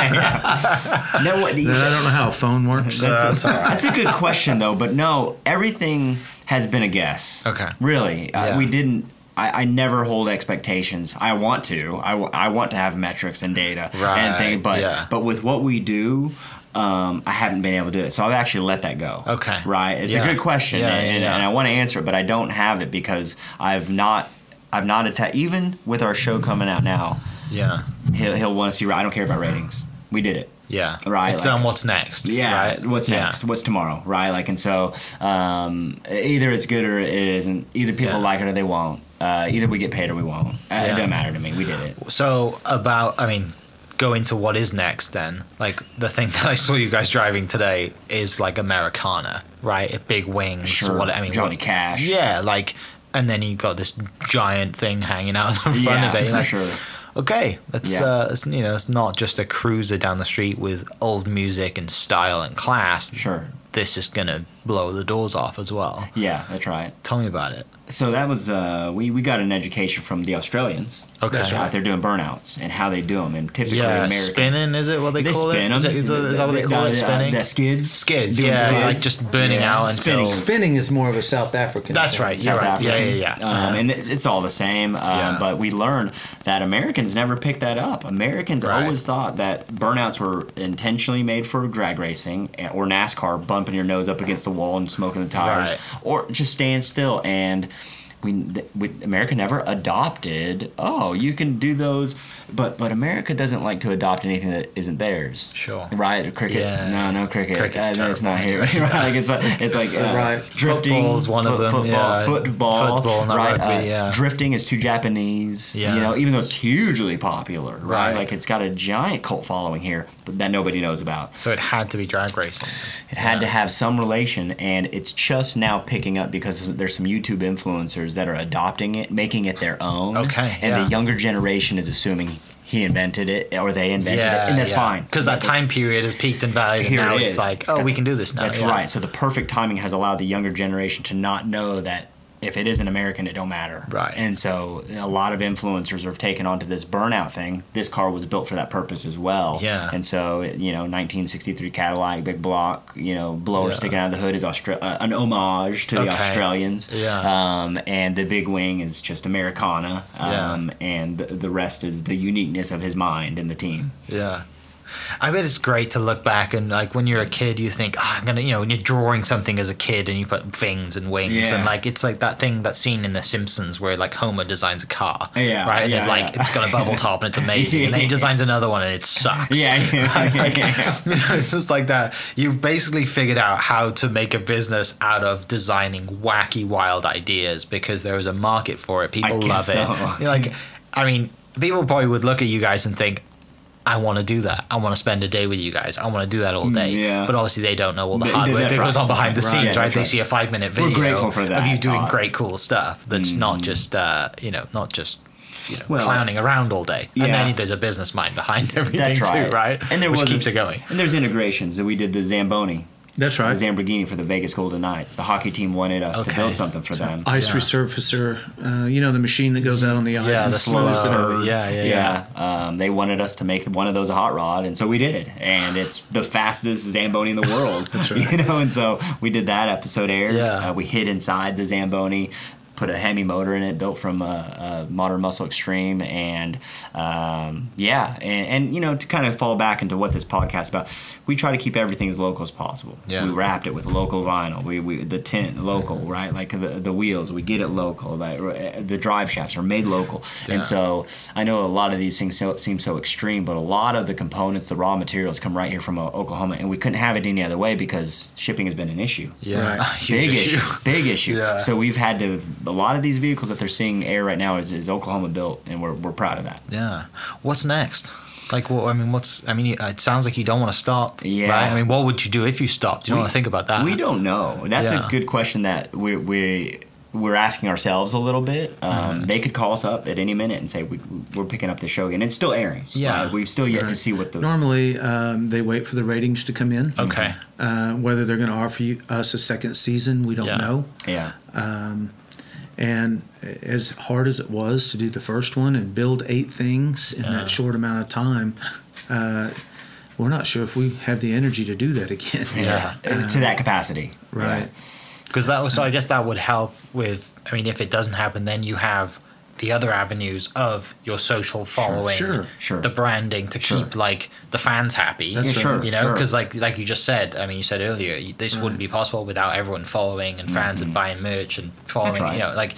Speaker 3: what,
Speaker 4: I don't know how a phone works.
Speaker 3: That's, a, that's a good question, though. But no, everything has been a guess.
Speaker 2: Okay.
Speaker 3: Really,
Speaker 2: Yeah.
Speaker 3: uh, we didn't. I, I never hold expectations. I want to. I, w- I want to have metrics and data
Speaker 2: Right,
Speaker 3: and things. But
Speaker 2: yeah.
Speaker 3: but with what we do, um, I haven't been able to do it. So I've actually let that go.
Speaker 2: Okay.
Speaker 3: Right. It's
Speaker 2: Yeah.
Speaker 3: a good question,
Speaker 2: Yeah,
Speaker 3: and,
Speaker 2: yeah,
Speaker 3: and-
Speaker 2: yeah.
Speaker 3: and I want to answer it, but I don't have it because I've not. I've not atta- even with our show coming out now.
Speaker 2: yeah.
Speaker 3: He'll, he'll want to see. I don't care about ratings. We did it.
Speaker 2: Yeah.
Speaker 3: Right,
Speaker 2: It's
Speaker 3: like-
Speaker 2: um, what's next.
Speaker 3: Yeah.
Speaker 2: right?
Speaker 3: What's
Speaker 2: Yeah.
Speaker 3: next? What's tomorrow? Right. Like, and so um, either it's good or it isn't. Either people
Speaker 2: Yeah.
Speaker 3: like it or they won't. Uh, either we get paid or we won't. Uh, It
Speaker 2: Yeah.
Speaker 3: doesn't matter to me. We did it.
Speaker 2: So about, I mean, going to what is next then. Like the thing that I saw you guys driving today is like Americana, right? Big wings.
Speaker 3: Sure.
Speaker 2: What I mean,
Speaker 3: Johnny
Speaker 2: what-
Speaker 3: Cash.
Speaker 2: Yeah, like, and then you got this giant thing hanging out in front
Speaker 3: yeah.
Speaker 2: of it.
Speaker 3: for
Speaker 2: Like,
Speaker 3: sure.
Speaker 2: Okay, that's
Speaker 3: Yeah.
Speaker 2: uh, it's, you know, it's not just a cruiser down the street with old music and style and class.
Speaker 3: Sure.
Speaker 2: This is gonna blow the doors off as well.
Speaker 3: Yeah. That's right.
Speaker 2: Tell me about it.
Speaker 3: So that was uh, we we got an education from the Australians.
Speaker 2: Okay. That's right.
Speaker 3: They're doing burnouts and how they do them, and typically
Speaker 2: Yeah,
Speaker 3: Americans.
Speaker 2: spinning is it what they,
Speaker 3: They
Speaker 2: call
Speaker 3: spin
Speaker 2: it?
Speaker 3: 'em.
Speaker 2: Is, it, is, that- is that what they call
Speaker 3: Uh,
Speaker 2: it? Spinning.
Speaker 3: Uh, the skids.
Speaker 2: Skids,
Speaker 3: Doing
Speaker 2: yeah, like just burning out until-
Speaker 3: Spinning.
Speaker 4: Spinning is more of a South African.
Speaker 2: That's
Speaker 4: thing.
Speaker 2: right. You're
Speaker 3: South
Speaker 2: right. Yeah,
Speaker 3: African.
Speaker 2: yeah, yeah.
Speaker 3: Um, and it- it's all the same. Um,
Speaker 2: Yeah.
Speaker 3: But we learned that Americans never picked that up. Americans
Speaker 2: Right.
Speaker 3: always thought that burnouts were intentionally made for drag racing eh, or NASCAR, bumping your nose up against the wall and smoking the tires,
Speaker 2: Right.
Speaker 3: or just staying still. And we, th- we America never adopted. Oh, you can do those, but but America doesn't like to adopt anything that isn't theirs.
Speaker 2: Sure.
Speaker 3: Right? Cricket?
Speaker 2: Yeah.
Speaker 3: No, no cricket.
Speaker 2: Cricket's
Speaker 3: Uh, no, it's not here.
Speaker 2: terrible.
Speaker 3: right? Like it's like it's like uh,
Speaker 4: Right.
Speaker 3: drifting.
Speaker 2: Football's one of
Speaker 3: fo-
Speaker 2: them,
Speaker 3: Football.
Speaker 2: yeah.
Speaker 3: Football.
Speaker 2: Football, not
Speaker 3: right.
Speaker 2: rugby,
Speaker 3: uh,
Speaker 2: yeah.
Speaker 3: Drifting is too Japanese.
Speaker 2: Yeah.
Speaker 3: You know, even though it's hugely popular. Right?
Speaker 2: Right.
Speaker 3: Like it's got a giant cult following here but that nobody knows about.
Speaker 2: So it had to be drag racing.
Speaker 3: It had to have some relation, and it's just now picking up because there's some YouTube influencers that are adopting it, making it their own.
Speaker 2: Okay,
Speaker 3: And
Speaker 2: yeah.
Speaker 3: the younger generation is assuming he invented it or they invented it, and that's fine.
Speaker 2: Because that time period has peaked and valued, and
Speaker 3: Here
Speaker 2: now
Speaker 3: it
Speaker 2: it's
Speaker 3: is.
Speaker 2: like,
Speaker 3: It's
Speaker 2: oh,
Speaker 3: got-
Speaker 2: we can do this now.
Speaker 3: That's
Speaker 2: yeah.
Speaker 3: right. So the perfect timing has allowed the younger generation to not know that if it isn't American, it don't matter.
Speaker 2: Right.
Speaker 3: And so a lot of influencers have taken onto this burnout thing. This car was built for that purpose as well.
Speaker 2: Yeah.
Speaker 3: And so you know, 1963 Cadillac, big block, you know, blower
Speaker 2: Yeah.
Speaker 3: sticking out of the hood is Austra- uh, an homage to the
Speaker 2: Okay.
Speaker 3: Australians.
Speaker 2: Yeah.
Speaker 3: Um, and the big wing is just Americana.
Speaker 2: Yeah.
Speaker 3: Um, And the, the rest is the uniqueness of his mind and the team.
Speaker 2: Yeah. I bet it's great to look back and like when you're a kid, you think, oh, I'm gonna, you know, when you're drawing something as a kid and you put things and wings and
Speaker 3: Yeah.
Speaker 2: like it's like that thing that's seen in The Simpsons where like Homer designs a car,
Speaker 3: Yeah,
Speaker 2: right? And
Speaker 3: yeah,
Speaker 2: it's like
Speaker 3: yeah.
Speaker 2: it's got a bubble top and it's amazing, and then he designs another one and it sucks.
Speaker 3: yeah.
Speaker 2: You know, it's just like that. You've basically figured out how to make a business out of designing wacky, wild ideas because there is a market for it. People love
Speaker 3: guess
Speaker 2: it.
Speaker 3: so.
Speaker 2: You're like, I mean, people probably would look at you guys and think, I want to do that. I want to spend a day with you guys. I want to do that all day.
Speaker 3: Mm, yeah.
Speaker 2: But obviously, they don't know all the
Speaker 3: They- they-
Speaker 2: hardware that
Speaker 3: that's
Speaker 2: goes
Speaker 3: right.
Speaker 2: on behind the
Speaker 3: Right,
Speaker 2: scenes,
Speaker 3: that's
Speaker 2: right? They
Speaker 3: right.
Speaker 2: see a five minute video
Speaker 3: grateful for
Speaker 2: of
Speaker 3: that
Speaker 2: you doing
Speaker 3: thought. Mm.
Speaker 2: great, cool stuff that's not just, uh, you know, not just. You know,
Speaker 3: Well-
Speaker 2: clowning around all day, and
Speaker 3: Yeah.
Speaker 2: then there's a business mind behind everything
Speaker 3: That's
Speaker 2: too,
Speaker 3: right.
Speaker 2: right?
Speaker 3: And there
Speaker 2: Which
Speaker 3: was
Speaker 2: keeps
Speaker 3: a-
Speaker 2: it going.
Speaker 3: And there's integrations that we did the Zamboni,
Speaker 4: That's
Speaker 3: the
Speaker 4: right.
Speaker 3: Lamborghini for the Vegas Golden Knights. The hockey team wanted us
Speaker 2: Okay.
Speaker 3: to build something for them.
Speaker 4: Ice
Speaker 2: Yeah.
Speaker 4: resurfacer, uh, you know the machine that goes out on the ice
Speaker 2: Yeah,
Speaker 4: and
Speaker 2: the
Speaker 4: slows it
Speaker 2: slow-
Speaker 4: up.
Speaker 2: yeah, yeah,
Speaker 3: yeah. Um, they wanted us to make one of those a hot rod, and so we did. And it's the fastest Zamboni in the world. You know, and so we did that episode aired.
Speaker 2: Yeah.
Speaker 3: Uh, we hid inside the Zamboni. Put a Hemi motor in it, built from a, uh modern muscle extreme, and um, yeah, and, and you know to kind of fall back into what this podcast is about, we try to keep everything as local as possible.
Speaker 2: Yeah.
Speaker 3: We wrapped it with local vinyl. We, we the tint local, right? Like the, the wheels, we get it local. Like uh, the drive shafts are made local,
Speaker 2: Yeah.
Speaker 3: and so so I know a lot of these things so, seem so extreme, but a lot of the components, the raw materials, come right here from uh, Oklahoma, and we couldn't have it any other way because shipping has been an issue.
Speaker 2: Yeah,
Speaker 4: Right.
Speaker 3: Big
Speaker 2: Huge
Speaker 3: issue. big issue.
Speaker 2: Yeah.
Speaker 3: So we've had to. A lot of these vehicles that they're seeing air right now is, is Oklahoma built, and we're, we're proud of that.
Speaker 2: Yeah. What's next? Like, what? I mean, what's? I mean, it sounds like you don't want to stop.
Speaker 3: Yeah.
Speaker 2: Right. I mean, what would you do if you stopped? You don't
Speaker 3: We-
Speaker 2: want to think about that.
Speaker 3: We don't know. That's
Speaker 2: Uh-huh. Yeah.
Speaker 3: a good question that we we we're asking ourselves a little bit.
Speaker 2: Uh-huh.
Speaker 3: Um, They could call us up at any minute and say we, we're picking up the show again. It's still airing.
Speaker 2: Yeah.
Speaker 3: right? we've still yet to see what the
Speaker 4: Normally, um, they wait for the ratings to come in.
Speaker 2: Okay.
Speaker 4: Uh, whether they're going to offer you, us a second season, we don't
Speaker 2: Yeah.
Speaker 4: know.
Speaker 3: yeah.
Speaker 4: And as hard as it was to do the first one and build eight things in
Speaker 2: Yeah.
Speaker 4: that short amount of time, uh, we're not sure if we have the energy to do that again.
Speaker 2: Yeah.
Speaker 3: Uh, to that capacity.
Speaker 4: Right.
Speaker 2: Because that was. So I guess that would help with. I mean, if it doesn't happen, then you have the other avenues of your social following,
Speaker 4: sure,
Speaker 3: sure.
Speaker 2: the branding to
Speaker 3: Sure.
Speaker 2: keep like the fans happy.
Speaker 4: That's
Speaker 3: Yeah,
Speaker 4: right.
Speaker 3: sure.
Speaker 2: you know
Speaker 3: sure. Mm.
Speaker 2: because like like you just said i mean you said earlier you- this wouldn't be possible without everyone following and fans and buying merch and following
Speaker 3: Mm-hmm. right.
Speaker 2: you know like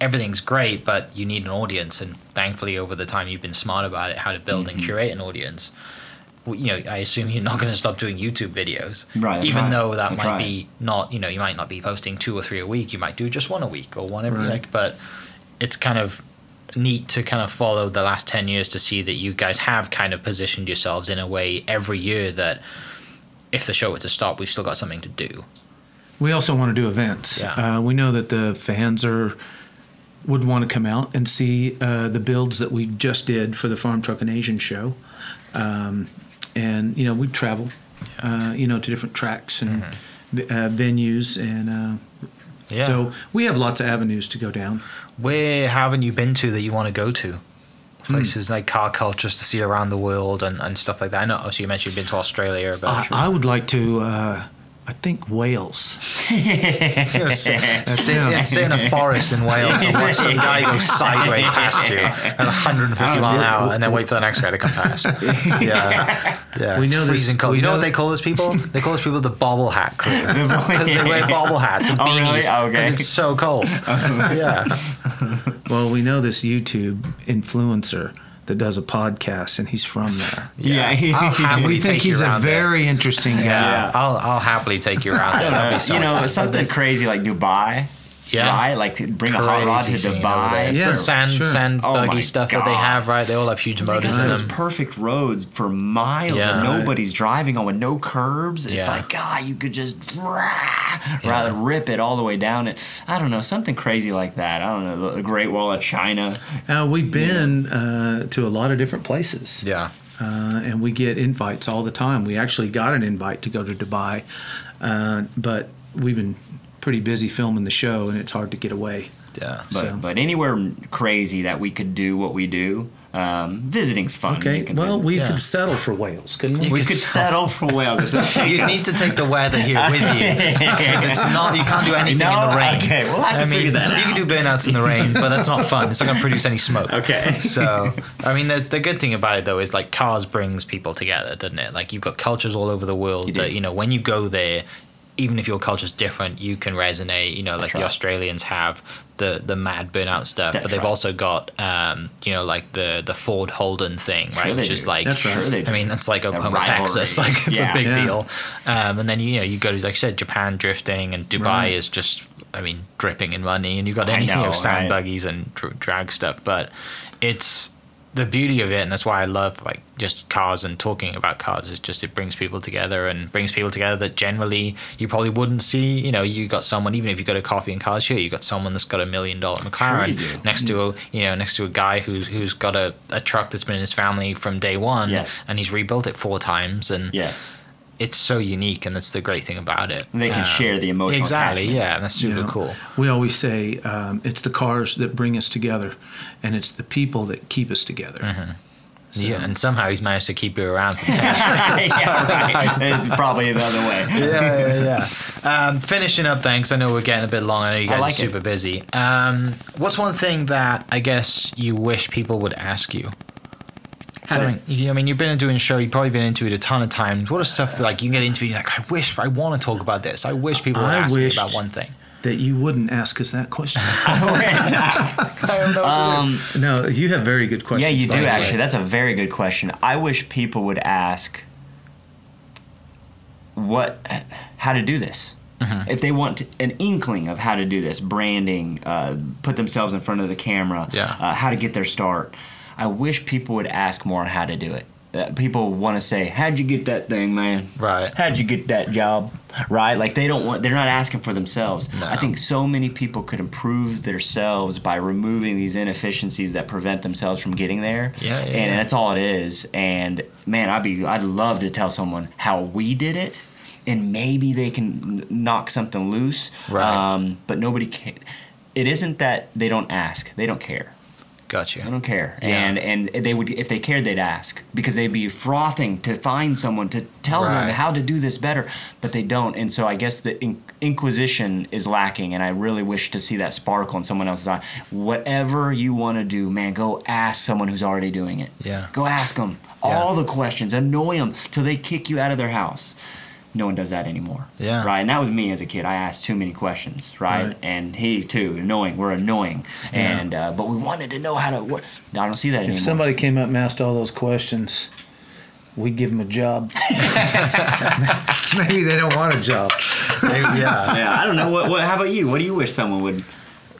Speaker 2: everything's great but you need an audience and thankfully over the time you've been smart about it how to build
Speaker 3: Mm-hmm.
Speaker 2: and curate an audience w- you know i assume you're not going to stop doing youtube videos
Speaker 3: Right, that's
Speaker 2: even
Speaker 3: right.
Speaker 2: though that
Speaker 3: That's
Speaker 2: might
Speaker 3: right.
Speaker 2: be not you know you might not be posting two or three a week you might do just one a week or one every
Speaker 4: Right.
Speaker 2: like but it's kind of neat to kind of follow the last 10 years to see that you guys have kind of positioned yourselves in a way every year that if the show were to stop, we've still got something to do.
Speaker 4: We also want to do events.
Speaker 2: Yeah.
Speaker 4: Uh, we know that the fans are would want to come out and see uh, the builds that we just did for the Farm Truck and Asian show, um, and you know we travel, uh, you know, to different tracks and v- uh, venues, and uh,
Speaker 2: Mm-hmm. Yeah.
Speaker 4: so we have lots of avenues to go down.
Speaker 2: where haven't you been to that you want to go to?
Speaker 3: Hmm.
Speaker 2: Places like car cultures to see
Speaker 3: Oh,
Speaker 2: around the world and, and stuff like that. I know. So you mentioned you've been to Australia, but
Speaker 4: I, I would like to. Uh, I think Wales.
Speaker 2: sit, in a, sit in a forest in Wales and watch some guy go sideways past you at
Speaker 3: Oh,
Speaker 2: 150 mile an hour, and then wait for the next guy to come past. Yeah, yeah.
Speaker 4: We
Speaker 2: it's
Speaker 4: know this-
Speaker 2: freezing cold.
Speaker 4: we
Speaker 2: You know,
Speaker 4: know-
Speaker 2: what they call those people? They call those people the bobble hat crew because they wear bobble hats and
Speaker 3: Oh, really?
Speaker 2: beanies because
Speaker 3: Okay. Oh,
Speaker 2: it's so cold. yeah,
Speaker 4: Well, we know this YouTube influencer that does a podcast, and he's from there.
Speaker 3: Yeah.
Speaker 2: I'll happily
Speaker 4: We think
Speaker 2: take you
Speaker 4: he's a
Speaker 2: around there.
Speaker 4: very interesting guy.
Speaker 2: yeah.
Speaker 3: Yeah.
Speaker 2: I'll I'll happily take you around. there. That'd be so
Speaker 3: you know,
Speaker 2: fun.
Speaker 3: something crazy like Dubai.
Speaker 2: Yeah.
Speaker 3: Right? Like bring a hot rod to
Speaker 2: Crazy scene over there.
Speaker 3: Dubai.
Speaker 4: Yeah.
Speaker 2: the sand
Speaker 4: sure.
Speaker 2: sand
Speaker 3: Oh
Speaker 2: buggy
Speaker 3: my
Speaker 2: stuff that they
Speaker 3: God.
Speaker 2: have, right? They all have huge
Speaker 3: They got
Speaker 2: motors in
Speaker 3: those
Speaker 2: them.
Speaker 3: perfect roads for miles
Speaker 2: Yeah.
Speaker 3: and nobody's driving on with no curbs. It's
Speaker 2: Yeah.
Speaker 3: like, God, you could just rather rip it all the way down. It, I don't know, something crazy like that. I don't know, the Great Wall of China.
Speaker 4: Now we've been uh, to a lot of different places.
Speaker 2: Yeah.
Speaker 4: uh, and we get invites all the time. We actually got an invite to go to Dubai, uh, but we've been pretty busy filming the show, and it's hard to get away.
Speaker 2: Yeah.
Speaker 3: But,
Speaker 4: So-
Speaker 3: but anywhere crazy that we could do what we do, um, visiting's fun. You
Speaker 4: Okay,
Speaker 3: can-
Speaker 4: well, we
Speaker 2: yeah.
Speaker 4: could settle for Wales, couldn't
Speaker 2: You
Speaker 4: we?
Speaker 3: we
Speaker 2: could
Speaker 3: could settle for Wales.
Speaker 2: you need to take the weather here with you because it's not. You can't do anything in
Speaker 3: No?
Speaker 2: the rain.
Speaker 3: Okay, well, I can figure that
Speaker 2: You can do burnouts in the rain, but that's not fun. It's not going to produce any smoke.
Speaker 3: Okay.
Speaker 2: So, I mean, the, the good thing about it though is like cars brings people together, doesn't it? Like you've got cultures all over the world
Speaker 3: You do.
Speaker 2: that you know when you go there. Even if your culture's different, you can resonate. You know, like the
Speaker 3: right.
Speaker 2: Australians have the the mad burnout stuff, but
Speaker 3: That's
Speaker 2: they've
Speaker 3: right.
Speaker 2: also got um, you know like the the Ford Holden thing, right?
Speaker 3: they
Speaker 2: Which is
Speaker 3: do.
Speaker 2: like
Speaker 4: That's right.
Speaker 3: Sure they do.
Speaker 2: I mean, that's like Oklahoma,
Speaker 3: rivalry.
Speaker 2: Texas. Like it's a
Speaker 3: Yeah.
Speaker 2: big
Speaker 4: Yeah.
Speaker 2: deal. Um, and then you know you go to like I said, Japan drifting, and Dubai
Speaker 4: Right.
Speaker 2: is just I mean dripping in money, and you got
Speaker 3: I
Speaker 2: any you know
Speaker 3: know,
Speaker 2: sand
Speaker 3: right?
Speaker 2: buggies and dr- drag stuff. But it's the beauty of it, and that's why I love like just cars and talking about cars. Is just it brings people together and brings people together that generally you probably wouldn't see. You know, you got someone even if you go to coffee and cars here, you got someone that's got a million dollar
Speaker 3: you
Speaker 2: McLaren
Speaker 3: do.
Speaker 2: next to a you know next to a guy who's who's got a, a truck that's been in his family from day one
Speaker 3: Yes.
Speaker 2: and he's rebuilt it four times and
Speaker 3: yes.
Speaker 2: it's so unique and that's the great thing about it
Speaker 3: And they can
Speaker 2: Um,
Speaker 3: share the emotional
Speaker 2: exactly
Speaker 3: attachment.
Speaker 2: yeah and that's super
Speaker 4: You know,
Speaker 2: cool
Speaker 4: We always say um, it's the cars that bring us together, and it's the people that keep us together.
Speaker 3: Mm-hmm.
Speaker 2: yeah and somehow he's managed to keep you around for 10
Speaker 3: yeah, right. It's probably the other way.
Speaker 2: yeah, yeah, yeah. Um, finishing up, thanks. I know we're getting a bit long. I know you
Speaker 3: I
Speaker 2: guys
Speaker 3: like
Speaker 2: are
Speaker 3: it.
Speaker 2: super busy. Um, what's one thing that I guess you wish people would ask you?
Speaker 3: How to-
Speaker 2: Something. you- I mean, you've been doing a show. You've probabed been into it a ton of times. What is stuff like you can get interviewed? You're like, I wish I want to talk about this. I wish people would
Speaker 4: I
Speaker 2: ask
Speaker 4: wished-
Speaker 2: me about one thing.
Speaker 4: That you wouldn't ask us that question.
Speaker 2: I don't know.
Speaker 3: Um,
Speaker 4: no, you have very good questions.
Speaker 3: yeah, you do
Speaker 4: by the way.
Speaker 3: actually. That's a very good question. I wish people would ask what, how to do this. If they want an inkling of how to do this, branding, uh, put themselves in front of the camera,
Speaker 2: Yeah.
Speaker 3: uh, how to get their start. I wish people would ask more on how to do it. Uh, people want to say, "How'd you get that thing, man?
Speaker 2: Right.
Speaker 3: How'd you get that job? Right? Like they don't want. They're not asking for themselves.
Speaker 2: No.
Speaker 3: I think so many people could improve themselves by removing these inefficiencies that prevent themselves from getting there.
Speaker 2: Yeah, yeah,
Speaker 3: and
Speaker 2: yeah.
Speaker 3: that's all it is. And man, I'd be. I'd love to tell someone how we did it. And maybe they can n- knock something loose,
Speaker 2: Right.
Speaker 3: um, but nobody can. It isn't that they don't ask; they don't care.
Speaker 2: Got you.
Speaker 3: I don't care.
Speaker 2: Yeah.
Speaker 3: And and they would if they cared they'd ask because they'd be frothing to find someone to tell
Speaker 2: Right.
Speaker 3: them how to do this better, but they don't. And so I guess the in- inquisition is lacking and I really wish to see that sparkle in someone else's eye. Whatever you want to do, man, go ask someone who's already doing it.
Speaker 2: Yeah.
Speaker 3: Go ask them all the questions, annoy them till they kick you out of their house. No one does that anymore.
Speaker 2: Yeah.
Speaker 3: Right. And that was me as a kid. I asked too many questions. Right.
Speaker 4: Right.
Speaker 3: And he too. Annoying. We're annoying. And uh, but we wanted to know how to work. I don't see that anymore.
Speaker 4: If somebody came up and asked all those questions, we'd give them a job. Maybe they don't want a job.
Speaker 2: yeah.
Speaker 3: yeah, I don't know. What, what? How about you? What do you wish someone would?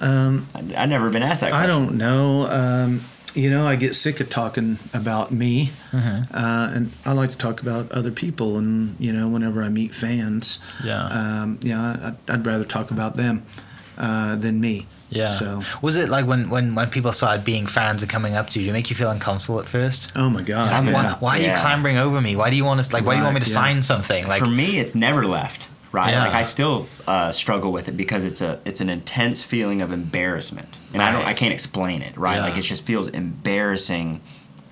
Speaker 3: Um, I, I've never been asked that.
Speaker 4: I
Speaker 3: question.
Speaker 4: don't know. Um, you know, I get sick of talking about me, uh, and I like to talk about other people. And you know, whenever I meet fans,
Speaker 2: Yeah.
Speaker 4: um, you know, I, I'd- I'd rather talk about them uh, than me.
Speaker 2: Yeah.
Speaker 4: So,
Speaker 2: was it like when, when, when people started being fans and coming up to you? Did it make you feel uncomfortable at first?
Speaker 4: oh my God,
Speaker 2: Like,
Speaker 4: yeah.
Speaker 2: why, why are you
Speaker 3: Yeah.
Speaker 2: clambering over me? Why do you want us? Like, why do you want me
Speaker 4: Right,
Speaker 2: to
Speaker 4: yeah.
Speaker 2: sign something? Like,
Speaker 3: for me, it's never left. Right.
Speaker 2: Yeah.
Speaker 3: Like I still uh, struggle with it because it's a it's an intense feeling of embarrassment, and I don't
Speaker 2: Right.
Speaker 3: I can't explain it. Right.
Speaker 2: Yeah.
Speaker 3: Like it just feels embarrassing.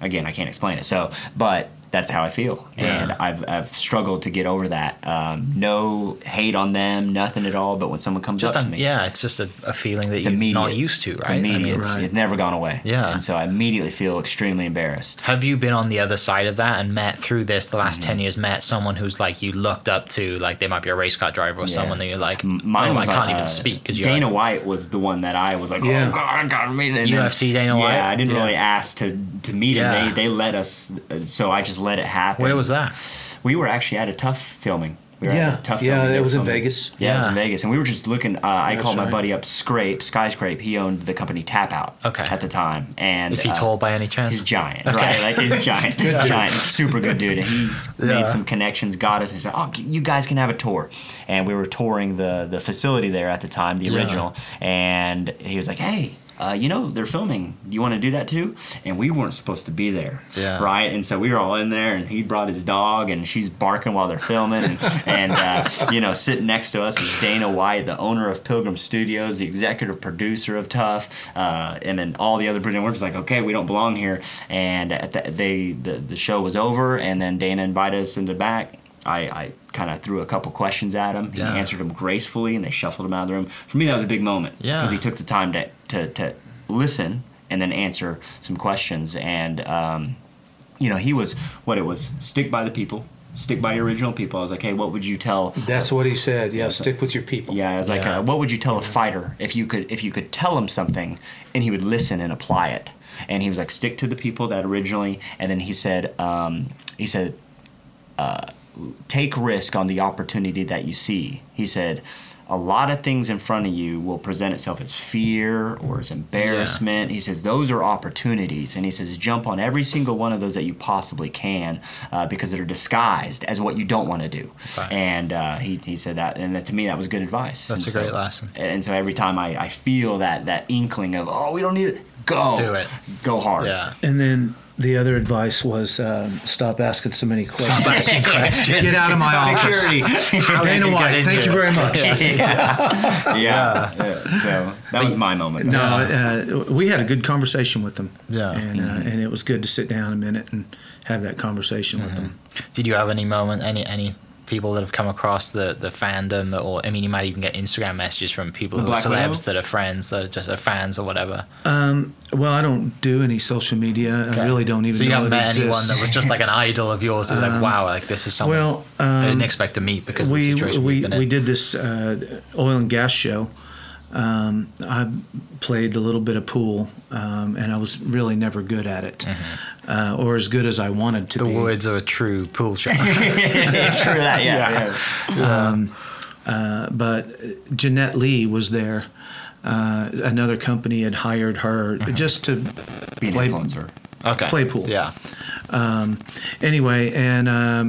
Speaker 3: Again, I can't explain it. So, but. that's how I feel, and
Speaker 2: Yeah.
Speaker 3: I've, I've struggled to get over that. Um, no hate on them, nothing at all. But when someone comes
Speaker 2: Just
Speaker 3: up
Speaker 2: an-
Speaker 3: to me,
Speaker 2: yeah, it's just a, a feeling that
Speaker 3: it's
Speaker 2: you're
Speaker 3: immediate.
Speaker 2: not used to, right?
Speaker 3: It's
Speaker 2: I
Speaker 3: immediate.
Speaker 2: mean,
Speaker 3: It's-
Speaker 4: Right.
Speaker 3: It's never gone away.
Speaker 2: Yeah.
Speaker 3: and so I immediately feel extremely embarrassed.
Speaker 2: have you been on the other side of that and met through this the last
Speaker 3: Mm-hmm.
Speaker 2: 10 years met someone who's like you looked up to like they might be a race car driver or
Speaker 3: Yeah.
Speaker 2: someone that you're like
Speaker 3: M-
Speaker 2: oh,
Speaker 3: was
Speaker 2: i can't
Speaker 3: like,
Speaker 2: even
Speaker 3: uh,
Speaker 2: speak because you're
Speaker 3: Dana
Speaker 2: like,
Speaker 3: White was the one that I was like,
Speaker 4: Yeah.
Speaker 3: oh god, god, meet him. And then-
Speaker 2: UFC Dana White?
Speaker 3: Yeah, I didn't
Speaker 4: Yeah.
Speaker 3: really ask to to meet
Speaker 2: Yeah.
Speaker 3: him. They they let us, uh, so I just let it happen.
Speaker 2: where was that
Speaker 3: We were actually at a tough filming. We were
Speaker 4: Yeah.
Speaker 3: at a tough
Speaker 4: Yeah,
Speaker 3: filming.
Speaker 4: it
Speaker 3: They were
Speaker 4: was in
Speaker 3: filming-
Speaker 4: Vegas.
Speaker 3: Yeah, it was in
Speaker 2: Yeah.
Speaker 3: Vegas, and we were just looking. Uh, I
Speaker 4: That's
Speaker 3: called my
Speaker 4: right.
Speaker 3: buddy up, Scrape, Skyscrape. He owned the company Tap Out.
Speaker 2: Okay.
Speaker 3: At the time, and
Speaker 2: is he
Speaker 3: uh,
Speaker 2: tall by any chance
Speaker 3: He's giant, right? Like he's giant,
Speaker 4: good dude.
Speaker 3: giant, super good dude. And he
Speaker 2: Yeah.
Speaker 3: made some connections, got us, and said, "Oh, you guys can have a tour." And we were touring the the facility there at the time, the
Speaker 2: Yeah.
Speaker 3: original. And he was like, "Hey." Uh, you know they're filming. Do you want to do that too? And we weren't supposed to be there,
Speaker 2: Yeah.
Speaker 3: right? And so we were all in there, and he brought his dog, and she's barking while they're filming, and, and uh, you know sitting next to us is Dana White, the owner of Pilgrim Studios, the executive producer of Tough, uh, and then all the other producers. We're just like, okay, we don't belong here. And at the, they the, the show was over, and then Dana invited us into the back. I, I kind of threw a couple questions at him. He
Speaker 2: Yeah.
Speaker 3: answered them gracefully, and they shuffled him out of the room. For me, that was a big moment
Speaker 2: Yeah.
Speaker 3: because he took the time to to, to listen and then answer some questions and. Um, you know, he was what it was stick by the people, stick by your original people. I was like, hey, what would you tell?
Speaker 4: That's what he said. Yeah, stick with your people.
Speaker 3: Yeah, I was like,
Speaker 2: Yeah.
Speaker 3: uh, what would you tell a fighter if you could if you could tell him something and he would listen and apply it? And he was like, stick to the people that originally. And then he said, um, he said, uh, take risk on the opportunity that you see. He said, a lot of things in front of you will present itself as fear or as embarrassment. He says those are opportunities, and he says jump on every single one of those that you possibly can, uh, because they're disguised as what you don't want to do.
Speaker 2: Right.
Speaker 3: And uh, he, he said that, and that, to me that was good advice.
Speaker 2: That's
Speaker 3: And
Speaker 2: a great lesson.
Speaker 3: And so every time I, I feel that that inkling of oh we don't need it, go
Speaker 2: Do it.
Speaker 3: go hard.
Speaker 2: yeah
Speaker 4: And then the other advice was um, stop asking so many questions.
Speaker 2: asking questions
Speaker 4: Get out of my office.
Speaker 3: Security.
Speaker 4: Dana
Speaker 2: you get
Speaker 4: White,
Speaker 2: into
Speaker 4: thank you
Speaker 2: it?
Speaker 4: very much.
Speaker 3: yeah. yeah. So that was my moment.
Speaker 4: No, uh, we had a good conversation with them.
Speaker 2: Yeah. Mm-hmm.
Speaker 4: and uh, and it was good to sit down a minute and have that conversation with them.
Speaker 2: did you have any moment any any people that have come across the the fandom or i mean you might even get instagram messages from people who are
Speaker 3: Black
Speaker 2: celebs
Speaker 3: Widow?
Speaker 2: that are friends that are just are fans or whatever
Speaker 4: Well, I don't do any social media. I really don't
Speaker 2: Mm-hmm.
Speaker 4: even
Speaker 2: so you
Speaker 4: know
Speaker 2: haven't
Speaker 4: it
Speaker 2: met
Speaker 4: exists. Um,
Speaker 2: anyone that was just like an idol of yours that like wow like this is someone
Speaker 4: well,
Speaker 2: i
Speaker 4: um,
Speaker 2: didn't expect to meet because
Speaker 4: we
Speaker 2: of the situation
Speaker 4: we
Speaker 2: we've been
Speaker 4: we
Speaker 2: in.
Speaker 4: did this uh, oil and gas show. Um, I played a little bit of pool, um, and I was really never good at it, uh, or as good as I wanted to
Speaker 2: Mm-hmm. the
Speaker 4: be.
Speaker 2: words of a true pool shark
Speaker 3: True that. Yeah. yeah.
Speaker 4: but Jeanette Lee was there. Uh, another company had hired her
Speaker 2: Uh-huh.
Speaker 4: just to
Speaker 3: Be an
Speaker 4: play-
Speaker 3: influencer.
Speaker 2: okay
Speaker 4: Play pool.
Speaker 2: yeah
Speaker 4: anyway, and um,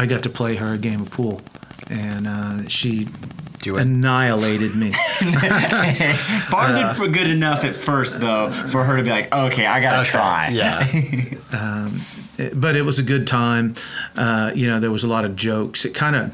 Speaker 4: I got to play her a game of pool, and uh, she
Speaker 2: do you win?
Speaker 4: annihilated me.
Speaker 3: Barb
Speaker 2: Uh,
Speaker 3: did for good enough at first though for her to be like, okay, I gotta
Speaker 2: Okay,
Speaker 3: try.
Speaker 2: yeah
Speaker 4: but it was a good time. Uh, you know, there was a lot of jokes. It kind of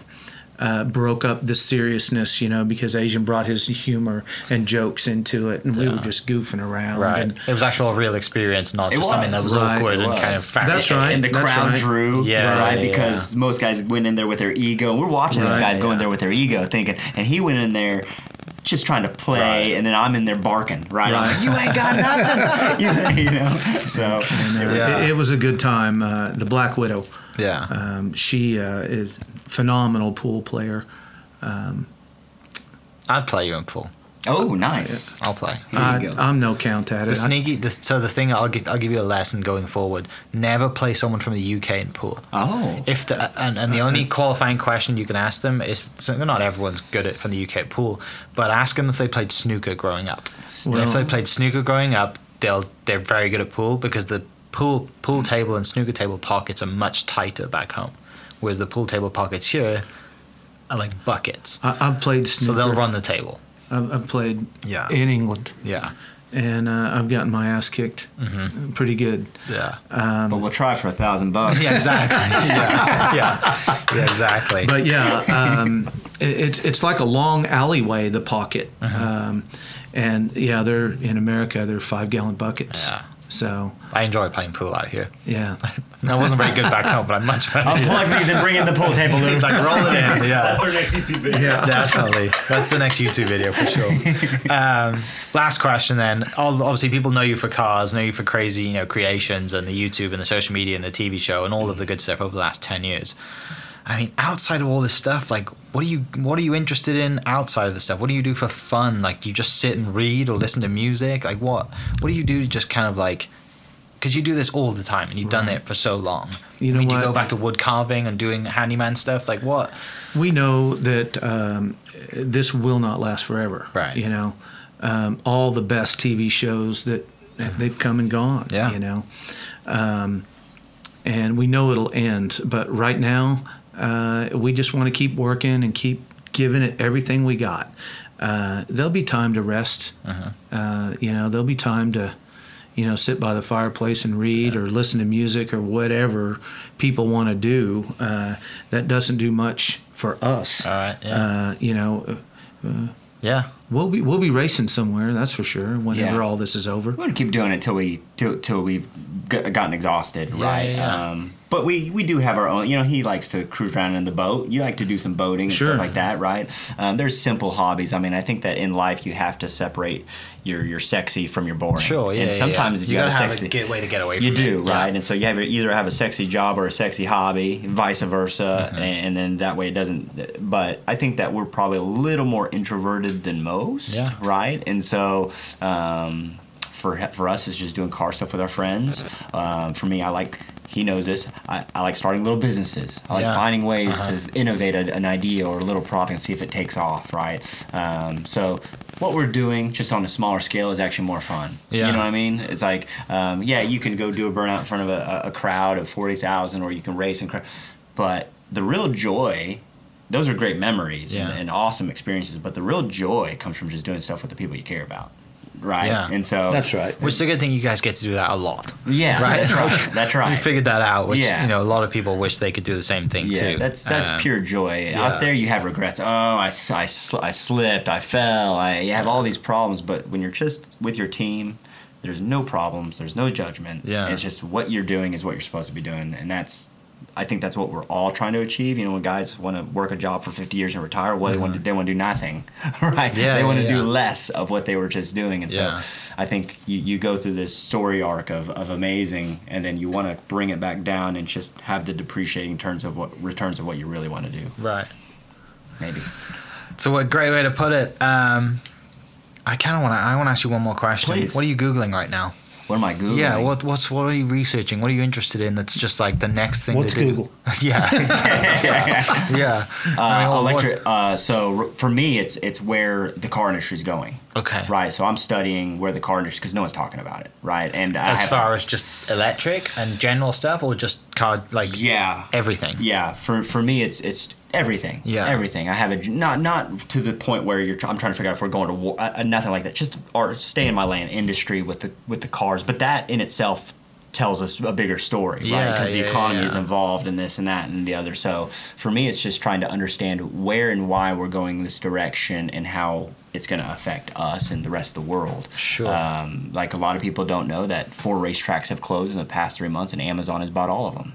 Speaker 4: uh, broke up the seriousness, you know, because Asian brought his humor and jokes into it, and we were
Speaker 2: Yeah.
Speaker 4: just goofing around.
Speaker 2: Right.
Speaker 4: And,
Speaker 2: it was actual real experience, not
Speaker 3: It
Speaker 2: just something that was
Speaker 4: was, right,
Speaker 2: awkward
Speaker 4: it
Speaker 2: and kind of
Speaker 3: was.
Speaker 2: fabricated.
Speaker 4: That's right.
Speaker 3: And the
Speaker 4: That's
Speaker 3: crowd
Speaker 4: right.
Speaker 3: drew,
Speaker 2: Yeah,
Speaker 3: right?
Speaker 2: yeah, yeah.
Speaker 3: because most guys went in there with their ego. We're watching
Speaker 4: Right,
Speaker 3: these guys go
Speaker 2: yeah.
Speaker 3: in there with their ego, thinking, and he went in there just trying to play,
Speaker 2: Right.
Speaker 3: and then I'm in there barking, right? I'm
Speaker 4: Right.
Speaker 3: like, you ain't got nothing, you, you know. So
Speaker 4: and, uh,
Speaker 2: Yeah.
Speaker 4: it, it was a good time. Uh, the Black Widow.
Speaker 2: Yeah.
Speaker 4: Um, she uh, is phenomenal pool player.
Speaker 2: I'd play you in pool.
Speaker 3: oh, nice.
Speaker 2: I'll play.
Speaker 3: There you
Speaker 4: I,
Speaker 3: go.
Speaker 4: I'm no count at it.
Speaker 2: The
Speaker 4: I-
Speaker 2: sneaky. The, so the thing I'll give, I'll give you a lesson going forward. Never play someone from the UK in pool.
Speaker 3: Oh,
Speaker 2: If the and, and the
Speaker 4: Uh,
Speaker 2: only qualifying question you can ask them is so not everyone's good at from the UK at pool, but ask them if they played snooker growing up. And if
Speaker 4: Well-
Speaker 2: they played snooker growing up, they'll they're very good at pool because the pool pool table and snooker table pockets are much tighter back home, whereas the pool table pockets here are like buckets.
Speaker 4: I, I've played
Speaker 2: So
Speaker 4: snooker.
Speaker 2: they'll run the table.
Speaker 4: I've, I've played
Speaker 2: Yeah.
Speaker 4: in England,
Speaker 2: Yeah.
Speaker 4: and uh, I've gotten my ass kicked
Speaker 2: Mm-hmm.
Speaker 4: pretty good.
Speaker 2: Yeah.
Speaker 3: but we'll try for a thousand bucks.
Speaker 2: Um, yeah. Exactly. yeah. Yeah. Yeah. Exactly.
Speaker 4: But yeah, um, it, it's it's like a long alleyway,
Speaker 2: Mm-hmm.
Speaker 4: the pocket, um, and yeah, they're in America, they're five gallon buckets.
Speaker 2: Yeah.
Speaker 4: So
Speaker 2: I enjoy playing pool out here.
Speaker 4: yeah,
Speaker 2: I wasn't very good back home, but I'm much better.
Speaker 3: Unplug these and bring in the pool table. Lou.
Speaker 2: He's like, roll it in. Yeah.
Speaker 5: Our next YouTube video.
Speaker 2: Definitely. That's the next YouTube video for sure. Um, last question then. Ob- Obviously, people know you for cars, know you for crazy, you know, creations and the YouTube and the social media and the TV show and all of the good stuff over the last 10 years. I mean, outside of all this stuff, like, what are you, what are you interested in outside of the stuff? What do you do for fun? Like, do you just sit and read or listen to music? Like, what, what do you do to just kind of like, because you do this all the time and you've done it for so long.
Speaker 4: You know
Speaker 2: I mean, do you
Speaker 4: what?
Speaker 2: go back to wood carving and doing handyman stuff? Like, what?
Speaker 4: we know that um, this will not last forever.
Speaker 2: Right.
Speaker 4: You know, um, all the best TV shows that they've come and gone.
Speaker 2: Mm-hmm. Yeah.
Speaker 4: You know, um, and we know it'll end. But right now, uh, we just want to keep working and keep giving it everything we got. Uh, there'll be time to rest. Uh, you know, there'll be time to, you know, sit by the fireplace and read or listen to music or whatever people want to do. Uh, that doesn't do much for us.
Speaker 2: All right, yeah.
Speaker 4: Uh, you know,
Speaker 2: Yeah.
Speaker 4: we'll be we'll be racing somewhere. That's for sure. Whenever
Speaker 3: Yeah.
Speaker 4: all this is over.
Speaker 3: We're gonna keep doing it till we till, till we've g- gotten exhausted, right?
Speaker 2: yeah, yeah.
Speaker 3: Um, but we we do have our own. You know, he likes to cruise around in the boat. You like to do some boating and
Speaker 4: Sure.
Speaker 3: stuff like that, right? Um, there's simple hobbies. I mean, I think that in life you have to separate your your sexy from your boring.
Speaker 2: Sure, yeah.
Speaker 3: And
Speaker 2: yeah,
Speaker 3: sometimes
Speaker 2: yeah.
Speaker 3: you,
Speaker 2: gotta
Speaker 3: got
Speaker 2: have
Speaker 3: sexy.
Speaker 2: a get way to get away.
Speaker 3: you
Speaker 2: from
Speaker 3: do
Speaker 2: it.
Speaker 3: right, and so you have either have a sexy job or a sexy hobby, vice
Speaker 2: Mm-hmm.
Speaker 3: versa, and, and then that way it doesn't. But I think that we're probably a little more introverted than most,
Speaker 2: Yeah.
Speaker 3: right? And so um, for for us, it's just doing car stuff with our friends. Um, for me, I like. He knows this. I, I like starting little businesses. I like
Speaker 2: Yeah. Uh-huh.
Speaker 3: finding ways to innovate a, an idea or a little product and see if it takes off, right? Um, so, what we're doing just on a smaller scale is actually more fun.
Speaker 2: Yeah.
Speaker 3: You know what I mean? It's like, um, yeah, you can go do a burnout in front of a, a a crowd of 40,000 or you can race and cra- But the real joy, those are great memories
Speaker 2: Yeah.
Speaker 3: and, and awesome experiences. But the real joy comes from just doing stuff with the people you care about. Right.
Speaker 2: Yeah.
Speaker 3: And so
Speaker 4: right.
Speaker 2: Which is a good thing you guys get to do that a lot.
Speaker 3: Yeah.
Speaker 2: Right.
Speaker 3: That's right. That's
Speaker 2: We
Speaker 3: right.
Speaker 2: figured that out, which
Speaker 3: Yeah.
Speaker 2: you know a lot of people wish they could do the same thing
Speaker 3: Yeah,
Speaker 2: too.
Speaker 3: that's that's
Speaker 2: Um,
Speaker 3: pure joy. Out
Speaker 2: yeah.
Speaker 3: there, you have regrets. Oh, I, s- I sl- I slipped, I fell, I you have all these problems. But when you're just with your team, there's no problems, there's no judgment.
Speaker 2: Yeah.
Speaker 3: it's just what you're doing is what you're supposed to be doing, and that's. I think that's what we're all trying to achieve. You know, when guys want to work a job for 50 years and retire, well, they want to they want to do nothing, right?
Speaker 2: Mm-hmm. Yeah,
Speaker 3: they want to
Speaker 2: yeah,
Speaker 3: do
Speaker 2: yeah.
Speaker 3: less of what they were just doing, and so
Speaker 2: Yeah.
Speaker 3: I think you, you go through this story arc of, of amazing, and then you want to bring it back down and just have the depreciating turns of what returns of what you really want to do.
Speaker 2: Right.
Speaker 3: Maybe.
Speaker 2: So a great way to put it. Um, I kind of want to. I want to ask you one more question.
Speaker 3: Please.
Speaker 2: What are you googling right now?
Speaker 3: What am I googling?
Speaker 2: Yeah. What What's What are you researching? What are you interested in? That's just like the next thing.
Speaker 4: What's
Speaker 2: to do?
Speaker 4: Google?
Speaker 2: yeah.
Speaker 3: yeah.
Speaker 2: Yeah. I mean,
Speaker 3: Uh,
Speaker 2: what-
Speaker 3: electric. Uh, so r- for me, it's it's where the car industry is going.
Speaker 2: Okay.
Speaker 3: Right. So I'm studying where the car industry because no one's talking about it. Right. And I
Speaker 2: As
Speaker 3: have-
Speaker 2: far as just electric and general stuff, or just card like
Speaker 3: yeah,
Speaker 2: everything.
Speaker 3: yeah for for me it's it's everything
Speaker 2: Yeah.
Speaker 3: everything i have a not not to the point where you're tr- i'm trying to figure out if we're going to war uh, uh, nothing like that just or stay in my lane industry with the with the cars but that in itself tells us a bigger story right
Speaker 2: Yeah,
Speaker 3: because
Speaker 2: yeah,
Speaker 3: the economy
Speaker 2: yeah.
Speaker 3: is involved in this and that and the other so for me it's just trying to understand where and why we're going this direction and how it's going to affect us and the rest of the world
Speaker 2: Sure.
Speaker 3: um, like a lot of people don't know that four racetracks have closed in the past three months and amazon has bought all of them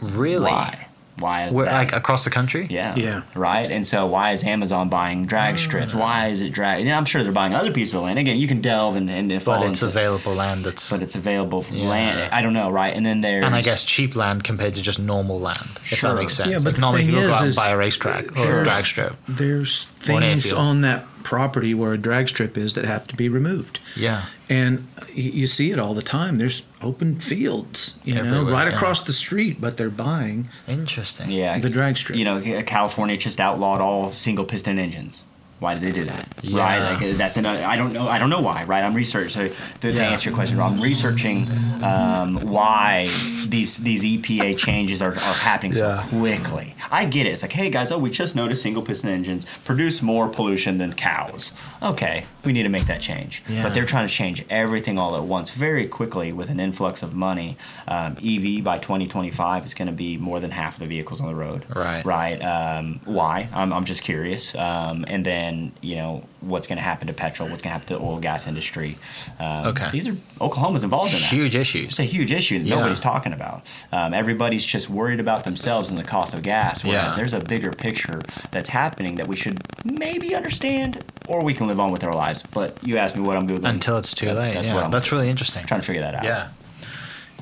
Speaker 2: Really?
Speaker 3: why? Why is
Speaker 2: Where,
Speaker 3: that?
Speaker 2: like across the country?
Speaker 3: yeah.
Speaker 4: Yeah.
Speaker 3: Right. And so, why is Amazon buying
Speaker 2: Mm.
Speaker 3: drag strips? Why is it drag? And I'm sure they're buying other pieces of land. Again, you can delve and and, and fall
Speaker 2: But it's
Speaker 3: into-
Speaker 2: available land that's
Speaker 3: But it's available for
Speaker 2: Yeah.
Speaker 3: land. I don't know, right? And then there's
Speaker 2: and I guess cheap land compared to just normal land, if
Speaker 3: Sure.
Speaker 2: that makes sense.
Speaker 4: Yeah, but
Speaker 2: like
Speaker 4: the
Speaker 2: normally
Speaker 4: thing
Speaker 2: people go
Speaker 4: is-
Speaker 2: out and
Speaker 4: is-
Speaker 2: buy a racetrack or
Speaker 4: Sure.
Speaker 2: a drag strip.
Speaker 4: There's
Speaker 2: Or an
Speaker 4: things
Speaker 2: airfield.
Speaker 4: on that property where a drag strip is that have to be removed.
Speaker 2: Yeah.
Speaker 4: And y- you see it all the time. There's open fields, you know,
Speaker 2: Everywhere,
Speaker 4: right
Speaker 2: yeah.
Speaker 4: across the street, but they're buying
Speaker 2: Interesting.
Speaker 3: yeah,
Speaker 4: the drag strip.
Speaker 3: You know, California just outlawed all single piston engines. Why did they do that? Right,
Speaker 2: Yeah.
Speaker 3: like uh, that's another. I don't know. I don't know why. Right, I'm researching. So to, to
Speaker 2: Yeah.
Speaker 3: answer your question, Rob, I'm researching um, why these these EPA changes are, are happening
Speaker 2: Yeah.
Speaker 3: so quickly. I get it. It's like, hey guys, oh, we just noticed single piston engines produce more pollution than cows. Okay, we need to make that change.
Speaker 2: Yeah.
Speaker 3: But they're trying to change everything all at once very quickly with an influx of money. Um, EV by 2025 is going to be more than half of the vehicles on the road.
Speaker 2: Right.
Speaker 3: Right. Um, why? I'm, I'm just curious. Um, and then you know what's going to happen to petrol? What's going to happen to the oil and gas industry? Um,
Speaker 2: Okay.
Speaker 3: These are Oklahoma's involved in that.
Speaker 2: Huge issues.
Speaker 3: It's a huge issue that
Speaker 2: Yeah.
Speaker 3: nobody's talking about. Um, everybody's just worried about themselves and the cost of gas, whereas
Speaker 2: Yeah.
Speaker 3: there's a bigger picture that's happening that we should maybe understand, or we can live on with our lives. But you asked me what I'm googling
Speaker 2: Until it's too
Speaker 3: That-
Speaker 2: late.
Speaker 3: That's
Speaker 2: yeah.
Speaker 3: what I'm
Speaker 2: that's really interesting.
Speaker 3: trying to figure that out.
Speaker 2: Yeah.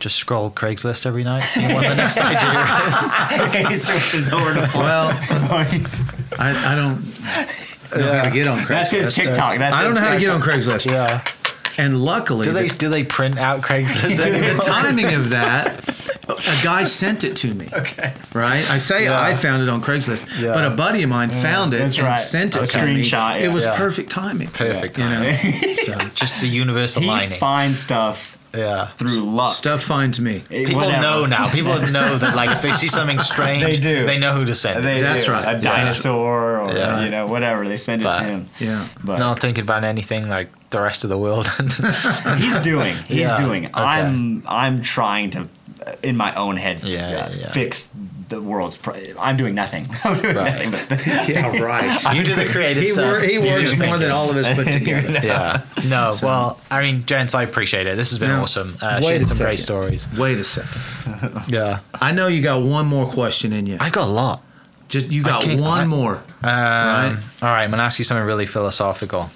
Speaker 2: Just scroll Craigslist every night, see what the next idea is.
Speaker 3: okay, so it's over to
Speaker 4: Well, I, I don't know how to get on Craigslist.
Speaker 3: that's his TikTok. That's
Speaker 4: I don't
Speaker 3: his-
Speaker 4: know how to get on
Speaker 3: that's-
Speaker 4: Craigslist.
Speaker 2: Yeah.
Speaker 4: And luckily,
Speaker 2: Do they
Speaker 4: the,
Speaker 2: do they print out Craigslist?
Speaker 4: the
Speaker 2: anymore?
Speaker 4: timing of that, a guy sent it to me.
Speaker 2: okay.
Speaker 4: Right? I say
Speaker 2: Yeah.
Speaker 4: I found it on Craigslist,
Speaker 2: Yeah.
Speaker 4: but a buddy of mine found it
Speaker 3: that's
Speaker 4: and
Speaker 3: right.
Speaker 4: sent
Speaker 3: A
Speaker 4: it to me.
Speaker 3: screenshot, yeah.
Speaker 4: It was
Speaker 2: Yeah.
Speaker 4: perfect timing.
Speaker 2: Perfect
Speaker 4: You know, so
Speaker 2: Just the universe
Speaker 3: He
Speaker 2: aligning.
Speaker 3: finds stuff
Speaker 2: yeah.
Speaker 3: through luck.
Speaker 4: stuff finds me.
Speaker 3: It-
Speaker 2: People
Speaker 3: whatever.
Speaker 2: know now. People know that like if they see something strange,
Speaker 3: They do.
Speaker 2: They know who to send.
Speaker 3: They
Speaker 2: it.
Speaker 4: That's
Speaker 3: do.
Speaker 4: right.
Speaker 3: A
Speaker 4: Yeah.
Speaker 3: dinosaur or
Speaker 2: Yeah.
Speaker 3: you know whatever they send it
Speaker 2: But-
Speaker 3: to him.
Speaker 4: Yeah.
Speaker 3: But
Speaker 2: Not thinking about anything like the rest of the world.
Speaker 3: he's doing. He's
Speaker 2: Yeah.
Speaker 3: doing.
Speaker 2: Okay.
Speaker 3: I'm I'm trying to, uh, in my own head,
Speaker 2: Yeah,
Speaker 3: uh,
Speaker 2: yeah, yeah.
Speaker 3: fix the world's. Pro- I'm doing nothing. I'm doing
Speaker 2: Right.
Speaker 3: nothing. But
Speaker 4: Yeah, right.
Speaker 2: you do the creative
Speaker 4: He,
Speaker 2: stuff.
Speaker 4: wor- he
Speaker 2: You do
Speaker 4: works
Speaker 2: the
Speaker 4: more than
Speaker 2: thinking.
Speaker 4: all of us put together.
Speaker 2: Yeah. No. Well, I mean, gents, I appreciate it. This has been
Speaker 4: Now,
Speaker 2: awesome. Uh,
Speaker 4: wait
Speaker 2: sharing
Speaker 4: a
Speaker 2: some great
Speaker 4: second.
Speaker 2: stories.
Speaker 4: Wait a second.
Speaker 2: Yeah.
Speaker 4: I know you got one more question in you.
Speaker 2: I got a lot.
Speaker 4: Just you got
Speaker 2: can't-
Speaker 4: one
Speaker 2: I-
Speaker 4: more.
Speaker 2: Um,
Speaker 4: Right.
Speaker 2: All right. I'm gonna ask you something really philosophical.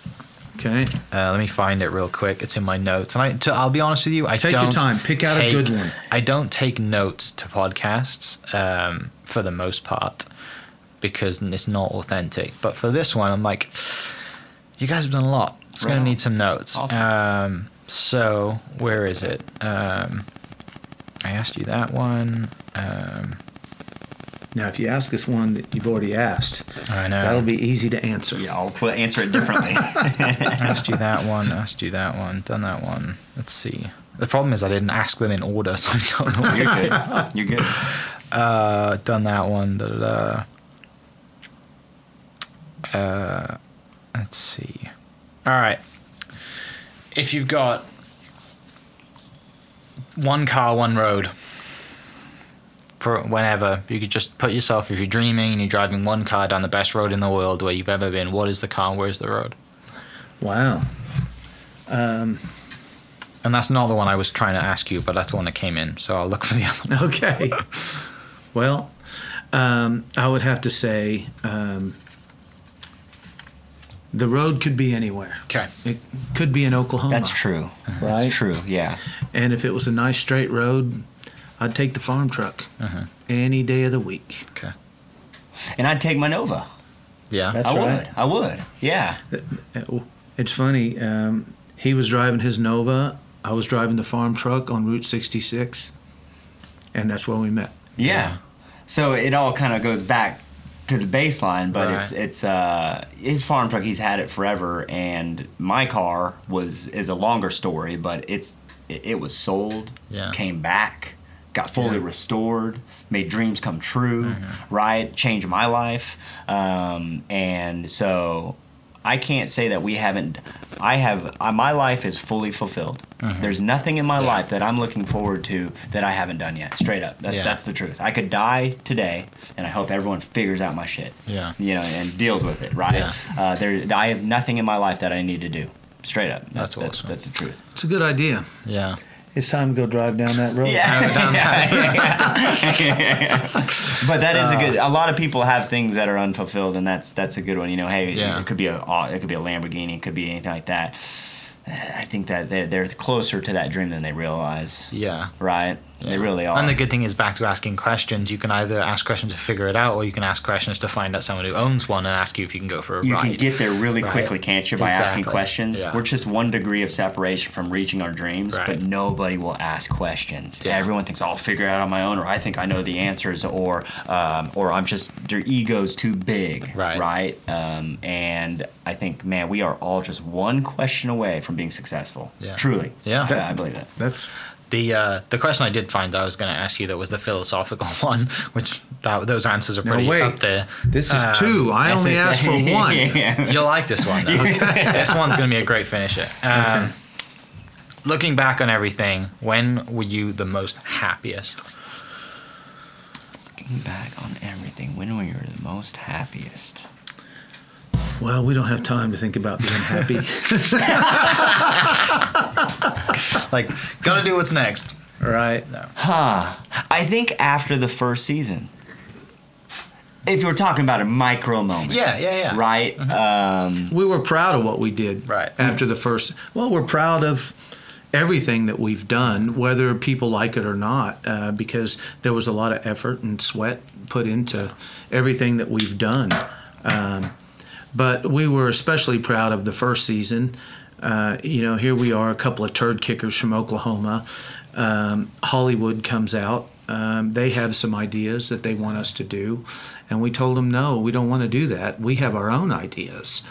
Speaker 4: Okay.
Speaker 2: Uh, let me find it real quick. It's in my notes, and I to, I'll be honest with you, I
Speaker 4: Take your
Speaker 2: don't
Speaker 4: time. Pick out a
Speaker 2: take-
Speaker 4: good one.
Speaker 2: I don't take notes to podcasts um, for the most part because it's not authentic. But for this one, I'm like, you guys have done a lot. It's going
Speaker 3: Right.
Speaker 2: to need some notes.
Speaker 3: Awesome.
Speaker 2: Um, so where is it? Um, I asked you that one. Um,
Speaker 4: Now, if you ask us one that you've already asked,
Speaker 2: I know.
Speaker 4: that'll be easy to answer.
Speaker 3: yeah, I'll put, answer it differently.
Speaker 2: asked you that one, asked you that one, done that one. Let's see. The problem is I didn't ask them in order, so I don't know.
Speaker 3: You're good. You're good.
Speaker 2: Uh, done that one. Da, da, da. Uh, let's see. All right. If you've got one car, one road for whenever, you could just put yourself, if you're dreaming and you're driving one car down the best road in the world where you've ever been, what is the car? and Where's the road?
Speaker 4: Wow.
Speaker 2: And that's not the one I was trying to ask you, but that's the one that came in. So I'll look for the other one.
Speaker 4: Okay. well, um, I would have to say um, the road could be anywhere.
Speaker 2: Okay.
Speaker 4: It could be in Oklahoma.
Speaker 3: That's true.
Speaker 4: Right.
Speaker 3: That's true. Yeah.
Speaker 4: And if it was a nice straight road, I'd take the farm truck
Speaker 3: Uh-huh.
Speaker 4: any day of the week.
Speaker 2: Okay.
Speaker 3: And I'd take my Nova.
Speaker 2: Yeah.
Speaker 4: That's
Speaker 3: I
Speaker 4: right.
Speaker 3: would. I would. Yeah.
Speaker 4: Uh, It's funny. Um, he was driving his Nova. I was driving the farm truck on Route 66, and that's where we met.
Speaker 3: Yeah.
Speaker 2: Yeah.
Speaker 3: So it all kind of goes back to the baseline, but it's
Speaker 2: Right.
Speaker 3: it's uh his farm truck. He's had it forever, and my car was is a longer story, but it's it, it was sold,
Speaker 2: Yeah.
Speaker 3: came back, got fully
Speaker 4: Yeah.
Speaker 3: restored, made dreams come true,
Speaker 2: Mm-hmm.
Speaker 3: right? Changed my life, um, and so I can't say that we haven't. I have uh, my life is fully fulfilled.
Speaker 2: Mm-hmm.
Speaker 3: There's nothing in my life that I'm looking forward to that I haven't done yet. Straight up, that,
Speaker 2: Yeah.
Speaker 3: that's the truth. I could die today, and I hope everyone figures out my shit.
Speaker 2: Yeah.
Speaker 3: you know, and deals with it. Right?
Speaker 2: Yeah.
Speaker 3: Uh, there, I have nothing in my life that I need to do. Straight up, that's
Speaker 2: That's
Speaker 3: that's,
Speaker 2: awesome.
Speaker 3: that's the truth.
Speaker 4: It's a good idea.
Speaker 2: Yeah.
Speaker 4: It's time to go drive down that road.
Speaker 3: Yeah. but that is a good.
Speaker 2: Uh,
Speaker 3: A lot of people have things that are unfulfilled, and that's that's a good one. You know, hey,
Speaker 2: Yeah.
Speaker 3: it could be a au- it could be a Lamborghini, it could be anything like that. I think that they're, they're closer to that dream than they realize.
Speaker 2: Yeah.
Speaker 3: Right? They really are.
Speaker 2: And the good thing is, back to asking questions. You can either ask questions to figure it out, or you can ask questions to find out someone who owns one and ask you if you can go for a
Speaker 3: you
Speaker 2: ride.
Speaker 3: can get there really
Speaker 2: Right.
Speaker 3: quickly, can't you, by asking
Speaker 2: Exactly.
Speaker 3: questions?
Speaker 2: Yeah.
Speaker 3: We're just one degree of separation from reaching our dreams,
Speaker 2: Right.
Speaker 3: but nobody will ask questions.
Speaker 2: Yeah.
Speaker 3: Everyone thinks I'll figure it out on my own, or I think I know the answers, or um, or I'm just their ego's too big,
Speaker 2: Right.
Speaker 3: Right? Um, and I think, man, we are all just one question away from being successful.
Speaker 2: Yeah.
Speaker 3: Truly,
Speaker 2: Yeah.
Speaker 3: I believe that.
Speaker 4: That's
Speaker 2: The uh, the question I did find that I was going to ask you that was the philosophical one, which that, those answers are pretty
Speaker 4: wait.
Speaker 2: up there.
Speaker 4: This is
Speaker 2: Um,
Speaker 4: two. I only asked for one.
Speaker 3: yeah.
Speaker 2: You'll like this one. Though. this one's going to be a great finisher. Um, Looking back on everything, when were you the most happiest?
Speaker 3: Looking back on everything, when were you the most happiest?
Speaker 4: Well, we don't have time to think about being happy.
Speaker 2: Like, gotta do what's next.
Speaker 4: All right.
Speaker 3: Huh. Ah, I think after the first season. If you're talking about a micro moment.
Speaker 2: Yeah, yeah, yeah.
Speaker 3: Right? Um,
Speaker 4: We were proud of what we did.
Speaker 2: Right.
Speaker 4: After the first, well, we're proud of everything that we've done, whether people like it or not, uh, because there was a lot of effort and sweat put into everything that we've done. Um, but we were especially proud of the first season. Uh, you know, here we are, a couple of turd kickers from Oklahoma. Um, Hollywood comes out. Um, they have some ideas that they want us to do, and we told them no, we don't want to do that. We have our own ideas,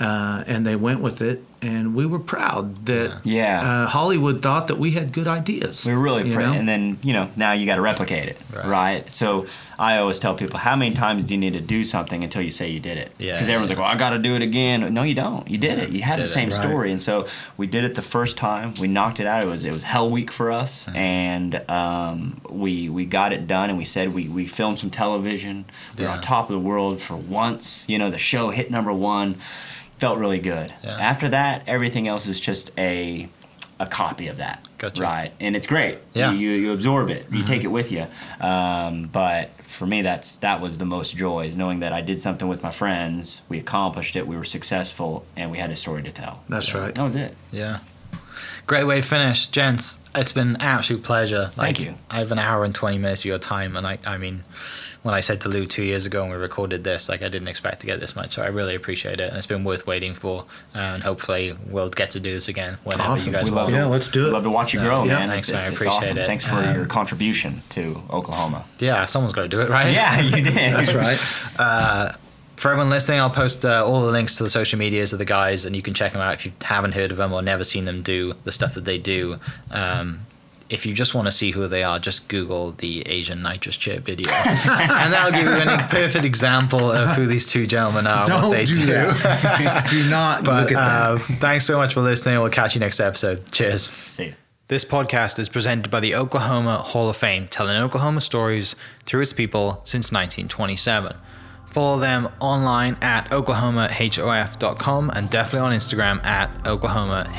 Speaker 4: uh, and they went with it, and we were proud that
Speaker 3: Yeah.
Speaker 4: Uh, Hollywood thought that we had good ideas.
Speaker 3: we were really
Speaker 4: you
Speaker 3: proud.
Speaker 4: know?
Speaker 3: And then, you know, now you got to replicate it. Right.
Speaker 2: Right.
Speaker 3: So I always tell people, how many times do you need to do something until you say you did it?
Speaker 2: Yeah,
Speaker 3: Because everyone's
Speaker 2: yeah.
Speaker 3: like, well, I got to do it again. No, you don't. You did it. You had
Speaker 2: Did
Speaker 3: the
Speaker 2: it,
Speaker 3: same
Speaker 2: right.
Speaker 3: story. And so we did it the first time. We knocked it out. It was it was hell week for us.
Speaker 2: Uh-huh.
Speaker 3: And um, we we got it done. And we said we, we filmed some television. We were
Speaker 2: Yeah.
Speaker 3: on top of the world for once. You know, the show hit number one. Felt really good.
Speaker 2: Yeah.
Speaker 3: After that, everything else is just a a copy of that.
Speaker 2: Gotcha.
Speaker 3: Right. And it's great.
Speaker 2: Yeah.
Speaker 3: You, you, you absorb it.
Speaker 4: Mm-hmm.
Speaker 3: You take it with you. Um, but for me, that's that was the most joy is knowing that I did something with my friends. We accomplished it. We were successful, and we had a story to tell.
Speaker 4: That's right.
Speaker 3: That was it.
Speaker 2: Yeah. Great way to finish, gents. It's been an absolute pleasure.
Speaker 3: Thank you.
Speaker 2: I have an hour and 20 minutes of your time. And I, I mean, when I said to Lou two years ago when we recorded this, like I didn't expect to get this much. So I really appreciate it. And it's been worth waiting for. And hopefully we'll get to do this again whenever
Speaker 4: Awesome.
Speaker 2: you guys
Speaker 3: We love
Speaker 2: want.
Speaker 4: Yeah, let's do it.
Speaker 3: Love to watch you
Speaker 2: So,
Speaker 3: grow,
Speaker 4: yeah,
Speaker 3: man.
Speaker 2: thanks, man.
Speaker 3: It's-
Speaker 2: I
Speaker 3: it's- it's
Speaker 2: appreciate
Speaker 3: awesome.
Speaker 2: it.
Speaker 3: Thanks for
Speaker 2: Um,
Speaker 3: your contribution to Oklahoma.
Speaker 2: Yeah, someone's got to do it, right?
Speaker 3: Yeah, you did.
Speaker 4: That's right.
Speaker 2: For everyone listening, I'll post uh, all the links to the social medias of the guys, and you can check them out if you haven't heard of them or never seen them do the stuff that they do. Um, if you just want to see who they are, just Google the Asian nitrous chip video, and that'll give you a perfect example of who these two gentlemen are. and what
Speaker 4: Don't
Speaker 2: they
Speaker 4: do
Speaker 2: do.
Speaker 4: that. do not
Speaker 2: But
Speaker 4: look at that.
Speaker 2: uh, thanks so much for listening. We'll catch you next episode. Cheers.
Speaker 3: See ya.
Speaker 2: This podcast is presented by the Oklahoma Hall of Fame, telling Oklahoma stories through its people since 1927. Follow them online at oklahomahof.com and definitely on Instagram at oklahomahof.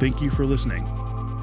Speaker 1: Thank you for listening.